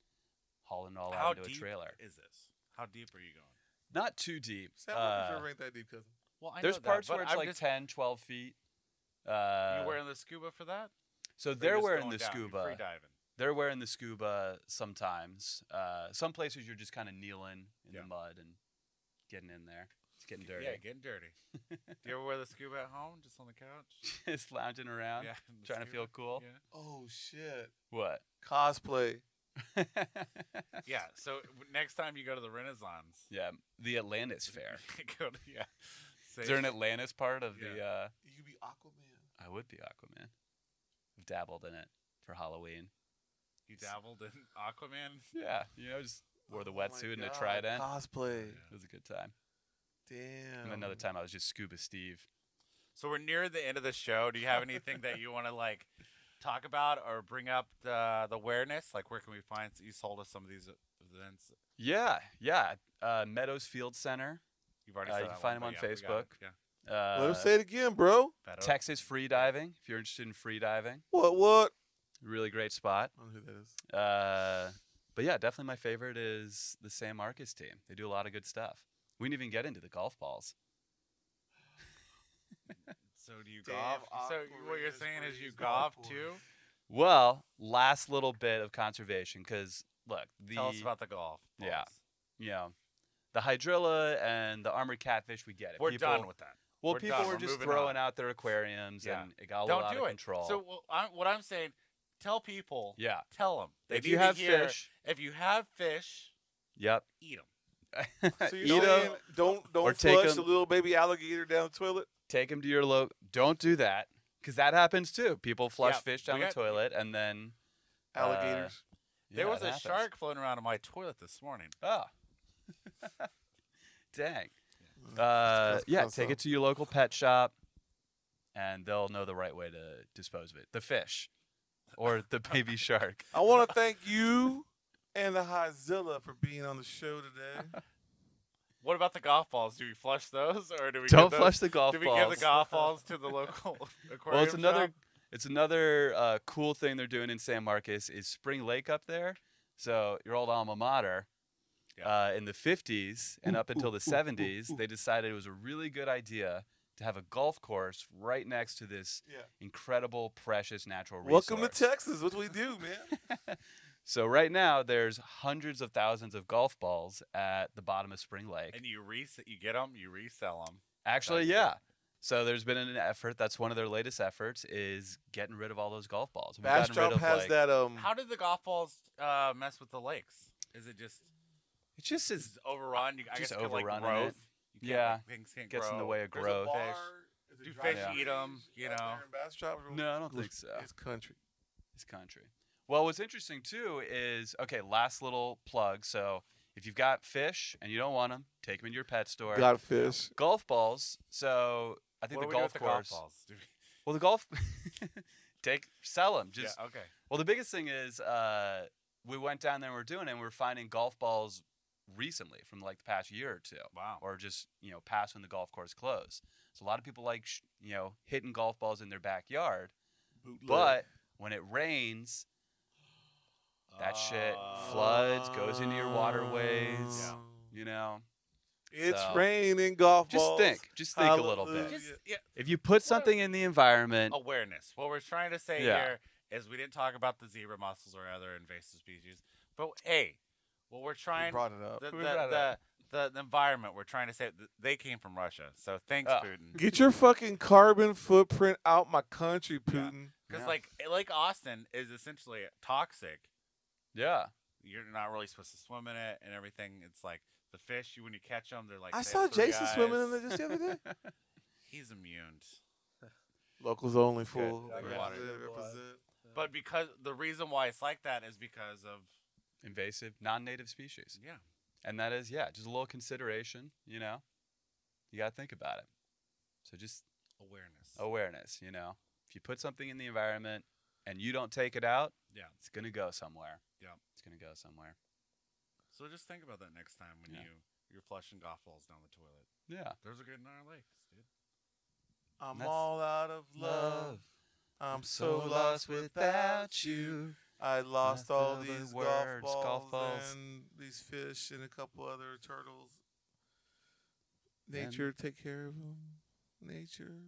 [SPEAKER 3] hauling it all
[SPEAKER 1] Hmm. How
[SPEAKER 3] out into
[SPEAKER 1] deep
[SPEAKER 3] a trailer.
[SPEAKER 1] Is this? How deep are you going?
[SPEAKER 3] Not too deep.
[SPEAKER 2] Sam
[SPEAKER 3] uh,
[SPEAKER 2] Marcos River ain't that deep, cousin.
[SPEAKER 1] Well, I
[SPEAKER 3] there's
[SPEAKER 1] know that,
[SPEAKER 3] parts
[SPEAKER 1] but
[SPEAKER 3] where it's
[SPEAKER 1] I'm
[SPEAKER 3] like
[SPEAKER 1] just,
[SPEAKER 3] ten, twelve 10, 12 feet. Uh,
[SPEAKER 1] you wearing the scuba for that?
[SPEAKER 3] So
[SPEAKER 1] Or
[SPEAKER 3] they're
[SPEAKER 1] just
[SPEAKER 3] wearing
[SPEAKER 1] going
[SPEAKER 3] the
[SPEAKER 1] down, you're
[SPEAKER 3] scuba.
[SPEAKER 1] Free diving.
[SPEAKER 3] They're wearing the scuba sometimes. Uh, some places you're just kind of kneeling in
[SPEAKER 1] Yeah.
[SPEAKER 3] the mud and getting in there. It's getting dirty.
[SPEAKER 1] Yeah, getting dirty. Do you ever wear the scuba at home, just on the couch?
[SPEAKER 3] <laughs> just lounging around, <laughs>
[SPEAKER 1] yeah, in the
[SPEAKER 3] trying to feel
[SPEAKER 1] scuba?
[SPEAKER 3] cool.
[SPEAKER 2] Oh shit!
[SPEAKER 3] What? <laughs>
[SPEAKER 2] Cosplay.
[SPEAKER 1] Yeah. yeah. So w- next time you go to the Renaissance, <laughs>
[SPEAKER 3] yeah. The Atlantis Fair.
[SPEAKER 1] go to, yeah.
[SPEAKER 3] Is
[SPEAKER 1] say-
[SPEAKER 3] there an Atlantis part of the?
[SPEAKER 1] Yeah.
[SPEAKER 3] Uh,
[SPEAKER 2] You could be Aquaman.
[SPEAKER 3] I would be Aquaman. I've dabbled in it for Halloween.
[SPEAKER 1] you dabbled in Aquaman.
[SPEAKER 3] Yeah. You know, just wore the
[SPEAKER 2] Oh my
[SPEAKER 3] wetsuit and a
[SPEAKER 2] God,
[SPEAKER 3] trident.
[SPEAKER 2] Cosplay.
[SPEAKER 3] It was a good time.
[SPEAKER 2] Damn.
[SPEAKER 1] Oh
[SPEAKER 3] And another time I was just Scuba Steve.
[SPEAKER 1] So we're near the end of the show. Do you have anything that you want to like talk about or bring up the, the awareness? Like, where can we find? You sold us some of these events.
[SPEAKER 3] Yeah. Yeah. Uh, Meadows Field Center.
[SPEAKER 1] You've already
[SPEAKER 3] Uh,
[SPEAKER 1] said
[SPEAKER 3] you
[SPEAKER 1] that
[SPEAKER 3] can find
[SPEAKER 1] one,
[SPEAKER 3] him
[SPEAKER 1] but
[SPEAKER 3] on
[SPEAKER 1] yeah, we got it.
[SPEAKER 3] Facebook.
[SPEAKER 1] Yeah.
[SPEAKER 3] Uh,
[SPEAKER 2] Let him say it again, bro.
[SPEAKER 1] Beto.
[SPEAKER 3] Texas free diving. If you're interested in free diving,
[SPEAKER 2] What? What?
[SPEAKER 3] really great spot.
[SPEAKER 2] I don't know who that is.
[SPEAKER 3] <laughs> Uh, but yeah, definitely my favorite is the San Marcos team. They do a lot of good stuff. We didn't even get into the golf balls.
[SPEAKER 1] So do you
[SPEAKER 2] Damn
[SPEAKER 1] golf? So what you're
[SPEAKER 2] Aquarius,
[SPEAKER 1] saying is you
[SPEAKER 3] <laughs>
[SPEAKER 2] Aquarius,
[SPEAKER 1] golf
[SPEAKER 2] Aquarius.
[SPEAKER 1] too?
[SPEAKER 3] Well, last little bit of conservation because look, the
[SPEAKER 1] Tell us about the golf.
[SPEAKER 3] Yeah.
[SPEAKER 1] balls.
[SPEAKER 3] you know, the hydrilla and the armored catfish. We get it.
[SPEAKER 1] We're
[SPEAKER 3] people,
[SPEAKER 1] done with that.
[SPEAKER 3] Well,
[SPEAKER 1] we're
[SPEAKER 3] people
[SPEAKER 1] done.
[SPEAKER 3] were
[SPEAKER 1] We're
[SPEAKER 3] just
[SPEAKER 1] moving
[SPEAKER 3] throwing
[SPEAKER 1] on.
[SPEAKER 3] out their aquariums,
[SPEAKER 1] Yeah.
[SPEAKER 3] and it got a
[SPEAKER 1] Don't
[SPEAKER 3] lot
[SPEAKER 1] do
[SPEAKER 3] of
[SPEAKER 1] it.
[SPEAKER 3] control.
[SPEAKER 1] So well, I'm, what I'm saying, tell people,
[SPEAKER 3] yeah,
[SPEAKER 1] tell them. They
[SPEAKER 3] if
[SPEAKER 1] need
[SPEAKER 3] you
[SPEAKER 1] to
[SPEAKER 3] have
[SPEAKER 1] hear,
[SPEAKER 3] fish,
[SPEAKER 1] if you have fish, <laughs>
[SPEAKER 3] yep,
[SPEAKER 1] eat them.
[SPEAKER 2] So
[SPEAKER 3] eat
[SPEAKER 2] you're saying
[SPEAKER 3] 'em.
[SPEAKER 2] don't don't
[SPEAKER 3] or take
[SPEAKER 2] flush
[SPEAKER 3] 'em-
[SPEAKER 2] the little baby alligator down the toilet.
[SPEAKER 3] take them to your lo Don't do that because that happens too. People flush
[SPEAKER 1] Yeah,
[SPEAKER 3] fish
[SPEAKER 1] we
[SPEAKER 3] down the
[SPEAKER 1] got-
[SPEAKER 3] toilet and then Uh,
[SPEAKER 2] Alligators.
[SPEAKER 1] there
[SPEAKER 3] yeah,
[SPEAKER 1] was
[SPEAKER 3] it
[SPEAKER 1] a
[SPEAKER 3] happens.
[SPEAKER 1] shark floating around in my toilet this morning.
[SPEAKER 3] Oh, Ah. <laughs> dang.
[SPEAKER 2] Mm,
[SPEAKER 3] Uh,
[SPEAKER 2] that's
[SPEAKER 3] yeah,
[SPEAKER 2] close
[SPEAKER 3] take
[SPEAKER 2] up.
[SPEAKER 3] it to your local pet shop, and they'll know the right way to dispose of it. The fish, or the
[SPEAKER 1] <laughs>
[SPEAKER 3] baby shark.
[SPEAKER 2] I want to thank you and the Hyzilla for being on the show
[SPEAKER 3] <laughs>
[SPEAKER 2] today.
[SPEAKER 1] What about the golf balls? Do we flush those, or do we
[SPEAKER 3] Don't
[SPEAKER 1] give those-
[SPEAKER 3] flush the golf
[SPEAKER 1] Do we
[SPEAKER 3] balls.
[SPEAKER 1] give the
[SPEAKER 3] <laughs>
[SPEAKER 1] golf balls to the local <laughs> aquarium?
[SPEAKER 3] well, it's another.
[SPEAKER 1] shop?
[SPEAKER 3] It's another uh, cool thing they're doing in San Marcos is Spring Lake up there. So your old alma mater,
[SPEAKER 1] Yeah.
[SPEAKER 3] Uh, in the 50s and up until
[SPEAKER 2] <laughs>
[SPEAKER 3] the 70s, they decided it was a really good idea to have a golf course right next to this
[SPEAKER 2] Yeah.
[SPEAKER 3] incredible, precious natural resource.
[SPEAKER 2] Welcome to Texas. What we do,
[SPEAKER 3] <laughs>
[SPEAKER 2] man?
[SPEAKER 3] So right now, there's hundreds of thousands of golf balls at the bottom of Spring Lake.
[SPEAKER 1] And you res you get them, you resell them.
[SPEAKER 3] Actually,
[SPEAKER 1] That's it.
[SPEAKER 3] yeah. So there's been an effort. That's one of their latest efforts is getting rid of all those golf balls. We've gotten rid
[SPEAKER 2] Bastrop
[SPEAKER 3] of,
[SPEAKER 2] has
[SPEAKER 3] like-
[SPEAKER 2] that. Um,
[SPEAKER 1] How did the golf balls uh, mess with the lakes? Is it just
[SPEAKER 3] It just
[SPEAKER 1] is
[SPEAKER 3] is
[SPEAKER 1] it overrun? You, I
[SPEAKER 3] just
[SPEAKER 1] guess you could, like
[SPEAKER 3] overrunning
[SPEAKER 1] growth. You
[SPEAKER 3] it.
[SPEAKER 1] can't,
[SPEAKER 3] Yeah.
[SPEAKER 1] like, things can't
[SPEAKER 3] gets in the
[SPEAKER 1] grow.
[SPEAKER 3] way of
[SPEAKER 2] there's a
[SPEAKER 3] growth.
[SPEAKER 2] bar, is it
[SPEAKER 1] Do
[SPEAKER 2] Drive
[SPEAKER 1] fish
[SPEAKER 2] Through
[SPEAKER 1] eat 'em,
[SPEAKER 2] Breeze
[SPEAKER 1] you
[SPEAKER 2] out
[SPEAKER 1] know?
[SPEAKER 2] there in Bastrop?
[SPEAKER 3] No, I don't think so.
[SPEAKER 2] It's country.
[SPEAKER 3] This country. Well, what's interesting too is okay. Last little plug. So if you've got fish and you don't want them, take them into your pet store.
[SPEAKER 2] Got fish.
[SPEAKER 3] Golf balls. So I think
[SPEAKER 1] What do
[SPEAKER 3] the
[SPEAKER 1] we do
[SPEAKER 3] golf
[SPEAKER 1] with
[SPEAKER 3] course.
[SPEAKER 1] The golf balls? Do we-
[SPEAKER 3] Well, the golf. <laughs> take sell them. Just
[SPEAKER 1] yeah, okay.
[SPEAKER 3] Well, the biggest thing is uh, we went down there and we're doing it and we're finding golf balls recently from like the past year or two
[SPEAKER 1] Wow.
[SPEAKER 3] or just, you know, past when the golf course closed. So a lot of people like, sh- you know, hitting golf balls in their backyard. But when it rains, that shit
[SPEAKER 1] Uh,
[SPEAKER 3] floods, goes into your waterways,
[SPEAKER 1] Yeah.
[SPEAKER 3] you know,
[SPEAKER 2] It's
[SPEAKER 3] So-
[SPEAKER 2] raining golf
[SPEAKER 3] just
[SPEAKER 2] balls.
[SPEAKER 3] think, just think a little
[SPEAKER 2] Hallelujah. Oh,
[SPEAKER 3] bit.
[SPEAKER 1] Just yeah,
[SPEAKER 3] If you put something in the environment,
[SPEAKER 1] awareness. What we're trying to say
[SPEAKER 3] Yeah.
[SPEAKER 1] here is we didn't talk about the zebra mussels or other invasive species, but hey, what we're
[SPEAKER 2] You
[SPEAKER 1] trying
[SPEAKER 2] brought it up.
[SPEAKER 1] the, the,
[SPEAKER 3] We brought it
[SPEAKER 1] the, the, the environment we're trying to say th- they came from Russia. So thanks,
[SPEAKER 3] Oh.
[SPEAKER 1] Putin.
[SPEAKER 2] Get your fucking carbon footprint out my country,
[SPEAKER 1] Yeah.
[SPEAKER 2] Putin.
[SPEAKER 1] Because
[SPEAKER 3] Yeah.
[SPEAKER 1] like Lake Austin is essentially toxic.
[SPEAKER 3] yeah,
[SPEAKER 1] You're not really supposed to swim in it and everything. It's like the fish you when you catch them, they're like.
[SPEAKER 2] I
[SPEAKER 1] they
[SPEAKER 2] saw
[SPEAKER 1] have three
[SPEAKER 2] Jason swimming in
[SPEAKER 1] eyes.
[SPEAKER 2] there just the other day.
[SPEAKER 1] He's immune.
[SPEAKER 2] <laughs> Locals only,
[SPEAKER 1] Good.
[SPEAKER 2] fool.
[SPEAKER 5] Yeah, I
[SPEAKER 2] Represent,
[SPEAKER 1] got it.
[SPEAKER 2] represent.
[SPEAKER 1] But because the reason why it's like that is because of
[SPEAKER 3] <laughs> invasive, non-native species.
[SPEAKER 1] yeah.
[SPEAKER 3] And that is, yeah, just a little consideration, you know. You got to think about it. So just
[SPEAKER 1] awareness.
[SPEAKER 2] Oh.
[SPEAKER 3] awareness, you know. If you put something in the environment and you don't take it out,
[SPEAKER 1] Yeah.
[SPEAKER 3] it's going to go somewhere.
[SPEAKER 1] Yeah.
[SPEAKER 3] It's going to go somewhere.
[SPEAKER 1] So just think about that next time when
[SPEAKER 3] Yeah.
[SPEAKER 1] you you're flushing golf balls down the toilet.
[SPEAKER 3] Yeah.
[SPEAKER 1] There's a good in our lakes, dude.
[SPEAKER 2] I'm
[SPEAKER 3] That's-
[SPEAKER 2] all out of love. I'm so lost without you. I lost
[SPEAKER 3] Nothing
[SPEAKER 2] all
[SPEAKER 3] but
[SPEAKER 2] these golf,
[SPEAKER 3] words,
[SPEAKER 2] balls
[SPEAKER 3] golf balls.
[SPEAKER 2] and these fish and a couple other turtles.
[SPEAKER 3] Then-
[SPEAKER 2] Nature, take care of them. Nature,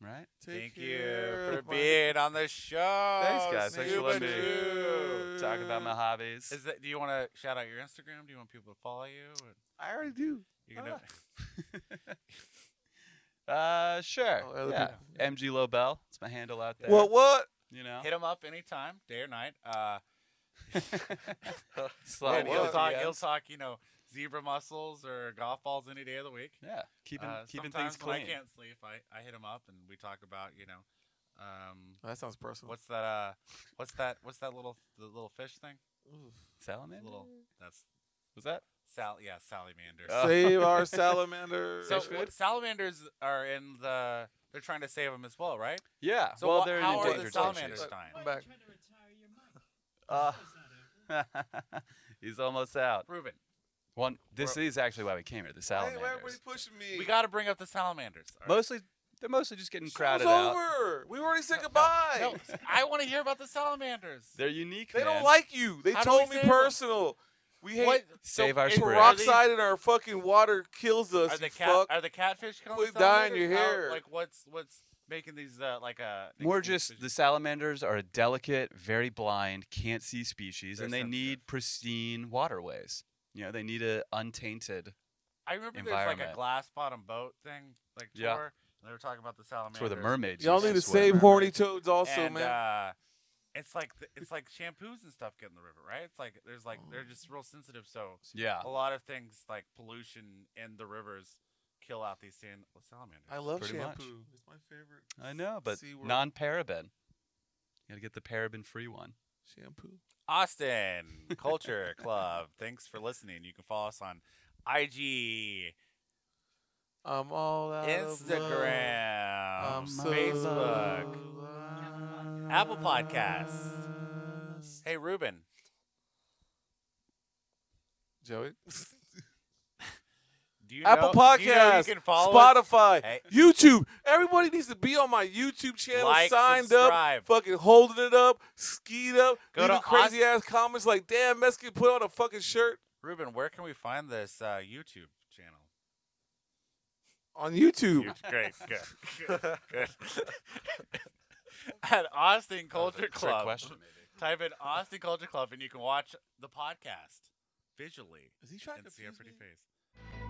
[SPEAKER 3] Right?
[SPEAKER 2] take
[SPEAKER 1] Thank
[SPEAKER 2] care
[SPEAKER 1] you for
[SPEAKER 2] of my-
[SPEAKER 1] being on the show.
[SPEAKER 3] Thanks, guys. Thanks for
[SPEAKER 1] Scuba
[SPEAKER 3] letting me
[SPEAKER 1] Jew.
[SPEAKER 3] Talk about my hobbies.
[SPEAKER 1] Is that? Do you want to shout out your Instagram? Do you want people to follow you? Or
[SPEAKER 2] I already do.
[SPEAKER 1] you gonna?
[SPEAKER 3] <laughs> uh, sure.
[SPEAKER 2] Oh, other
[SPEAKER 3] yeah.
[SPEAKER 2] people.
[SPEAKER 3] MG Lobel. It's my handle out there.
[SPEAKER 2] What? What?
[SPEAKER 3] You know?
[SPEAKER 1] Hit him up anytime, day or night. Uh,
[SPEAKER 3] <laughs> Slide
[SPEAKER 1] and
[SPEAKER 2] what?
[SPEAKER 3] me up
[SPEAKER 1] he'll talk.
[SPEAKER 3] DMs.
[SPEAKER 1] He'll talk. You know, zebra mussels or golf balls any day of the week.
[SPEAKER 3] Yeah. Keeping,
[SPEAKER 1] Uh,
[SPEAKER 3] keeping
[SPEAKER 1] sometimes
[SPEAKER 3] things clean.
[SPEAKER 1] When I can't sleep, I, I hit him up and we talk about you know, um,
[SPEAKER 2] Oh, that sounds personal.
[SPEAKER 1] what's that? Uh, what's that? What's that little the little fish thing?
[SPEAKER 2] Oof.
[SPEAKER 3] Salamander?
[SPEAKER 1] Little that's
[SPEAKER 3] Was that?
[SPEAKER 1] sal yeah salamander.
[SPEAKER 3] Uh,
[SPEAKER 2] Save
[SPEAKER 3] <laughs>
[SPEAKER 2] our salamander.
[SPEAKER 1] so
[SPEAKER 3] fish
[SPEAKER 1] what-
[SPEAKER 3] food?
[SPEAKER 1] salamanders are in the they're trying to save them as well, right?
[SPEAKER 3] Yeah.
[SPEAKER 1] So
[SPEAKER 3] well,
[SPEAKER 1] wha-
[SPEAKER 3] they're
[SPEAKER 1] how
[SPEAKER 3] an
[SPEAKER 1] are the
[SPEAKER 3] endangered
[SPEAKER 1] salamanders
[SPEAKER 3] species.
[SPEAKER 1] dying?
[SPEAKER 4] Why
[SPEAKER 2] back.
[SPEAKER 4] are you trying to retire your mic?
[SPEAKER 3] <laughs> Uh, <laughs>
[SPEAKER 4] Show's not over.
[SPEAKER 3] He's almost out.
[SPEAKER 1] Ruben,
[SPEAKER 3] One. This is actually why we came here. The
[SPEAKER 2] Why- Why everybody
[SPEAKER 3] salamanders.
[SPEAKER 2] pushing me?
[SPEAKER 1] we got to bring up the salamanders. all right?
[SPEAKER 3] Mostly, they're mostly just getting
[SPEAKER 2] Show's
[SPEAKER 3] crowded
[SPEAKER 2] over.
[SPEAKER 3] out.
[SPEAKER 2] We already said
[SPEAKER 1] No,
[SPEAKER 2] goodbye.
[SPEAKER 3] <laughs>
[SPEAKER 1] No, I want to hear about the salamanders.
[SPEAKER 3] They're unique.
[SPEAKER 2] They
[SPEAKER 3] man.
[SPEAKER 2] don't like you. They
[SPEAKER 1] How do
[SPEAKER 2] told
[SPEAKER 1] we
[SPEAKER 2] me
[SPEAKER 1] save 'em?
[SPEAKER 2] personal. We hate
[SPEAKER 1] What?
[SPEAKER 3] Save our
[SPEAKER 1] is-
[SPEAKER 3] spread.
[SPEAKER 1] are these-
[SPEAKER 2] peroxide in our fucking water kills us.
[SPEAKER 1] Are
[SPEAKER 2] you
[SPEAKER 1] the cat
[SPEAKER 2] fuck.
[SPEAKER 1] are the catfish coming?
[SPEAKER 2] Quit dyeing your hair.
[SPEAKER 1] like what's what's making these uh, like uh,
[SPEAKER 3] More
[SPEAKER 1] extinct
[SPEAKER 3] just the
[SPEAKER 1] species?
[SPEAKER 3] salamanders are a delicate, very blind, can't see species,
[SPEAKER 1] They're
[SPEAKER 3] and they
[SPEAKER 1] sensitive.
[SPEAKER 3] need pristine waterways. You know, they need a untainted.
[SPEAKER 1] I remember there's like a
[SPEAKER 3] environment.
[SPEAKER 1] glass bottom boat thing like tour,
[SPEAKER 3] Yeah.
[SPEAKER 1] and they were talking about the salamanders.
[SPEAKER 3] It's where the mermaids.
[SPEAKER 2] Y'all
[SPEAKER 3] used
[SPEAKER 2] need to
[SPEAKER 3] swim.
[SPEAKER 2] save horny toads also,
[SPEAKER 1] and,
[SPEAKER 2] man.
[SPEAKER 1] Uh, it's like th- it's like shampoos and stuff get in the river, right? It's like there's like they're just real sensitive, so
[SPEAKER 3] <laughs> Yeah.
[SPEAKER 1] a lot of things like pollution in the rivers kill out these sand- salamanders.
[SPEAKER 2] I love
[SPEAKER 3] pretty
[SPEAKER 2] shampoo.
[SPEAKER 3] much.
[SPEAKER 2] It's my favorite.
[SPEAKER 3] I know, but
[SPEAKER 2] Sea World
[SPEAKER 3] non-paraben. You gotta get the paraben-free one.
[SPEAKER 2] shampoo.
[SPEAKER 1] Austin Culture Club. Thanks for listening. You can follow us on IG,
[SPEAKER 2] I'm all out of love.
[SPEAKER 1] Instagram,
[SPEAKER 2] I'm so
[SPEAKER 1] Facebook,
[SPEAKER 2] lost.
[SPEAKER 1] Apple Podcasts. Hey Ruben,
[SPEAKER 2] Joey.
[SPEAKER 1] do you
[SPEAKER 2] Apple
[SPEAKER 1] know, do you know you
[SPEAKER 2] Podcasts,
[SPEAKER 1] can follow us?
[SPEAKER 2] Spotify,
[SPEAKER 1] Hey.
[SPEAKER 2] YouTube. Everybody needs to be on my YouTube channel,
[SPEAKER 1] Like,
[SPEAKER 2] signed
[SPEAKER 1] subscribe.
[SPEAKER 2] up, fucking holding it up, skied up,
[SPEAKER 1] Go
[SPEAKER 2] leaving
[SPEAKER 1] to
[SPEAKER 2] crazy ass comments like, damn, Mexican put on a fucking shirt.
[SPEAKER 1] Ruben, where can we find this uh, YouTube channel?
[SPEAKER 2] on YouTube.
[SPEAKER 1] YouTube. Great, good, good, good. <laughs> At Austin Culture Club,
[SPEAKER 6] question.
[SPEAKER 1] type in Austin Culture Club, and you can watch the podcast visually
[SPEAKER 2] Is he trying
[SPEAKER 1] and see our pretty face.
[SPEAKER 2] face?